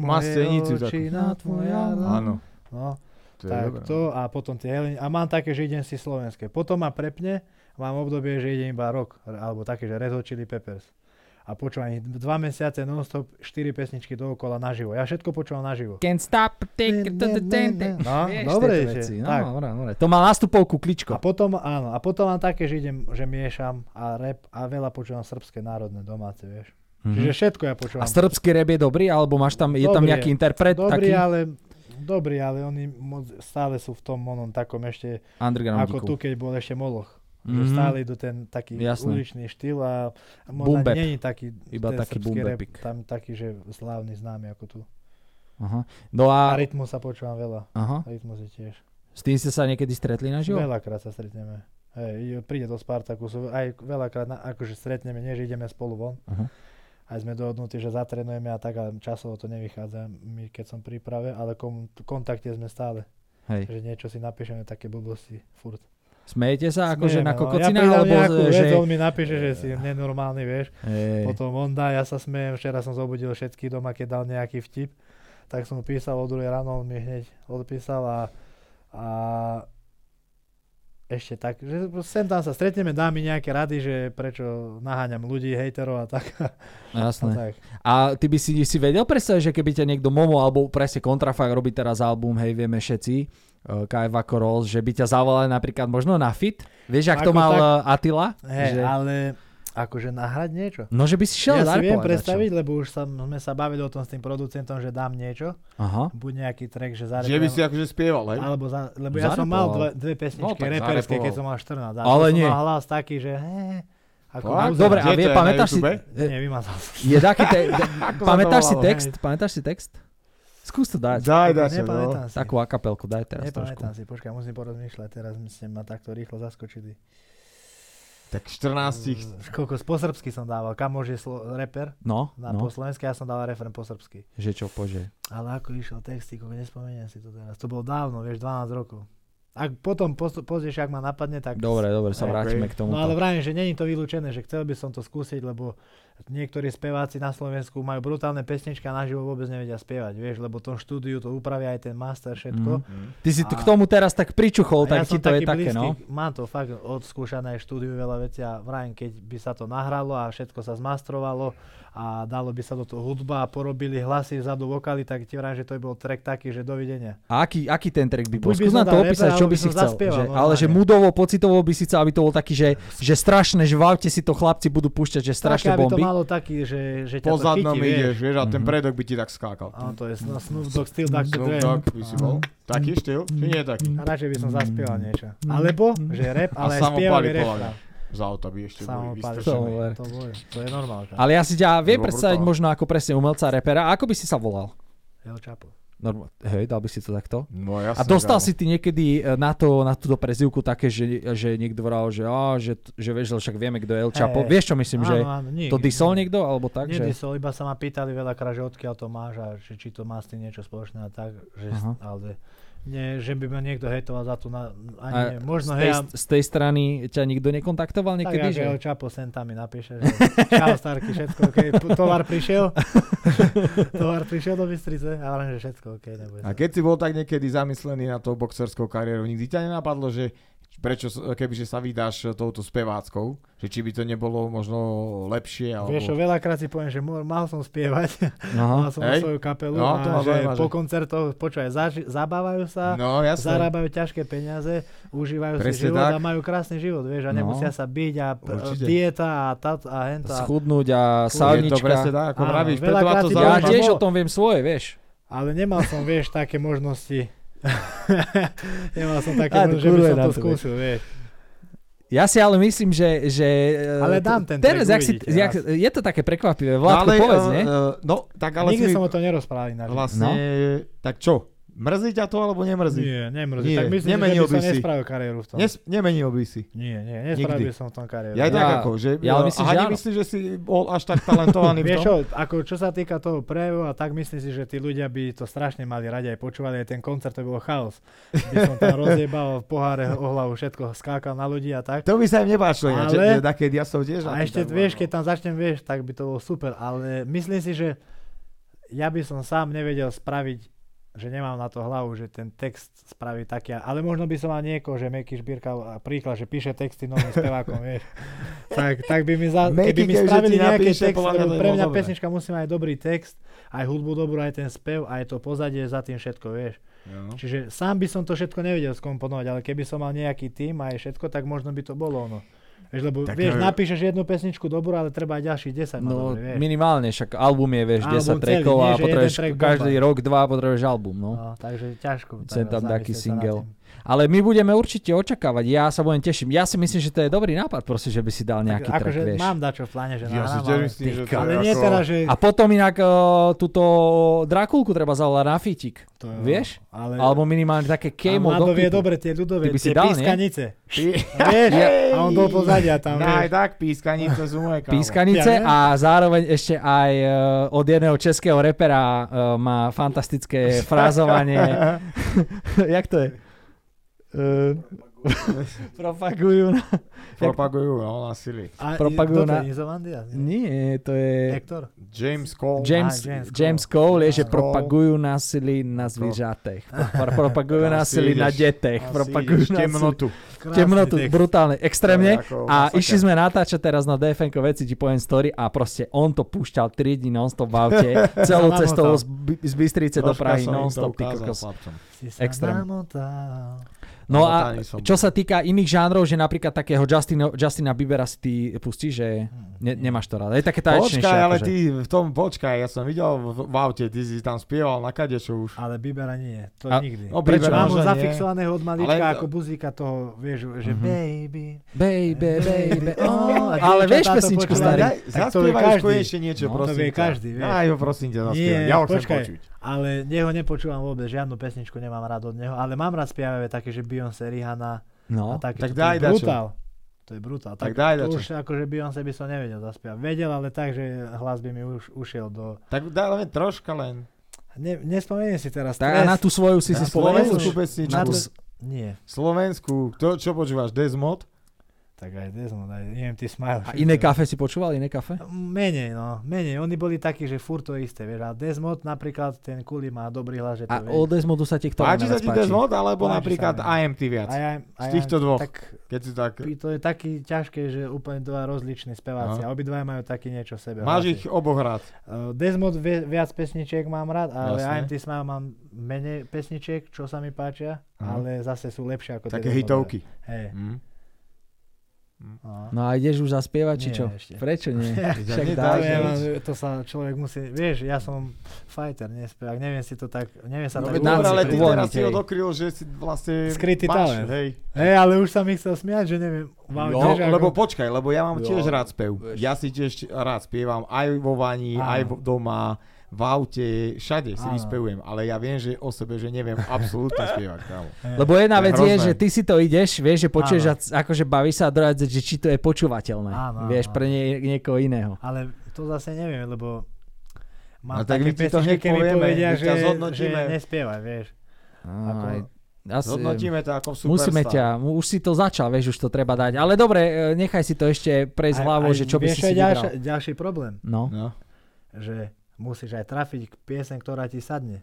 Speaker 4: Tu má
Speaker 5: moje
Speaker 4: stenicu takú.
Speaker 5: očina tvoja.
Speaker 4: Áno,
Speaker 5: No,
Speaker 4: to je
Speaker 5: tak
Speaker 4: dobré. no.
Speaker 5: to a potom tie helenie. A mám také, že idem si slovenské. Potom ma prepne, mám obdobie, že idem iba rok, alebo také, že Red Hot Chili Peppers. A počúvam ich dva mesiace non-stop, štyri pesničky dookola naživo. Ja všetko počúvam naživo.
Speaker 8: Can't stop, take it to the tent.
Speaker 5: No,
Speaker 8: Vieš, tieto
Speaker 5: dobre,
Speaker 8: veci.
Speaker 5: že,
Speaker 8: No,
Speaker 5: tak.
Speaker 8: dobre, dobre. To mal nástupovku
Speaker 5: A
Speaker 8: Kličko.
Speaker 5: potom, áno, a potom mám také, že idem, že miešam a rap a veľa počúvam srbské národné domáce, vieš. Čiže všetko ja
Speaker 8: Mhm. A
Speaker 5: počúvam.
Speaker 8: srbský rap je dobrý, alebo máš tam, je tam
Speaker 5: Dobrý
Speaker 8: nejaký
Speaker 5: je.
Speaker 8: interpret
Speaker 5: Dobrý,
Speaker 8: taký?
Speaker 5: ale dobrý, ale oni moc, stále sú v tom onom takom ešte, ako tu,
Speaker 8: Undergroundiku.
Speaker 5: keď bol ešte Moloch. Že
Speaker 8: Mhm.
Speaker 5: stále idú ten taký
Speaker 8: Jasné.
Speaker 5: uličný štýl a
Speaker 8: Boom
Speaker 5: možno
Speaker 8: bap.
Speaker 5: nie je taký,
Speaker 8: Iba
Speaker 5: ten
Speaker 8: taký
Speaker 5: srbský
Speaker 8: boom
Speaker 5: rap,
Speaker 8: bapik.
Speaker 5: tam taký, že slávny, známy ako tu.
Speaker 8: Aha. No a,
Speaker 5: A rytmus sa počúvam veľa.
Speaker 8: aha.
Speaker 5: Rytmus je tiež.
Speaker 8: S tým ste sa niekedy stretli na živo?
Speaker 5: Veľakrát sa stretneme. Hej, príde do Spartakusu, aj veľakrát, na, akože stretneme, nie že ideme spolu von.
Speaker 8: Aha.
Speaker 5: Aj sme dohodnutí, že zatrenujeme a tak, ale časovo to nevychádza my, keď som v príprave, ale kom, v kontakte sme stále.
Speaker 8: Hej.
Speaker 5: Že niečo si napíšeme, také blbosti, furt.
Speaker 6: Smejete sa akože
Speaker 5: Smejeme,
Speaker 6: na
Speaker 5: no. ja
Speaker 6: kokocina?
Speaker 5: pridám
Speaker 6: alebo
Speaker 5: nejakú
Speaker 6: že... Eh.
Speaker 5: vec, on mi napíše, že si nenormálny, vieš.
Speaker 6: Hej.
Speaker 5: Potom on dá, ja sa smejem, včera som zobudil všetky doma, keď dal nejaký vtip, tak som mu písal o druhej ráno, on mi hneď odpísal a, a ešte tak, že sem tam sa stretneme, dá mi nejaké rady, že prečo naháňam ľudí, hejterov a tak. <laughs> A
Speaker 6: Jasné.
Speaker 5: tak.
Speaker 6: A ty by si, si vedel predstaviť, že keby ťa niekto Momo alebo presne Kontrafakt robí teraz album, hej, vieme všetci, uh, Kaiva Koros, že by ťa zavolali napríklad možno na fit? Vieš, ak to
Speaker 5: Ako
Speaker 6: mal
Speaker 5: tak-
Speaker 6: uh, Atila?
Speaker 5: Hej,
Speaker 6: že...
Speaker 5: ale akože nahrať niečo.
Speaker 6: No, že by si šiel
Speaker 5: ja si
Speaker 6: dar
Speaker 5: viem
Speaker 6: povedať,
Speaker 5: predstaviť, lebo už sa, sme sa bavili o tom s tým producentom, že dám niečo,
Speaker 6: čo? Aha.
Speaker 5: buď nejaký track, že
Speaker 4: Že by
Speaker 5: zarepujem
Speaker 4: si akože spieval, hej?
Speaker 5: Alebo za, lebo ja som mal
Speaker 6: Zarepoval.
Speaker 5: dve, dve
Speaker 6: No,
Speaker 5: pesničky
Speaker 6: tak
Speaker 5: no, reperské,
Speaker 6: zarepoval.
Speaker 5: keď som mal 14. A
Speaker 6: Ale
Speaker 5: to
Speaker 6: nie.
Speaker 5: Som mal hlas taký, že he, ako
Speaker 4: Fakt?
Speaker 5: muzika.
Speaker 6: Dobre, a
Speaker 4: Kde
Speaker 6: vie,
Speaker 4: to je na
Speaker 6: pamätáš si... e,
Speaker 4: YouTube?
Speaker 5: Nie, vymazal som.
Speaker 6: Je taký
Speaker 5: <laughs>
Speaker 6: te...
Speaker 4: sa
Speaker 6: pamätáš
Speaker 4: to
Speaker 6: si
Speaker 4: volalo?
Speaker 6: text? Pamätáš si text? Skús to dať.
Speaker 4: Daj, daj sa, no.
Speaker 5: Nepamätám si.
Speaker 6: Takú akapelku, daj teraz trošku.
Speaker 5: Nepamätám si, počkaj, musím porozmýšľať, teraz my ste ma takto rýchlo zaskočili.
Speaker 4: Tak 14 ich...
Speaker 5: Koľko po srbsky som dával, kamož je slo- reper,
Speaker 6: No,
Speaker 5: na no. po
Speaker 6: no,
Speaker 5: slovensky, ja som dával refren po srbsky.
Speaker 6: že čo, pože.
Speaker 5: Ale ako išiel textík, nespomeniem si to teraz. To bolo dávno, vieš, 12 rokov. Ak potom postu- pozdejšie, ak ma napadne, tak
Speaker 6: Dobre, dobre, sa
Speaker 4: Ok.
Speaker 6: vrátime k tomu.
Speaker 5: No ale vravím, že není to vylúčené, že chcel by som to skúsiť, lebo niektorí speváci na Slovensku majú brutálne pesničky a naživo vôbec nevedia spievať, vieš, lebo to štúdiu to upravia aj ten master, všetko. Mm.
Speaker 6: Ty si t-
Speaker 5: A-
Speaker 6: k tomu teraz tak pričuchol,
Speaker 5: A ja
Speaker 6: Mhm. tak ti
Speaker 5: som
Speaker 6: to je
Speaker 5: taký
Speaker 6: také,
Speaker 5: blízky,
Speaker 6: no.
Speaker 5: mám to fakt odskúšané štúdiu veľa vecí a vrajím, keď by sa to nahralo a všetko sa zmastrovalo a dalo by sa do toho hudba a porobili hlasy vzadu vokály, tak ti vrajím, že to by bol track taký, že dovidenia.
Speaker 6: A aký, aký ten track by
Speaker 5: Buď
Speaker 6: bol?
Speaker 5: by
Speaker 6: Skús
Speaker 5: som
Speaker 6: nám to
Speaker 5: dal
Speaker 6: opísať,
Speaker 5: reper,
Speaker 6: čo
Speaker 5: alebo by
Speaker 6: by si
Speaker 5: som
Speaker 6: chcel.
Speaker 5: zaspieval,
Speaker 6: Že,
Speaker 5: no,
Speaker 6: ale že
Speaker 5: normálne.
Speaker 6: mudovo, pocitovo by si chcel, aby to bol taký, že, že strašné, že v aute si to chlapci budú púšťať, že strašné
Speaker 5: Také, aby to
Speaker 6: bomby.
Speaker 5: malo taký, že, že ťa
Speaker 4: Po
Speaker 5: to chytí,
Speaker 4: zadnom
Speaker 5: vieš.
Speaker 4: ideš, vieš, a ten predok by ti tak skákal.
Speaker 5: Áno, to je Sno- Snoop Dogg, Still Dog,
Speaker 4: Snoop Dogg by si bol. Taký štýl? Či nie taký?
Speaker 5: A radšej by som zaspieval niečo. Alebo, že rap,
Speaker 4: Mm. A
Speaker 5: ale aj
Speaker 4: samopály
Speaker 5: spievavý
Speaker 4: podľa mňa.
Speaker 5: refrán.
Speaker 4: Z auta by ešte boli
Speaker 5: Samopály.
Speaker 4: vystrčené.
Speaker 6: Samopály.
Speaker 5: To, bolo- to je normálka.
Speaker 6: Ale ja si ťa viem
Speaker 4: Bolo
Speaker 6: predstaviť
Speaker 4: brutál.
Speaker 6: možno ako presne umelca, repera. A ako by si sa volal?
Speaker 5: El Chapo.
Speaker 6: Norm- hej, dal by si to takto?
Speaker 4: No jasne.
Speaker 6: A dostal
Speaker 4: kámo.
Speaker 6: si ty niekedy e, na, to, na túto prezivku také, že, že niekto vral, že, á, že, t- že vieš, lebo však vieme, kto je El Chapo.
Speaker 5: Hej.
Speaker 6: Vieš, čo myslím, že
Speaker 5: áno, nie,
Speaker 6: to disol niekto, alebo tak?
Speaker 5: Nie
Speaker 6: že...
Speaker 5: disol, iba sa ma pýtali veľakrát, že odkiaľ to máš a že, či to má s tým niečo spoločné a tak, že,
Speaker 6: Aha.
Speaker 5: ale nie, že by ma niekto hejtoval za to, na, ani
Speaker 6: A
Speaker 5: nie. Možno hej,
Speaker 6: z, tej,
Speaker 5: a-
Speaker 6: z tej strany ťa nikto nekontaktoval
Speaker 5: tak
Speaker 6: niekedy?
Speaker 5: ako
Speaker 6: že?
Speaker 5: El Chapo sem tam mi napíše, že čau starky, všetko OK, P- tovar
Speaker 6: <laughs>
Speaker 5: prišiel, tovar prišiel do Bystrice a hovorím, že všetko OK, nebude.
Speaker 4: A keď si bol tak niekedy zamyslený na tou boxerskou kariéru, nikdy ťa nenapadlo, že prečo, s- kebyže sa vydáš e, touto speváckou, že či by to nebolo možno lepšie, alebo...
Speaker 5: Vieš, čo, veľakrát si poviem, že mo- mal som spievať,
Speaker 6: Aha.
Speaker 5: <laughs> mal som
Speaker 4: Hej.
Speaker 5: svoju kapelu
Speaker 4: No,
Speaker 5: a
Speaker 4: to ma
Speaker 5: že
Speaker 4: zaujíma, že-
Speaker 5: po koncertoch, počúvaj, zaži- zabávajú sa,
Speaker 4: No jasné.
Speaker 5: zarábajú ťažké peniaze, užívajú
Speaker 4: Presne
Speaker 5: si život
Speaker 4: tak.
Speaker 5: a majú krásny život, vieš, a
Speaker 6: No.
Speaker 5: nemusia sa byť a pr-
Speaker 4: Určite.
Speaker 5: dieta a tá a henta.
Speaker 6: schudnúť
Speaker 4: Je
Speaker 6: a
Speaker 4: to presne
Speaker 6: sávnička.
Speaker 4: tak, ako
Speaker 5: Áno,
Speaker 4: pravíš, preto ma
Speaker 5: veľakrát
Speaker 4: to
Speaker 5: ti
Speaker 6: Ja
Speaker 5: zaujímavé.
Speaker 4: zaujíma.
Speaker 6: tiež o tom viem svoje, vieš.
Speaker 5: Ale nemal som, vieš, také možnosti. <laughs> nemal som také
Speaker 6: Á,
Speaker 5: možnosti, že by
Speaker 6: kurve,
Speaker 5: som
Speaker 6: dám
Speaker 5: to
Speaker 6: to,
Speaker 5: skúsil, vieš.
Speaker 6: Ja si ale myslím, že... že e,
Speaker 5: Ale dám ten
Speaker 6: Teraz,
Speaker 5: track,
Speaker 6: jak si,
Speaker 5: uvidíte
Speaker 6: jak,
Speaker 5: raz.
Speaker 6: je to také prekvapivé. Vládko,
Speaker 4: ale,
Speaker 6: povedz,
Speaker 4: eh,
Speaker 6: nie?
Speaker 4: eh, No, tak ale
Speaker 5: Nikdy
Speaker 4: si
Speaker 5: som o to nerozprával ináč.
Speaker 4: Vlastne, tak čo? Mrzí ťa to, alebo nemrzí?
Speaker 5: Nie, nemrzí.
Speaker 4: Nie,
Speaker 5: Tak myslím, že
Speaker 4: nemenil
Speaker 5: by som
Speaker 4: by si.
Speaker 5: nespravil kariéru v tom.
Speaker 4: Nes, nemenil by si.
Speaker 5: Nie, nie,
Speaker 4: Nikdy.
Speaker 5: nespravil by som v tom kariéru.
Speaker 4: Ja, aj tak
Speaker 6: Ja-
Speaker 4: ako, že...
Speaker 6: ja ale myslím,
Speaker 4: a
Speaker 6: že
Speaker 4: ani
Speaker 6: áno.
Speaker 4: myslíš, že si bol až tak
Speaker 5: <laughs>
Speaker 4: talentovaný v
Speaker 5: Vieš
Speaker 4: tom?
Speaker 5: čo, ako čo sa týka toho prejavu a tak myslím si, že tí ľudia by to strašne mali radi aj počúvali, aj ten koncert to bol chaos. By
Speaker 4: <laughs>
Speaker 5: som tam rozjebal v poháre o hlavu, všetko skákal na ľudí a tak.
Speaker 4: To by sa im nepáčilo, ale... že,
Speaker 5: Ale-
Speaker 4: že také ja som tiež...
Speaker 5: A
Speaker 4: na to
Speaker 5: ešte
Speaker 4: tak no.
Speaker 5: vieš,
Speaker 4: bol.
Speaker 5: keď tam začnem, vieš, tak by to bolo super, ale myslím si, že ja by som sám nevedel spraviť že nemám na to hlavu, že ten text spraví taký, ale možno by som mal niekoho, že Meky Šbírka, a príklad, že píše texty novým spevákom,
Speaker 4: <laughs>
Speaker 5: vieš. Tak, tak by mi, za,
Speaker 4: Meky,
Speaker 5: keby mi
Speaker 4: keďže
Speaker 5: spravili
Speaker 4: ti
Speaker 5: nejaký
Speaker 4: napíše,
Speaker 5: text,
Speaker 4: podľa mňa to
Speaker 5: lebo
Speaker 4: by
Speaker 5: pre
Speaker 4: bolo
Speaker 5: mňa
Speaker 4: dobré.
Speaker 5: pesnička musí mať aj dobrý text, aj hudbu dobrú, aj ten spev, aj to pozadie za tým všetko, vieš.
Speaker 4: No.
Speaker 5: Čiže sám by som to všetko nevedel skomponovať, ale keby som mal nejaký tým aj všetko, tak možno by to bolo ono. Vieš, lebo
Speaker 4: Tak, eh,
Speaker 5: vieš, napíšeš jednu pesničku dobrú, ale treba aj ďalších 10 no,
Speaker 6: No,
Speaker 5: dobre, vieš.
Speaker 6: minimálne, však album je, vieš,
Speaker 5: Album
Speaker 6: 10
Speaker 5: celý,
Speaker 6: trackov
Speaker 5: nie,
Speaker 6: a
Speaker 5: že jeden
Speaker 6: potrebuješ
Speaker 5: track bomba.
Speaker 6: každý rok, dva potrebuješ album, no.
Speaker 5: No, takže ťažko.
Speaker 6: Sem
Speaker 5: tak
Speaker 6: tam
Speaker 5: zamyslieť
Speaker 6: taký
Speaker 5: sa nad
Speaker 6: single.
Speaker 5: tým.
Speaker 6: Ale my budeme určite očakávať, ja sa budem teším. Ja si myslím, že to je dobrý nápad, proste, že by si dal nejaký track,
Speaker 5: Akože
Speaker 6: vieš.
Speaker 5: mám dačo v pláne, že
Speaker 4: Ja si
Speaker 5: nahrám,
Speaker 4: tiež
Speaker 5: ale-
Speaker 4: myslím, že to je
Speaker 5: Ale nie
Speaker 4: ako-
Speaker 5: teraz, že...
Speaker 6: A potom inak uh, túto Drakulku treba zavolať na fitík.
Speaker 5: To je-
Speaker 6: vieš?
Speaker 5: Ale...
Speaker 6: Alebo minimálne také kejmo do
Speaker 5: Mladovie,
Speaker 6: klipu.
Speaker 5: dobre, tie ľudové,
Speaker 6: Ty by si
Speaker 5: tie
Speaker 6: dal, nie?
Speaker 5: pískanice.
Speaker 4: Ty-
Speaker 5: Vieš? A on do pozadia tam,
Speaker 4: Daj,
Speaker 5: vieš.
Speaker 4: no, tak, pískanice sú moje, kámo.
Speaker 6: Pískanice
Speaker 5: Ja viem.
Speaker 6: a zároveň ešte aj e, od jedného českého repera e, má
Speaker 5: <laughs>
Speaker 6: fantastické frázovanie. Jak to je? E, Propagujú na...
Speaker 4: Propagujú, no, násilí.
Speaker 5: A kto
Speaker 6: Propagujú
Speaker 5: to
Speaker 6: na-
Speaker 5: je Nizolandia?
Speaker 6: Nie, to je...
Speaker 5: Hector?
Speaker 4: James Cole.
Speaker 6: James,
Speaker 5: Á, James
Speaker 6: James Cole je, že
Speaker 4: Cole.
Speaker 6: propagujú násilí na <laughs> zvířatech. Pro- Propagujú
Speaker 4: Asi
Speaker 6: násilí na
Speaker 4: ideš-
Speaker 6: detech.
Speaker 4: no, Asi
Speaker 6: Propagujú
Speaker 4: ideš
Speaker 6: násilí.
Speaker 4: temnotu.
Speaker 5: Krásny
Speaker 6: Temnotu,
Speaker 5: text.
Speaker 6: brutálne, extrémne.
Speaker 4: To je no. ako
Speaker 6: A
Speaker 4: masaker.
Speaker 6: išli sme natáčať teraz na DFN veci, ti poviem story a proste on to púšťal 3 dní non-stop v aute, celou
Speaker 5: Zamotal.
Speaker 6: cestou z, By- z Bystrice do
Speaker 4: Troška
Speaker 6: Prahy
Speaker 4: som im to
Speaker 6: non-stop. ty
Speaker 4: ukázal
Speaker 6: kokos.
Speaker 4: chlapcom.
Speaker 5: Si sa
Speaker 6: Extrém.
Speaker 5: namotal.
Speaker 6: No a
Speaker 4: Zamotaný som
Speaker 6: čo
Speaker 4: bol.
Speaker 6: sa týka iných žánrov, že napríklad takého Justina, Justina Biebera si ty pustíš, že ne, nemáš to rád. Je také
Speaker 4: Hmm.
Speaker 6: taječnejšie.
Speaker 4: Počkaj, ale
Speaker 6: akože.
Speaker 4: ty v tom, počkaj, ja som videl v, v aute, ty si tam spieval na kadečo už.
Speaker 5: Ale Bibera nie, to
Speaker 6: A-
Speaker 5: nikdy.
Speaker 4: No,
Speaker 6: prečo?
Speaker 5: Prečo? Mám
Speaker 4: Možno
Speaker 5: ho
Speaker 4: nie.
Speaker 5: zafixovaného od malička
Speaker 4: Ale-
Speaker 5: ako buzíka toho, vieš, že baby,
Speaker 6: Baby, Mhm. baby, <laughs>
Speaker 5: baby,
Speaker 6: oh,
Speaker 5: oh, a dievčatá
Speaker 6: ale vieš
Speaker 5: to
Speaker 6: pesničku,
Speaker 5: počúvajú.
Speaker 6: starý.
Speaker 5: Daj- tak to vie
Speaker 4: Zaspievaj už
Speaker 5: každý.
Speaker 4: konečne niečo,
Speaker 5: No, to
Speaker 4: prosím.
Speaker 5: vie
Speaker 4: ťa.
Speaker 5: každý, vieš.
Speaker 4: Daj ho, prosím ťa, zaspievaj.
Speaker 5: Nie,
Speaker 4: Ja ho chcem
Speaker 5: počkaj.
Speaker 4: počuť.
Speaker 5: ale neho nepočúvam vôbec, žiadnu pesničku nemám rád od neho, ale mám rád spievavé také, že Beyoncé, Rihanna a
Speaker 6: No,
Speaker 5: také,
Speaker 4: tak
Speaker 5: to
Speaker 4: daj
Speaker 5: je
Speaker 4: dačo.
Speaker 5: brutál. To je brutál.
Speaker 4: Tak daj
Speaker 5: to
Speaker 4: dačo.
Speaker 5: už akože Beyoncé by som nevedel zaspievať. Vedel, ale tak, že hlas by mi už ušiel do...
Speaker 4: Tak daj len troška len.
Speaker 5: Ne, nespomeniem si teraz.
Speaker 6: tak a na tú svoju si
Speaker 4: Na
Speaker 6: si spomenul.
Speaker 4: slovenskú
Speaker 5: už. Na
Speaker 4: pesničku.
Speaker 5: tú... Nie,
Speaker 4: Slovenskú. To, čo počúvaš? Desmod?
Speaker 5: tak aj Desmond, aj EMT Smile.
Speaker 6: A iné kafe si počúval, iné kafe?
Speaker 5: Menej, no, menej. Oni boli takí, že furt to isté, vieš. A Desmond napríklad, ten Kuli má dobrý hlas, že to
Speaker 6: A
Speaker 5: vie.
Speaker 6: o Desmodu sa ti kto
Speaker 4: Páči sa
Speaker 6: najviac
Speaker 4: ti Desmod, alebo
Speaker 5: Páči sa
Speaker 4: napríklad
Speaker 5: mi.
Speaker 4: AMT viac?
Speaker 5: A ja, a
Speaker 4: Z
Speaker 5: ja,
Speaker 4: týchto dvoch.
Speaker 5: Tak,
Speaker 4: Keď si tak...
Speaker 5: pi- to je taký ťažké, že úplne dva rozliční speváci.
Speaker 4: Aha.
Speaker 5: A obidva majú taký niečo v sebe. Vlastne.
Speaker 4: Máš
Speaker 5: hlasy.
Speaker 4: ich oboch rád.
Speaker 5: Uh, Desmod vie, viac pesničiek mám rád, ale
Speaker 4: Jasne.
Speaker 5: AMT Smile mám menej pesničiek, čo sa mi páčia,
Speaker 4: Aha.
Speaker 5: ale zase sú lepšie ako tie
Speaker 4: Také
Speaker 5: Desmodové.
Speaker 4: hitovky.
Speaker 5: Hej.
Speaker 4: Hm.
Speaker 5: No.
Speaker 6: No a ideš už zaspievať, či
Speaker 5: Nie,
Speaker 6: čo?
Speaker 5: ešte.
Speaker 6: Prečo nie? Však
Speaker 4: nedá,
Speaker 5: To,
Speaker 6: dáš.
Speaker 5: je,
Speaker 4: že-
Speaker 5: len- to sa človek musí, vieš, ja som fighter, nie spevák, neviem si to tak, neviem sa
Speaker 4: No,
Speaker 5: tak
Speaker 4: veď
Speaker 6: uvoľniť,
Speaker 4: dobre, ale ty
Speaker 6: uvoľniť,
Speaker 4: teraz si
Speaker 6: hej.
Speaker 4: odokryl, že si vlastne
Speaker 5: Skrytý
Speaker 4: máš,
Speaker 5: talent.
Speaker 4: Hej.
Speaker 5: Hej, ale už som ich chcel smiať, že neviem. Wow,
Speaker 4: No,
Speaker 5: tiež ako- No.
Speaker 4: lebo počkaj, lebo ja mám
Speaker 6: Jo,
Speaker 4: tiež rád spev. Ja si tiež rád spievam aj vo vani, aj
Speaker 5: Áno.
Speaker 4: vo- doma, v aute, všade si
Speaker 5: Áno.
Speaker 4: vyspevujem, ale ja viem, že o sebe, že neviem absolútne spievať,
Speaker 5: <laughs>
Speaker 4: kámo.
Speaker 6: Lebo jedna
Speaker 4: To je
Speaker 6: vec je,
Speaker 4: hrozné.
Speaker 6: že ty si to ideš, vieš, že počuješ,
Speaker 5: Áno.
Speaker 6: a c- akože bavíš sa a druhá vec je, že či to je počúvateľné.
Speaker 5: Áno, áno,
Speaker 6: vieš,
Speaker 5: áno.
Speaker 6: pre nie, niekoho iného.
Speaker 5: Ale to zase neviem, lebo
Speaker 4: No
Speaker 5: mám
Speaker 4: tak my
Speaker 5: také
Speaker 4: ti to hneď
Speaker 5: pesničky, keď mi
Speaker 4: povieme,
Speaker 5: povedia,
Speaker 4: my ťa
Speaker 5: že, že
Speaker 4: zhodnotíme.
Speaker 5: nespievaj, vieš. Ako-
Speaker 6: Aj, asi-
Speaker 4: Zhodnotíme to ako superstar. no.
Speaker 6: Musíme ťa, mu- už si to začal, vieš, už to treba dať. Ale dobre, e, nechaj si to ešte
Speaker 5: Aj-
Speaker 6: prejsť hlavou,
Speaker 5: aj
Speaker 6: že čo by
Speaker 5: vieš,
Speaker 6: si
Speaker 5: čo
Speaker 6: si
Speaker 5: je ďalšia-
Speaker 6: vybral.
Speaker 5: ďalší problém,
Speaker 6: No,
Speaker 4: No.
Speaker 5: že musíš aj trafiť k piesen, ktorá ti sadne.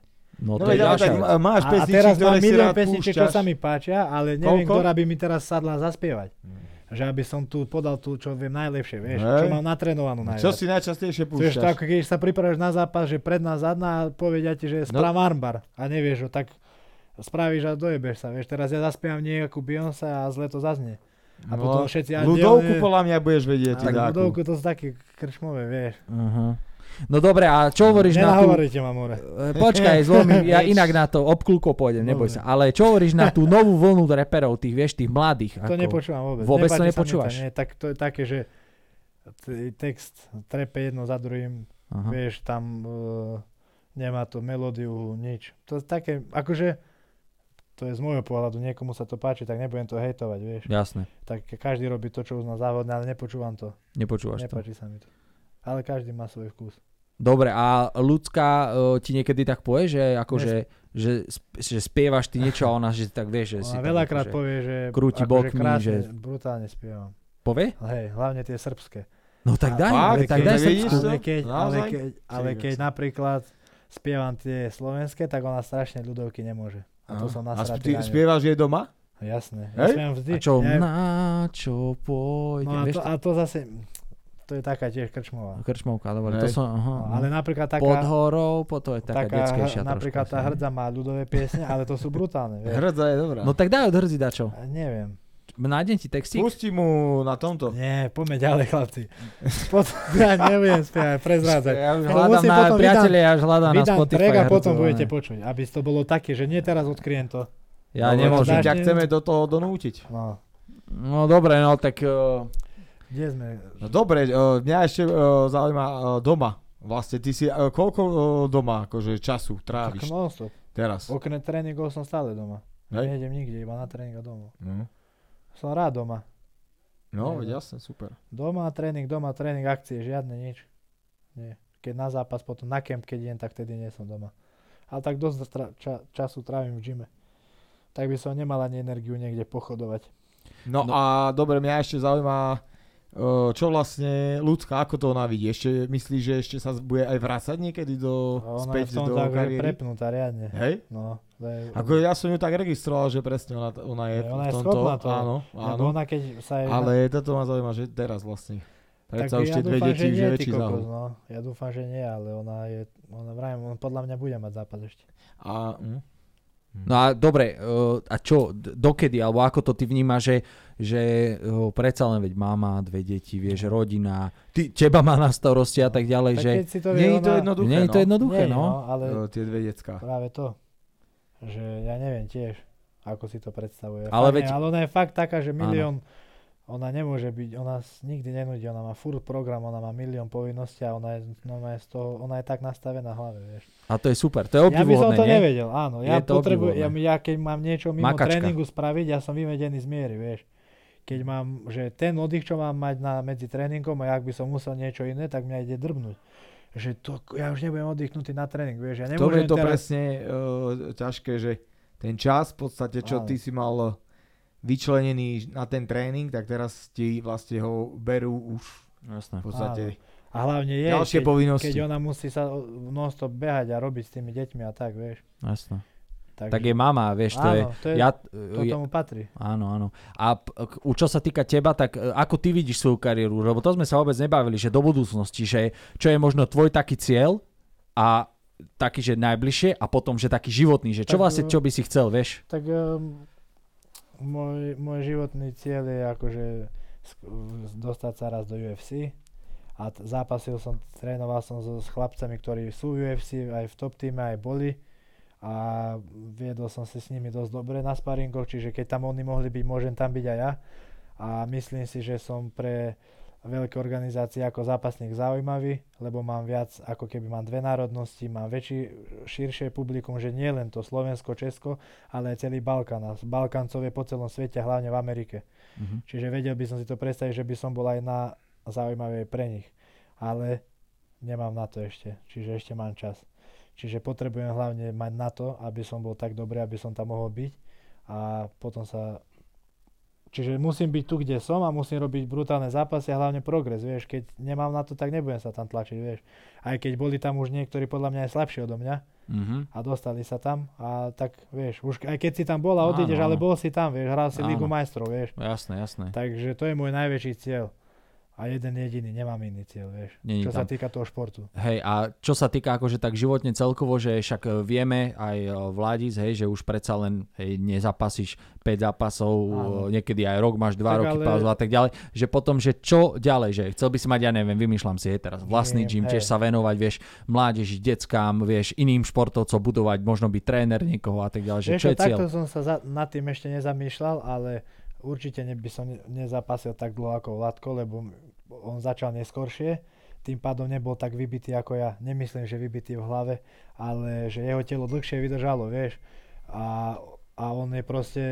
Speaker 4: No,
Speaker 6: no to
Speaker 4: veď,
Speaker 6: je
Speaker 4: ale
Speaker 6: ďalšia
Speaker 4: tak
Speaker 6: vec.
Speaker 4: m- máš
Speaker 5: a, a
Speaker 4: pesničky,
Speaker 5: teraz
Speaker 4: ktoré
Speaker 5: mám
Speaker 4: si
Speaker 5: milión
Speaker 4: rád
Speaker 5: pesničiek, čo
Speaker 4: púšťaš.
Speaker 5: sa mi páčia, ale neviem,
Speaker 4: Koľko? Mm.
Speaker 5: ktorá by mi teraz sadla zaspievať. Že aby som tu podal tú, čo viem najlepšie, vieš,
Speaker 4: Hej.
Speaker 5: čo mám natrénovanú najviac.
Speaker 4: Čo si najčastejšie
Speaker 5: To je
Speaker 4: púšťaš?
Speaker 5: tak, keď sa pripravíš na zápas, že predná, zadná a povedia ti,
Speaker 4: No.
Speaker 5: že správ armbar a nevieš ho, tak spravíš a dojebeš sa, vieš. Teraz ja zaspievam nejakú Beyoncé a zle to zaznie. A
Speaker 4: No.
Speaker 5: potom všetci... a
Speaker 4: Ľudovku
Speaker 5: dielne-
Speaker 4: podľa mňa budeš vedieť.
Speaker 5: Tak
Speaker 4: ty dáku.
Speaker 5: ľudovku to sú také krčmové, vieš.
Speaker 6: Aha. No dobre, a čo hovoríš na tú...
Speaker 5: Nenahovoríte ma, more.
Speaker 6: E,
Speaker 5: <laughs>
Speaker 6: Počkaj, zlomím, ja inak na to obklúko pôjdem, neboj
Speaker 5: Dobre.
Speaker 6: sa. Ale čo hovoríš na tú novú vlnu reperov, tých, vieš, tých mladých?
Speaker 5: To nepočúvam vôbec.
Speaker 6: Vôbec
Speaker 5: Nepáči
Speaker 6: to
Speaker 5: sa mi
Speaker 6: nepočúvaš?
Speaker 5: nie, tak to je také, že t- text trepe jedno za druhým,
Speaker 6: Aha.
Speaker 5: vieš, tam eh, nemá to melódiu, nič. To je také, akože, to je z môjho pohľadu, niekomu sa to páči, tak nebudem to hejtovať, vieš.
Speaker 6: Jasné,
Speaker 5: Tak každý robí to, čo uzná závodne, ale nepočúvam to.
Speaker 6: nepočúvaš to.
Speaker 5: Nepáči sa mi to. Ale každý má svoj vkus.
Speaker 6: Dobre, a ľudská e, ti niekedy tak povie, že akože, že, sp- že spievaš ty niečo a ona, že tak vieš, že si...
Speaker 5: Ona
Speaker 6: tak
Speaker 5: veľakrát
Speaker 6: akože-
Speaker 5: povie, že
Speaker 6: krúti bokmi,
Speaker 5: krásne,
Speaker 6: že-
Speaker 5: brutálne spievam.
Speaker 6: povie?
Speaker 5: Hej, hlavne tie srbské.
Speaker 6: No tak daj,
Speaker 4: Fakt?
Speaker 6: ale tak daj
Speaker 4: Tak vidíš
Speaker 6: srbskú.
Speaker 4: to?
Speaker 5: Ale keď, ale
Speaker 4: Naozaj?
Speaker 5: keď, ale
Speaker 4: Ty
Speaker 5: keď
Speaker 4: kokos.
Speaker 5: napríklad spievam tie slovenské, tak ona strašne ľudovky nemôže. A
Speaker 4: Aha.
Speaker 5: to som
Speaker 4: No. A ty
Speaker 5: nasratý na ňu.
Speaker 4: spievaš jej doma?
Speaker 5: Jasné. Ja
Speaker 4: Hej?
Speaker 5: spievam vždy.
Speaker 6: A čo,
Speaker 5: ja,
Speaker 6: na čo
Speaker 5: no
Speaker 6: pôjdem,
Speaker 5: a,
Speaker 6: vieš No,
Speaker 5: to, a to zase, to je taká tiež krčmová.
Speaker 6: Krčmovka, dobre, to
Speaker 4: Hej.
Speaker 6: som, aha,
Speaker 5: No, ale napríklad
Speaker 6: taká,
Speaker 5: taká,
Speaker 6: pod horou, po to je taká,
Speaker 5: taká
Speaker 6: detskejšia
Speaker 5: hr- napríklad tá
Speaker 6: trošku.
Speaker 5: hrdza má ľudové piesne, ale to sú brutálne. Vieš.
Speaker 4: Hrdza je dobrá.
Speaker 6: No tak daj od hrdzi dačo.
Speaker 5: A Neviem.
Speaker 6: Nájdem ti textík.
Speaker 4: Pusti mu na tomto.
Speaker 5: Nie, poďme ďalej, chlapci. Potom, <laughs> ja neviem spievať, prezrádzať.
Speaker 4: Ja už
Speaker 5: To
Speaker 6: Hľadám
Speaker 5: musím
Speaker 6: na
Speaker 5: potom
Speaker 6: priateľe, ja už hľadám na
Speaker 5: Vydám
Speaker 6: Spotify.
Speaker 5: track a
Speaker 6: hrdzu,
Speaker 5: potom
Speaker 6: ale-
Speaker 5: budete počuť, aby to bolo také, že nie teraz odkryjem to.
Speaker 6: Ja
Speaker 4: Dobre,
Speaker 6: nemôžem.
Speaker 4: ťa chceme do toho donútiť.
Speaker 5: No,
Speaker 6: No dobre, no tak... eh,
Speaker 5: kde sme?
Speaker 4: No dobre, e, mňa ešte e, zaujíma e, doma. Vlastne, ty si e, koľko e, doma akože času
Speaker 5: Tak no.
Speaker 4: tráviš
Speaker 5: non-stop.
Speaker 4: teraz?
Speaker 5: Okrem tréningov som stále doma.
Speaker 4: Hej.
Speaker 5: Nejdem nikde, iba na tréning a domov.
Speaker 4: No,
Speaker 5: Som rád doma.
Speaker 4: no
Speaker 5: Nie,
Speaker 4: veď jasne, super.
Speaker 5: Doma, tréning, doma, tréning, akcie, žiadne nič. Nie. Keď na zápas, potom na kemp, keď idem, tak tedy nie som doma. Ale tak dosť tra- ča- času trávim v gyme. tak by som nemal ani energiu niekde pochodovať.
Speaker 4: No, no a dobre, mňa ešte zaujíma, e, čo vlastne ľudská, ako to ona vidí? Ešte myslí, že ešte sa bude aj vrácať niekedy do,
Speaker 5: A Ona je v
Speaker 4: späť
Speaker 5: tom
Speaker 4: do
Speaker 5: tak aj
Speaker 4: kariéry?
Speaker 5: prepnutá riadne.
Speaker 4: Hej?
Speaker 5: No, to je,
Speaker 4: Ako ja som ju tak registroval, že presne ona, ona je
Speaker 5: Ne, ona
Speaker 4: v
Speaker 5: je
Speaker 4: tomto.
Speaker 5: schopná toho.
Speaker 4: Áno,
Speaker 5: lebo
Speaker 4: áno.
Speaker 5: ona keď sa jej...
Speaker 4: Ale toto ma zaujíma, že teraz vlastne. Predsa už
Speaker 5: ja
Speaker 4: tie dve
Speaker 5: dúfam,
Speaker 4: deti,
Speaker 5: nie,
Speaker 4: že
Speaker 5: ty
Speaker 4: väčší
Speaker 5: kokos,
Speaker 4: záhod.
Speaker 5: no. Ja dúfam, že nie, ale ona je... Ona vrajím, on podľa mňa bude mať zápas ešte.
Speaker 4: A, hm.
Speaker 2: No a dobre, eh, a čo, d- dokedy, alebo ako to ty vnímaš, že, že eh, predsa len veď mama, dve deti, vieš, rodina, ty, teba má na starosti a tak ďalej,
Speaker 5: Tak
Speaker 2: že
Speaker 5: keď si to vie
Speaker 4: Nie je to
Speaker 5: ona-
Speaker 4: jednoduché,
Speaker 2: nie je to
Speaker 4: no.
Speaker 2: jednoduché,
Speaker 5: Nie,
Speaker 2: no.
Speaker 5: ale
Speaker 4: E, Tie dve decka.
Speaker 5: práve to, že ja neviem tiež, ako si to predstavuje.
Speaker 2: Ale
Speaker 5: fakt,
Speaker 2: veď-
Speaker 5: nie, ale ona je fakt taká, že milión, ona nemôže byť, ona s- nikdy nenudí, ona má furt program, ona má milión povinností a ona je, no, ona je, z toho, ona je tak nastavená v hlave, vieš.
Speaker 2: A to je super, to je
Speaker 5: Ja by som
Speaker 2: obdivuhodné,
Speaker 5: to
Speaker 2: nie?
Speaker 5: nevedel, áno.
Speaker 2: Je
Speaker 5: Ja,
Speaker 2: to
Speaker 5: potrebujem, ja,
Speaker 2: obdivuhodné.
Speaker 5: ja keď mám niečo mimo
Speaker 2: Makačka.
Speaker 5: tréningu spraviť, ja som vyvedený z miery, vieš. Keď mám, že ten oddych, čo mám mať na, medzi tréningom a ak by som musel niečo iné, tak mňa ide drbnúť. Že to, ja už nebudem oddychnutý na tréning, vieš.
Speaker 4: To
Speaker 5: Ja
Speaker 4: je
Speaker 5: nemôžem
Speaker 4: to
Speaker 5: teraz,
Speaker 4: presne e, ťažké, že ten čas v podstate, čo
Speaker 5: Áno.
Speaker 4: ty si mal e, vyčlenený na ten tréning, tak teraz ti vlastne ho berú už
Speaker 2: Jasné.
Speaker 4: v podstate
Speaker 5: A hlavne je,
Speaker 4: ďalšie
Speaker 5: keď,
Speaker 4: povinnosti.
Speaker 5: keď ona musí sa o- non-stop behať a robiť s tými deťmi a tak, vieš.
Speaker 2: Jasné.
Speaker 5: Takže,
Speaker 2: Tak je mama, vieš, to
Speaker 5: áno,
Speaker 2: je...
Speaker 5: to, je,
Speaker 2: Ja,
Speaker 5: to
Speaker 2: ja,
Speaker 5: tomu patrí.
Speaker 2: áno, áno. A p- k- u- čo sa týka teba, tak e, ako ty vidíš svoju kariéru? Lebo to sme sa vôbec nebavili, že do budúcnosti, že čo je možno tvoj taký cieľ a taký, že najbližšie a potom, že taký životný, že čo
Speaker 5: Tak,
Speaker 2: vlastne,
Speaker 5: e,
Speaker 2: čo by si chcel, vieš?
Speaker 5: Tak um, môj, môj životný cieľ je akože sk- dostať sa raz do UFC. A t- zápasil som, trénoval som so, s chlapcami, ktorí sú v UFC, aj v top týme, aj boli. A viedol som si s nimi dosť dobre na sparingoch, čiže keď tam oni mohli byť, môžem tam byť aj ja. A myslím si, že som pre veľké organizácie ako zápasník zaujímavý, lebo mám viac, ako keby mám dve národnosti, mám väčší, širšie publikum, že nie len to Slovensko, Česko, ale aj celý Balkán. A Balkáncov je po celom svete, hlavne v Amerike.
Speaker 2: Mhm.
Speaker 5: Čiže vedel by som si to predstaviť, že by som bol aj na zaujímavé pre nich. Ale nemám na to ešte, čiže ešte mám čas. Čiže potrebujem hlavne mať na to, aby som bol tak dobrý, aby som tam mohol byť a potom sa... Čiže musím byť tu, kde som a musím robiť brutálne zápasy a hlavne progres, vieš. Keď nemám na to, tak nebudem sa tam tlačiť, vieš. Aj keď boli tam už niektorí podľa mňa aj slabší odo mňa,
Speaker 2: Mhm.
Speaker 5: a dostali sa tam a tak vieš, už aj keď si tam bol a
Speaker 2: Áno,
Speaker 5: odídeš, ale
Speaker 2: áno.
Speaker 5: bol si tam, vieš, hral si
Speaker 2: Áno.
Speaker 5: Ligu majstrov, vieš.
Speaker 2: Jasné, jasné.
Speaker 5: Takže to je môj najväčší cieľ. A jeden jediný, nemám iný cieľ, vieš.
Speaker 2: Není
Speaker 5: Čo sa
Speaker 2: tam.
Speaker 5: týka toho športu.
Speaker 2: Hej, a čo sa týka akože tak životne celkovo, že však e, vieme aj e, vládic, hej, že už predsa len hej, nezapasíš 5 zápasov,
Speaker 5: Áno.
Speaker 2: e, niekedy aj rok máš 2
Speaker 5: Tak
Speaker 2: roky
Speaker 5: ale-
Speaker 2: pauzu a tak ďalej, že potom, že čo ďalej, že chcel by si mať, ja neviem, vymýšľam si, hej, teraz vlastný
Speaker 5: Viem,
Speaker 2: gym, tiež
Speaker 5: hej.
Speaker 2: sa venovať, vieš, mládeži, deckám, vieš, iným športovcom budovať, možno byť tréner niekoho a tak ďalej, že
Speaker 5: vieš,
Speaker 2: čo
Speaker 5: čo,
Speaker 2: je cieľ?
Speaker 5: takto som sa za, nad tým ešte nezamýšľal, ale určite ne, by som ne- nezapasil tak dlho ako Vladko, lebo m- on začal neskoršie, tým pádom nebol tak vybitý ako ja. Nemyslím, že vybitý v hlave, ale že jeho telo dlhšie vydržalo, vieš. A, a on je proste,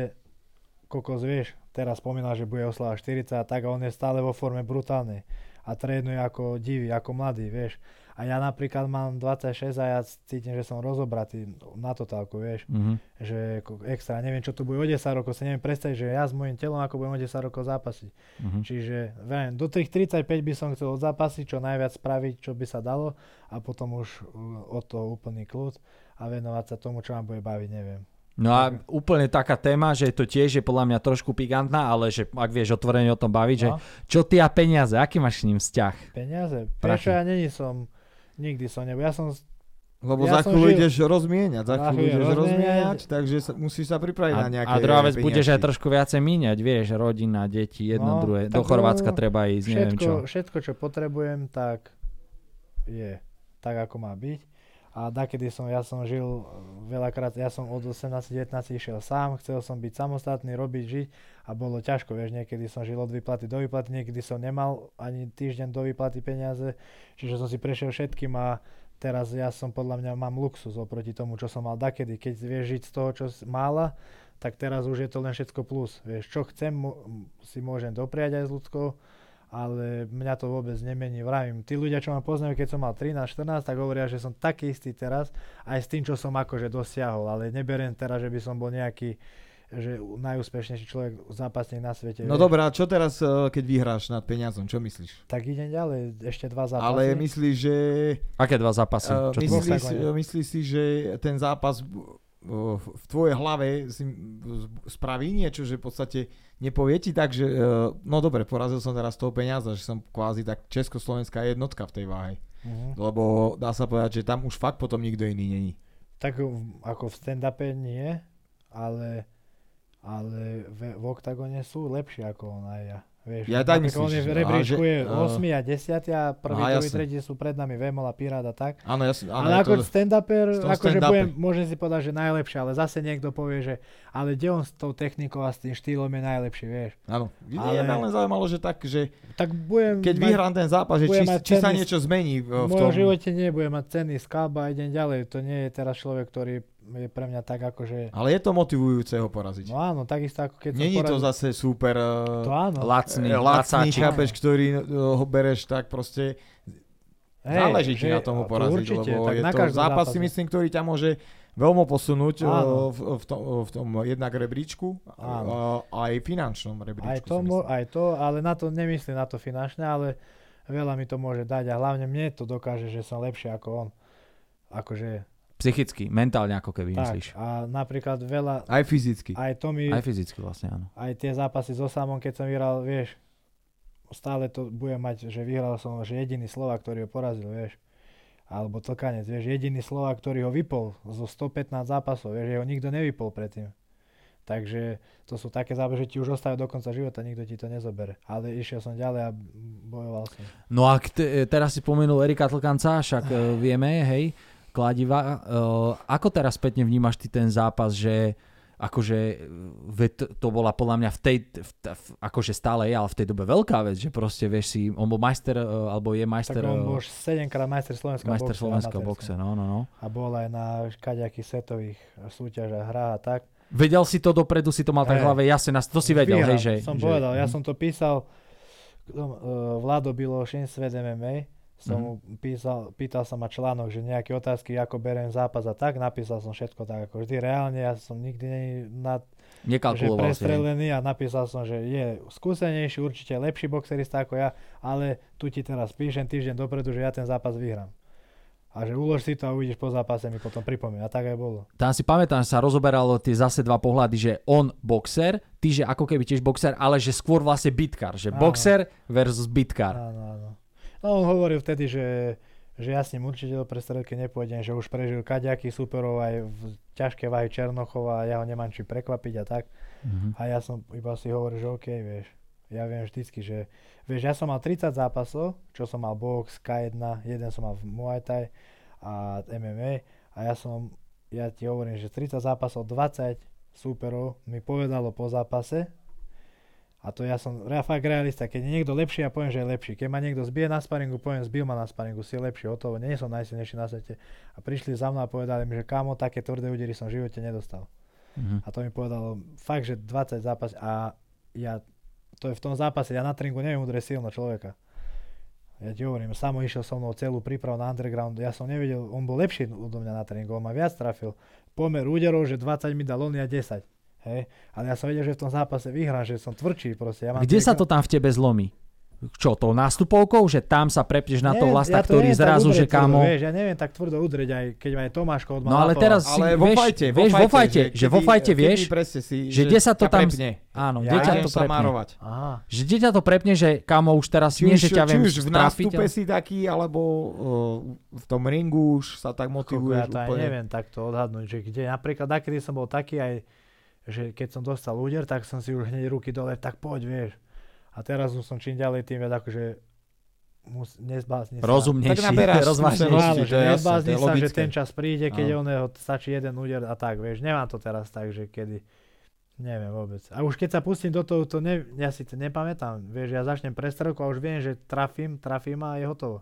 Speaker 5: kokos, vieš, teraz spomínal, že bude oslava 40 a tak a on je stále vo forme brutálnej a trénuje ako divý, ako mladý, vieš. A ja napríklad mám 26 a ja cítim, že som rozobratý na totálku, vieš
Speaker 2: Mhm.
Speaker 5: že ako extra, neviem čo tu bude o 10 rokov, si neviem predstaviť, že ja s mojim telom ako budem o 10 rokov zápasiť.
Speaker 2: Mhm.
Speaker 5: Čiže viem, do tých 35 by som chcel odzápasiť, čo najviac spraviť, čo by sa dalo a potom už uh, od toho úplný kľud a venovať sa tomu, čo ma bude baviť, neviem.
Speaker 2: No a úplne taká téma, že to tiež je podľa mňa trošku pikantná, ale že ak vieš otvorene o tom baviť, že
Speaker 5: No.
Speaker 2: čo ty a peniaze, aký máš s ním vzťah?
Speaker 5: Peniaze?
Speaker 2: Prachy.
Speaker 5: Prečo ja není som, nikdy som nebol, ja som,
Speaker 4: Lebo
Speaker 5: Ja
Speaker 4: za
Speaker 5: som
Speaker 4: chvíľu
Speaker 5: žil-
Speaker 4: ideš rozmieniať, za
Speaker 5: Za
Speaker 4: chvíľu
Speaker 5: chvíľu
Speaker 4: ideš
Speaker 5: rozmieniať.
Speaker 4: rozmieniať, takže sa, musíš sa pripraviť na nejaké
Speaker 2: a druhá vec,
Speaker 4: peniažky.
Speaker 2: budeš aj trošku viacej míňať, vieš, rodina, deti, jedno,
Speaker 5: No,
Speaker 2: druhé. Do
Speaker 5: tak to-
Speaker 2: Chorvátska treba ísť, neviem čo.
Speaker 5: všetko, všetko, čo potrebujem, tak je tak, ako má byť. A dakedy som, ja som žil eh, veľakrát, ja som od 18-19 išiel sám, chcel som byť samostatný, robiť, žiť a bolo ťažko, vieš, niekedy som žil od výplaty do výplaty, niekedy som nemal ani týždeň do výplaty peniaze, čiže som si prešiel všetkým a teraz ja som podľa mňa mám luxus oproti tomu, čo som mal dakedy, keď vieš žiť z toho, čo si mála, tak teraz už je to len všetko plus, vieš, čo chcem, mo- m- si môžem dopriať aj s ľudskou, ale mňa to vôbec nemení. Vravím, tí ľudia, čo ma poznajú, keď som mal 13-14, tak hovoria, že som taký istý teraz, aj s tým, čo som akože dosiahol, ale neberiem teraz, že by som bol nejaký že najúspešnejší človek zápasník na svete.
Speaker 4: No
Speaker 5: vieš.
Speaker 4: dobrá, čo teraz, eh, keď vyhráš nad peniazom, čo myslíš?
Speaker 5: Tak idem ďalej, ešte dva zápasy.
Speaker 4: Ale myslíš, že...
Speaker 2: Aké dva zápasy?
Speaker 4: eh,
Speaker 2: Čo to
Speaker 5: myslím-
Speaker 2: bolo?
Speaker 4: myslíš,
Speaker 5: bolo?
Speaker 4: myslíš si, že ten zápas eh, v tvojej hlave si eh, spraví niečo, že v podstate nepovie ti tak, že eh, no dobre, porazil som teraz toho peniaza, že som kvázi tak československá jednotka v tej váhe.
Speaker 5: Mhm.
Speaker 4: Lebo dá sa povedať, že tam už fakt potom nikto iný není.
Speaker 5: Tak v- ako v stand-upe nie, ale, ale v, v oktagone sú lepší ako on aj ja. Vieš,
Speaker 4: Ja tak
Speaker 5: napríklad
Speaker 4: myslím,
Speaker 5: on je
Speaker 4: že-
Speaker 5: v
Speaker 4: a
Speaker 5: rebríčku
Speaker 4: že-
Speaker 5: je
Speaker 4: a-
Speaker 5: 8 a 10 a prvý,
Speaker 4: Á,
Speaker 5: druhý,
Speaker 4: jasne.
Speaker 5: tretí sú pred nami Vemola, Pirát a tak.
Speaker 4: Áno, ja si... áno, ja
Speaker 5: Ale ako stand-uper,
Speaker 4: v tom
Speaker 5: akože
Speaker 4: stand-upe.
Speaker 5: budem, môžem si povedať, že najlepšie, ale zase niekto povie, že ale kde on s tou technikou a s tým štýlom je najlepší, vieš.
Speaker 4: Áno. Ale...
Speaker 5: Ale-
Speaker 4: Ja ma len zaujímalo, že tak, že
Speaker 5: Tak budem
Speaker 4: keď
Speaker 5: mať-
Speaker 4: vyhrám ten zápas, že či,
Speaker 5: budem mať
Speaker 4: či sa
Speaker 5: tenis-
Speaker 4: niečo zmení v, v
Speaker 5: v
Speaker 4: tom...
Speaker 5: mojom živote nebude mať ceny skalba a idem ďalej. To nie je teraz človek, ktorý je pre mňa tak akože...
Speaker 4: Ale je to motivujúce ho poraziť.
Speaker 5: No áno, takisto ako keď som
Speaker 4: Není to
Speaker 5: porazil-
Speaker 4: zase super
Speaker 5: To
Speaker 4: uh,
Speaker 5: áno.
Speaker 2: Eh, Lacný,
Speaker 4: lacný,
Speaker 2: lacáčik.
Speaker 4: chápeš, ktorý eh, ho bereš tak proste. záleží ti na
Speaker 5: že-
Speaker 4: tomu
Speaker 5: to
Speaker 4: poraziť,
Speaker 5: určite,
Speaker 4: lebo
Speaker 5: tak
Speaker 4: je
Speaker 5: na
Speaker 4: to
Speaker 5: každom
Speaker 4: zápas si
Speaker 5: zápase.
Speaker 4: myslím, ktorý ťa môže veľmi posunúť eh,
Speaker 5: Áno.
Speaker 4: v, v, tom, v tom jednak rebríčku,
Speaker 5: Áno.
Speaker 4: eh, aj finančnom rebríčku.
Speaker 5: Aj
Speaker 4: si
Speaker 5: to,
Speaker 4: myslím.
Speaker 5: mo- aj to, ale na to nemyslím, na to finančné, ale veľa mi to môže dať a hlavne mne to dokáže, že som lepší ako on. Akože,
Speaker 2: Psychicky, mentálne ako keby
Speaker 5: tak.
Speaker 2: myslíš.
Speaker 5: A napríklad veľa,
Speaker 4: Aj fyzicky.
Speaker 5: aj to mi,
Speaker 2: Aj fyzicky vlastne, áno.
Speaker 5: aj tie zápasy so Samom, keď som vyhral, vieš, stále to budem mať, že vyhral som, že jediný Slovak, ktorý ho porazil, vieš. Alebo Tlkanec, vieš, jediný Slovak, ktorý ho vypol zo 115 zápasov, vieš, že ho nikto nevypol predtým. Takže to sú také zábehy, že ti už ostávajú do konca života, nikto ti to nezobere. Ale išiel som ďalej a bojoval som.
Speaker 2: No a te, teraz si spomenul Erika Tlkanca, však eh, vieme, hej, kladiva. Eh, ako teraz spätne vnímaš ty ten zápas, že akože eh, veď to bola podľa mňa v tej, v, v, akože stále je, ale v tej dobe veľká vec, že proste vieš si, on bol majster, eh, alebo je majster,
Speaker 5: Tak on
Speaker 2: eh,
Speaker 5: bol 7 krát majster Slovenska v
Speaker 2: majster
Speaker 5: boxe,
Speaker 2: Slovenska v boxe,
Speaker 5: amatérskom.
Speaker 2: no, no, no.
Speaker 5: A bol aj na kaďakých setových súťažach, hrách a tak.
Speaker 2: Vedel si to dopredu, si to mal
Speaker 4: Eh,
Speaker 2: tak v
Speaker 5: Hej.
Speaker 2: hlave, jasne, nás- to si vedel, hej,
Speaker 5: Vyhral,
Speaker 2: že...
Speaker 5: Som
Speaker 2: že, Mhm.
Speaker 5: povedal, ja som to písal, som, eh, Vlado Bilošin, Svet MMA, som
Speaker 2: Mhm.
Speaker 5: mu písal, pýtal sa ma článok, že nejaké otázky, ako berem zápas a tak, napísal som všetko tak ako vždy, reálne, ja som nikdy nie, na, že
Speaker 2: Nekalkuloval si. hej.
Speaker 5: prestrelený a napísal som, že je skúsenejší, určite lepší boxerista ako ja, ale tu ti teraz píšem týždeň dopredu, že ja ten zápas vyhrám. A že ulož si to a uvidíš po zápase mi potom pripomína. A tak aj bolo.
Speaker 2: tam si pamätám, že sa rozoberalo tie zase dva pohľady, že on boxer, ty že ako keby tiež boxer, ale že skôr vlastne bitkár, že
Speaker 5: Áno.
Speaker 2: boxer versus bitkár.
Speaker 5: Áno, áno. No on hovoril vtedy, že, že ja s ním určite do prestrelky nepôjdem, že už prežil kaďaký superov aj v ťažké váhy Černochova a ja ho nemám či prekvapiť a tak.
Speaker 2: Mhm.
Speaker 5: A ja som iba si hovoril, že OK, vieš. Ja viem vždycky, že... Vieš, ja som mal 30 zápasov, čo som mal box, K1, jeden som mal v Muay Thai a MMA a ja som, ja ti hovorím, že 30 zápasov, 20 súperov mi povedalo po zápase a to ja som re- fakt realista, keď je niekto lepší, ja poviem, že je lepší. Keď ma niekto zbije na sparingu, poviem, zbil ma na sparingu, si lepší, hotovo, nie som najsilnejší na svete. A prišli za mnou a povedali mi, že kámo, také tvrdé údery som v živote nedostal.
Speaker 2: Mhm.
Speaker 5: A to mi povedalo fakt, že 20 zápas a ja, to je v tom zápase, ja na tringu neviem udrieť silno človeka. Ja ti hovorím, samo išiel so mnou celú prípravu na underground, ja som nevedel, on bol lepší odo mňa na tréningu, on ma viac trafil. Pomer úderov, že 20 mi dal on ja 10. Hej, ale ja som vedel, že v tom zápase vyhrám, že som tvrdší proste. Ja mám
Speaker 2: Kde sa
Speaker 5: trikrát-
Speaker 2: to tam v tebe zlomí? Čo, tou nástupovkou, že tam sa prepneš na to
Speaker 5: Neviem,
Speaker 2: vlasta,
Speaker 5: ja to
Speaker 2: ktorý
Speaker 5: neviem tak
Speaker 2: zrazu,
Speaker 5: udrieť
Speaker 2: že
Speaker 5: tvrdo,
Speaker 2: kámo...
Speaker 5: Vieš, ja neviem tak tvrdo udrieť, aj keď ma aj Tomáško odmal.
Speaker 2: No ale teraz si,
Speaker 4: Ale
Speaker 2: vieš,
Speaker 4: vo fajte,
Speaker 2: vieš, vo fajte, že vo
Speaker 4: kedy-
Speaker 2: fajte
Speaker 4: kedy
Speaker 2: vieš,
Speaker 4: presne si,
Speaker 2: že kde sa to
Speaker 4: ťa
Speaker 2: tam-
Speaker 4: prepne.
Speaker 2: áno,
Speaker 5: Ja
Speaker 2: kde ťa
Speaker 4: idem
Speaker 2: to
Speaker 4: sa
Speaker 2: prepne.
Speaker 4: marovať.
Speaker 5: Aha,
Speaker 2: Že kde ťa to prepne, že kámo, už teraz
Speaker 4: Či
Speaker 2: nie,
Speaker 4: už,
Speaker 2: že ťa
Speaker 4: či
Speaker 2: viem
Speaker 4: už v
Speaker 2: strafiť.
Speaker 4: nástupe si taký, alebo uh, v tom ringu už sa tak
Speaker 5: Koľko ja
Speaker 4: motivuješ
Speaker 5: to aj
Speaker 4: úplne.
Speaker 5: neviem takto odhadnúť, že kde. Napríklad nakedy som bol taký aj, že keď som dostal úder, tak som si už hneď ruky dole, tak poď, vieš. A teraz už som čím ďalej, tým viac akože mus, nezblázni sa.
Speaker 4: Tak
Speaker 2: Rozumnejší,
Speaker 4: naberáš
Speaker 2: rozvážnejší.
Speaker 4: skúsenosti.
Speaker 5: <laughs> Áno,
Speaker 4: to
Speaker 5: že
Speaker 4: je jasné,
Speaker 5: nezblázni
Speaker 4: to je
Speaker 5: sa, že
Speaker 4: logické.
Speaker 5: ten čas príde, keď
Speaker 4: Áno.
Speaker 5: on jeho stačí jeden úder a tak, vieš. Nemám to teraz tak, že kedy Neviem vôbec. A už keď sa pustím do toho, to ne, ja si to nepamätám. Vieš, ja začnem prestrelku a už viem, že trafím, trafím a je hotovo.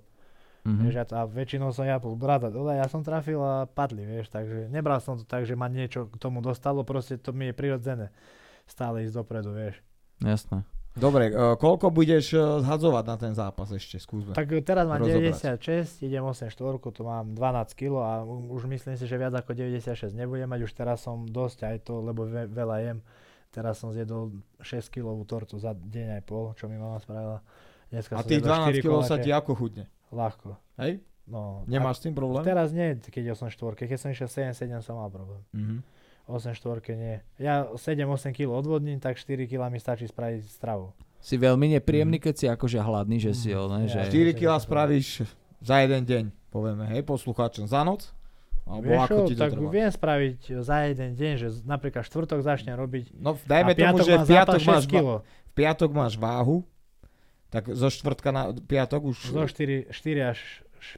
Speaker 5: Vieš,
Speaker 2: Mhm.
Speaker 5: a, to- a väčšinou som ja bol brada dole, ja som trafil a padli, vieš, takže nebral som to tak, že ma niečo k tomu dostalo, proste to mi je prirodzené stále ísť dopredu, vieš.
Speaker 2: Jasné.
Speaker 4: Dobre, e, koľko budeš e, zhadzovať na ten zápas ešte? Skúsme.
Speaker 5: Tak e, teraz mám
Speaker 4: Rozobrať.
Speaker 5: 96, idem 84, to mám 12 kg a u- už myslím si, že viac ako 96 nebudem mať, už teraz som dosť aj to, lebo ve- veľa jem. Teraz som zjedol 6 kilovú tortu za deň aj pol, čo mi mama spravila. Dneska
Speaker 4: A
Speaker 5: som
Speaker 4: tých
Speaker 5: zjedol
Speaker 4: 12
Speaker 5: štyri
Speaker 4: kg sa
Speaker 5: koláče.
Speaker 4: ti ako chudne?
Speaker 5: Ľahko.
Speaker 4: Hej?
Speaker 5: No,
Speaker 4: Nemáš s tým
Speaker 5: a-
Speaker 4: problém?
Speaker 5: Teraz nie, keď 84, keď som išiel 7-7 som mal problém.
Speaker 4: Mhm.
Speaker 5: 8-4 nie. Ja 7-8 kg odvodním, tak 4 kg mi stačí spraviť stravu.
Speaker 2: Si veľmi nepríjemný,
Speaker 4: Mhm.
Speaker 2: keď si akože hladný, že si ho, ne,
Speaker 5: Ja.
Speaker 2: že...
Speaker 4: 4 kg spravíš za jeden deň, povieme, hej, poslucháčom, za noc? Alebo
Speaker 5: Vieš
Speaker 4: ako
Speaker 5: čo,
Speaker 4: ti to
Speaker 5: tak
Speaker 4: trvá?
Speaker 5: viem spraviť za jeden deň, že z- napríklad štvrtok začnem robiť
Speaker 4: No dajme
Speaker 5: a
Speaker 4: tomu,
Speaker 5: piatok
Speaker 4: že v
Speaker 5: mám
Speaker 4: piatok,
Speaker 5: zápas
Speaker 4: máš
Speaker 5: 6
Speaker 4: va-
Speaker 5: kg.
Speaker 4: v piatok máš váhu, tak zo štvrtka na piatok už...
Speaker 5: Zo 4, 4 až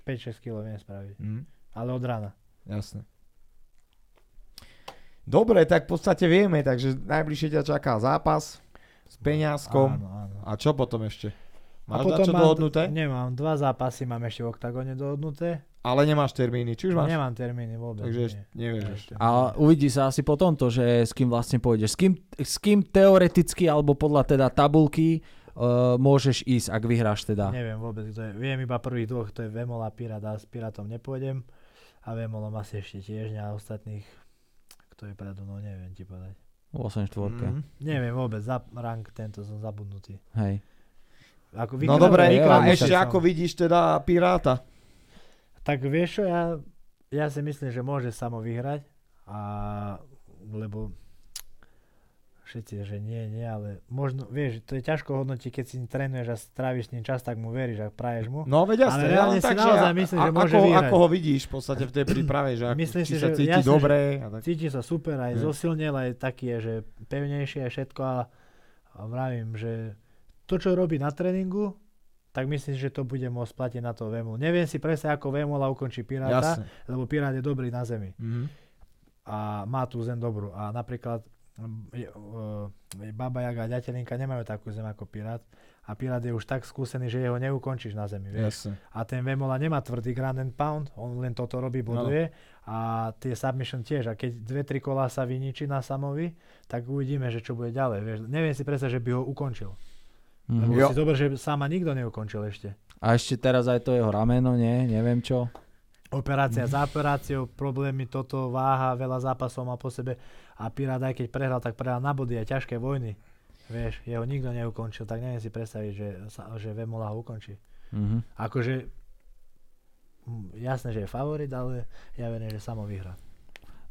Speaker 5: 5-6 kg viem spraviť.
Speaker 4: Mhm,
Speaker 5: Ale od rána.
Speaker 4: jasne. Dobre, tak v podstate vieme, takže najbližšie ťa čaká zápas s peňazkom.
Speaker 5: Áno, áno.
Speaker 4: A čo potom ešte? Máš
Speaker 5: A potom
Speaker 4: na čo
Speaker 5: mám-
Speaker 4: dohodnuté?
Speaker 5: Nemám, dva zápasy mám ešte v oktagóne dohodnuté.
Speaker 4: Ale nemáš termíny, či už máš?
Speaker 5: Nemám termíny vôbec.
Speaker 4: Takže ešte
Speaker 5: nie.
Speaker 4: nevieš ešte.
Speaker 2: A uvidí sa asi po tomto, že s kým vlastne pôjdeš. S kým, s kým teoreticky, alebo podľa teda tabulky, uh, môžeš ísť, ak vyhráš teda.
Speaker 5: Neviem vôbec, kto je. Viem iba prvých dvoch, to je Vemol a Pirát a s Pirátom nepôjdem. A Vemolom asi ešte tiež, ne, a ostatných, kto je predo mnou, neviem ti povedať.
Speaker 2: V 8
Speaker 5: Mm.
Speaker 4: Mhm.
Speaker 5: Neviem vôbec, za rank tento som zabudnutý.
Speaker 2: Hej.
Speaker 5: Ako
Speaker 4: No dobre,
Speaker 5: vykradnutý
Speaker 4: a
Speaker 5: som.
Speaker 4: ešte ako vidíš teda Piráta?
Speaker 5: Tak vieš čo, ja, ja si myslím, že môže samo vyhrať. A lebo všetci, že nie, nie, ale možno, vieš, to je ťažko hodnotiť, keď si trénuješ a stráviš s ním čas, tak mu veríš a praješ mu.
Speaker 4: No veď jasne,
Speaker 5: Ale
Speaker 4: ja
Speaker 5: reálne
Speaker 4: len
Speaker 5: si
Speaker 4: tak, že
Speaker 5: naozaj
Speaker 4: a-
Speaker 5: myslím,
Speaker 4: a-
Speaker 5: že môže
Speaker 4: ako,
Speaker 5: vyhrať.
Speaker 4: ako ho vidíš v podstate v tej príprave, že ako,
Speaker 5: Myslím
Speaker 4: či
Speaker 5: si,
Speaker 4: sa
Speaker 5: že-
Speaker 4: cíti
Speaker 5: jasne, že-
Speaker 4: dobre a tak.
Speaker 5: Cíti sa super, aj
Speaker 4: Hej.
Speaker 5: zosilnil, aj taký je, že pevnejšie a všetko a, a vravím, že to, čo robí na tréningu, tak myslím, že to bude môcť platiť na to Vemol. Neviem si presne, ako Vemola ukončí Piráta, No
Speaker 4: Jasne.
Speaker 5: lebo Pirát je dobrý na zemi.
Speaker 4: Mhm.
Speaker 5: a má tú zem dobrú. A napríklad m, je, e, Baba Jaga a Ďatelinka nemajú takú zem ako Pirát a Pirát je už tak skúsený, že jeho neukončíš na zemi. Vieš?
Speaker 4: Jasne.
Speaker 5: A ten Vemola nemá tvrdý ground and pound, on len toto robí, boduje a tie submission tiež. A keď dve, tri kolá sa vyničí na samovi, tak uvidíme, že čo bude ďalej. Vieš? Neviem si predstaviť, že by ho ukončil.
Speaker 2: Mhm.
Speaker 5: Lebo
Speaker 4: Jo.
Speaker 5: si zober, že sama nikto neukončil ešte.
Speaker 2: A ešte teraz aj to jeho rameno, nie? Neviem čo.
Speaker 5: Operácia za operáciou, problémy, toto, váha, veľa zápasov má po sebe a Pirát aj keď prehral, tak prehral na body a ťažké vojny. Vieš, jeho nikto neukončil, tak neviem si predstaviť, že, sa- že Vemola ho ukončí.
Speaker 2: Mhm.
Speaker 5: Akože, mm, jasné, že je favorit, ale ja verím, že samo vyhrá.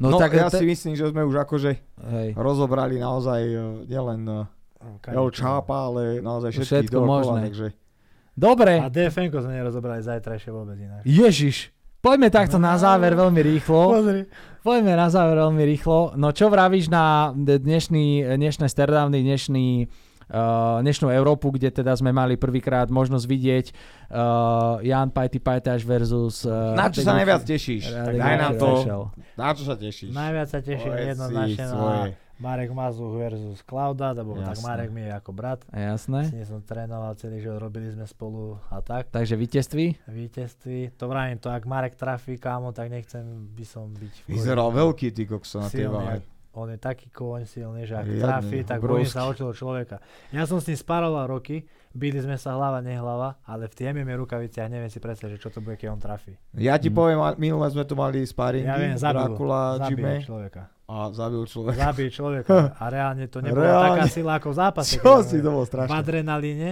Speaker 4: No, tak ja
Speaker 2: te-
Speaker 4: si myslím, že sme už akože
Speaker 2: hej.
Speaker 4: rozobrali naozaj e, nielen e, El Čápa, ale naozaj všetkých
Speaker 2: Všetko možné.
Speaker 4: dookola, takže
Speaker 2: Dobre,
Speaker 5: A dfn sme nerozobrali zajtrajšie vôbec inak.
Speaker 2: Ježiš, poďme takto na záver veľmi rýchlo.
Speaker 5: Pozri.
Speaker 2: Poďme na záver veľmi rýchlo. No čo vravíš na d- dnešný, dnešné Sterdavny, dnešný eh, dnešnú Európu, kde teda sme mali prvýkrát možnosť vidieť eh, Jan Pajty Pajtaš versus... eh,
Speaker 4: na čo sa najviac tešíš?
Speaker 2: Radek
Speaker 4: Tak daj nám to,
Speaker 2: Rešel.
Speaker 4: na čo sa tešíš?
Speaker 5: Najviac sa teším
Speaker 4: Povedz si
Speaker 5: jednoznačne
Speaker 2: no
Speaker 4: svoje.
Speaker 5: na Marek Mazuch versus Klauda, lebo tak
Speaker 4: Jasné.
Speaker 5: Marek mi je ako brat.
Speaker 2: Jasné.
Speaker 5: S ním som trénoval celý život, robili sme spolu a tak.
Speaker 2: Takže víťazství.
Speaker 5: Víťazství, to vravím, to ak Marek trafí kámo, tak nechcem by som byť v kôži.
Speaker 4: Vyzeral veľký ty kokso na
Speaker 5: Silný,
Speaker 4: teba.
Speaker 5: ak- On je taký koň silný, že ak
Speaker 4: Riadne,
Speaker 5: trafí, tak bojím
Speaker 4: obrovský.
Speaker 5: sa o toho človeka. Ja som s ním sparoval roky, byli sme sa hlava, nehlava, ale v tie MMA rukaviciach neviem si predstaviť, že čo to bude, keď on trafí.
Speaker 4: Ja
Speaker 2: Mm.
Speaker 4: ti poviem, a- minule sme tu mali sparingy,
Speaker 5: Ja viem, zabil,
Speaker 4: Dracula, Jimmy
Speaker 5: zabil človeka.
Speaker 4: a zabil človek.
Speaker 5: Zabije človeka. A reálne to nebola
Speaker 4: Reálne.
Speaker 5: taká sila ako v zápase. keď
Speaker 4: Čo
Speaker 5: hovorím.
Speaker 4: si to bolo
Speaker 5: v
Speaker 4: strašné?
Speaker 5: adrenalíne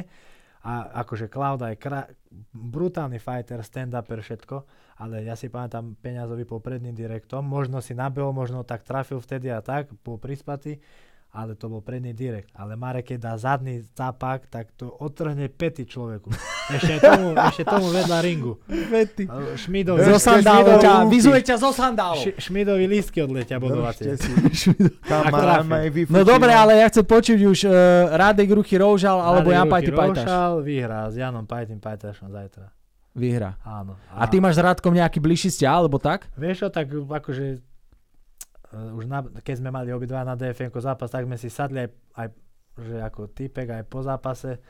Speaker 5: a akože Klauda je kra- brutálny fighter, stand-upper, všetko, ale ja si pamätám Peňazovi po predným direktom, možno si nabehol, možno tak trafil vtedy a tak, po prispatý, ale to bol predný direkt. Ale Marek, keď dá zadný zápak, tak to otrhne pety človeku. Ešte aj tomu, ešte tomu vedľa ringu.
Speaker 4: Vety.
Speaker 5: A Šmidovi,
Speaker 2: Zo
Speaker 4: Držte
Speaker 2: sandálu
Speaker 4: si do
Speaker 2: ťa,
Speaker 4: ruky.
Speaker 2: vyzuje ťa zo sandálu.
Speaker 5: š- šmidovi lístky odletia bodovacie.
Speaker 2: <laughs>
Speaker 4: Držte si. Tam
Speaker 5: Ak trafí.
Speaker 4: máme aj vyfučené.
Speaker 2: No dobre, ale ja chcem počuť už uh, Radek Ruchy Roužal No, alebo Jan Pajty Pajtaš.
Speaker 5: Rošal vyhrá s Janom Pajtým Pajtašom zajtra.
Speaker 2: Vyhra.
Speaker 5: Áno.
Speaker 2: A ty máš s Radkom nejaký bližší vzťah, alebo tak?
Speaker 5: Vieš čo, tak akože e, už na, keď sme mali obidva na dfn zápas, tak sme si sadli aj, aj že ako typek aj po zápase.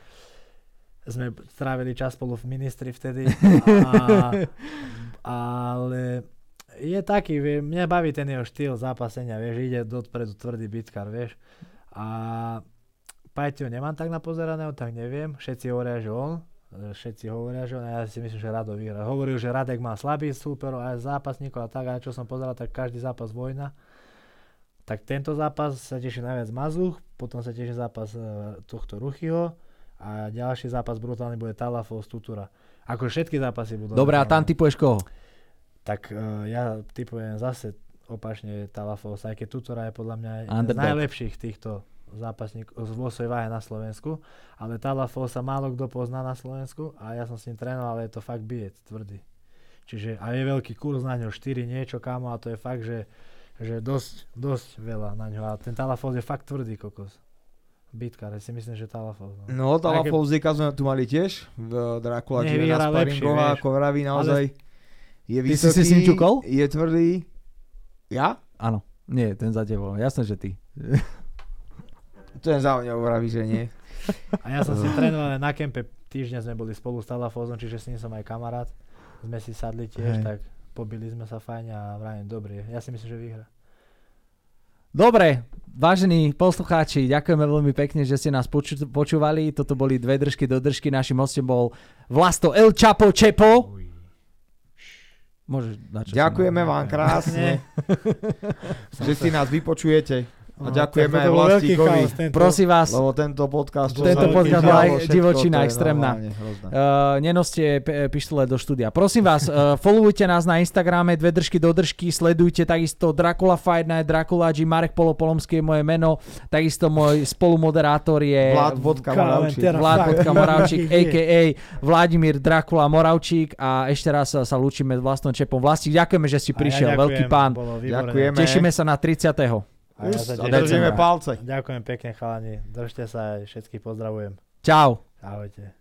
Speaker 5: Sme strávili čas spolu v ministri
Speaker 2: <laughs>
Speaker 5: vtedy. A, ale je taký, vie, mňa baví ten jeho štýl zápasenia, vieš, ide dopredu tvrdý bitkar, vieš. A Pajťo nemám tak napozeraného, tak neviem. Všetci hovoria, že on. E, Všetci hovoria, že on. A ja si myslím, že Rado vyhrá. Hovoril, že Radek má slabý súperov aj zápasníkov a tak. A čo som pozeral, tak každý zápas vojna. Tak tento zápas sa teší najviac Mazuch, potom sa teší zápas e, tohto Ruchyho a ďalší zápas brutálny bude Talafo z Tutura. Ako všetky zápasy budú. no.
Speaker 2: Dobre, a tam
Speaker 5: brutálne.
Speaker 2: typuješ koho?
Speaker 5: Tak e, ja typujem zase opačne Talafos, aj keď Tutora je podľa mňa jeden z
Speaker 2: Underdog.
Speaker 5: najlepších týchto zápasníkov z vo svojej váhe na Slovensku, ale Talafo sa málo kto pozná na Slovensku a ja som s ním trénoval, ale je to fakt biec, tvrdý. Čiže a je veľký kurz na ňo, 4 niečo kamo a to je fakt, že, že dosť, dosť veľa na ňo a ten Talafos je fakt tvrdý kokos. Bitkar, ja si myslím, že Talafos. No.
Speaker 4: No, Tala
Speaker 5: Aké-
Speaker 4: Pauzika sme tu mali tiež, v Drakula
Speaker 5: Nech
Speaker 4: Živena
Speaker 5: vyhrá lepšie,
Speaker 4: Sparingová,
Speaker 5: vieš.
Speaker 4: ako vraví naozaj. Je
Speaker 2: Ty si si s ním ťukol?
Speaker 4: je tvrdý. Ja?
Speaker 2: Áno. Nie, ten za tebou. Jasné, že ty.
Speaker 4: Ten za mňa vraví, že nie.
Speaker 5: A ja som si trénoval na kempe, týždeň sme boli spolu s Talafózom, čiže s ním som aj kamarát. Sme si sadli
Speaker 2: Hej.
Speaker 5: tiež, tak pobili sme sa fajne a vrajím, dobrý, ja si myslím, že vyhra.
Speaker 2: Dobre, vážení poslucháči, ďakujeme veľmi pekne, že ste nás poču- počúvali. Toto boli dve držky do držky. Našim hostom bol Vlasto El Chapo Čepo. Môžeš dať, čo
Speaker 4: Ďakujeme
Speaker 2: si mal.
Speaker 4: vám krásne, <laughs> že si nás vypočujete. A
Speaker 2: No,
Speaker 4: ďakujeme
Speaker 5: tak
Speaker 4: aj
Speaker 5: toto bol veľký
Speaker 4: Vlastíkovi,
Speaker 5: chaos tento.
Speaker 2: Prosím vás,
Speaker 4: lebo tento podcast... čo
Speaker 2: Tento
Speaker 4: sa
Speaker 2: podcast
Speaker 4: vydialo,
Speaker 2: bola aj
Speaker 4: všetko,
Speaker 2: divočina
Speaker 4: to je
Speaker 2: extrémna.
Speaker 4: normálne hrozné.
Speaker 2: Uh, nenoste p- pištole do štúdia. Prosím vás, uh, <laughs> followujte nás na Instagrame, dve držky do držky, sledujte takisto Dracula Fight Night, Dracula G, Marek Polopolomský je moje meno, takisto môj spolumoderátor je
Speaker 4: Vlad Vodka Moravčík.
Speaker 5: Kalentera.
Speaker 2: Vlád Vodka Moravčík,
Speaker 5: Nie.
Speaker 2: a.k.a. Vladimír Dracula Moravčík a ešte raz sa, sa lúčime s vlastným čepom. Vlastník, ďakujeme, že si
Speaker 5: A ja
Speaker 2: prišiel,
Speaker 5: ďakujem,
Speaker 2: veľký pán.
Speaker 5: bolo výborné.
Speaker 4: Ďakujeme.
Speaker 2: Tešíme sa na 30.
Speaker 5: A ja sa
Speaker 4: A
Speaker 5: teším.
Speaker 4: držíme palce.
Speaker 5: Ďakujem pekne chalani, držte sa aj, všetkých pozdravujem.
Speaker 2: Čau.
Speaker 5: Ahojte.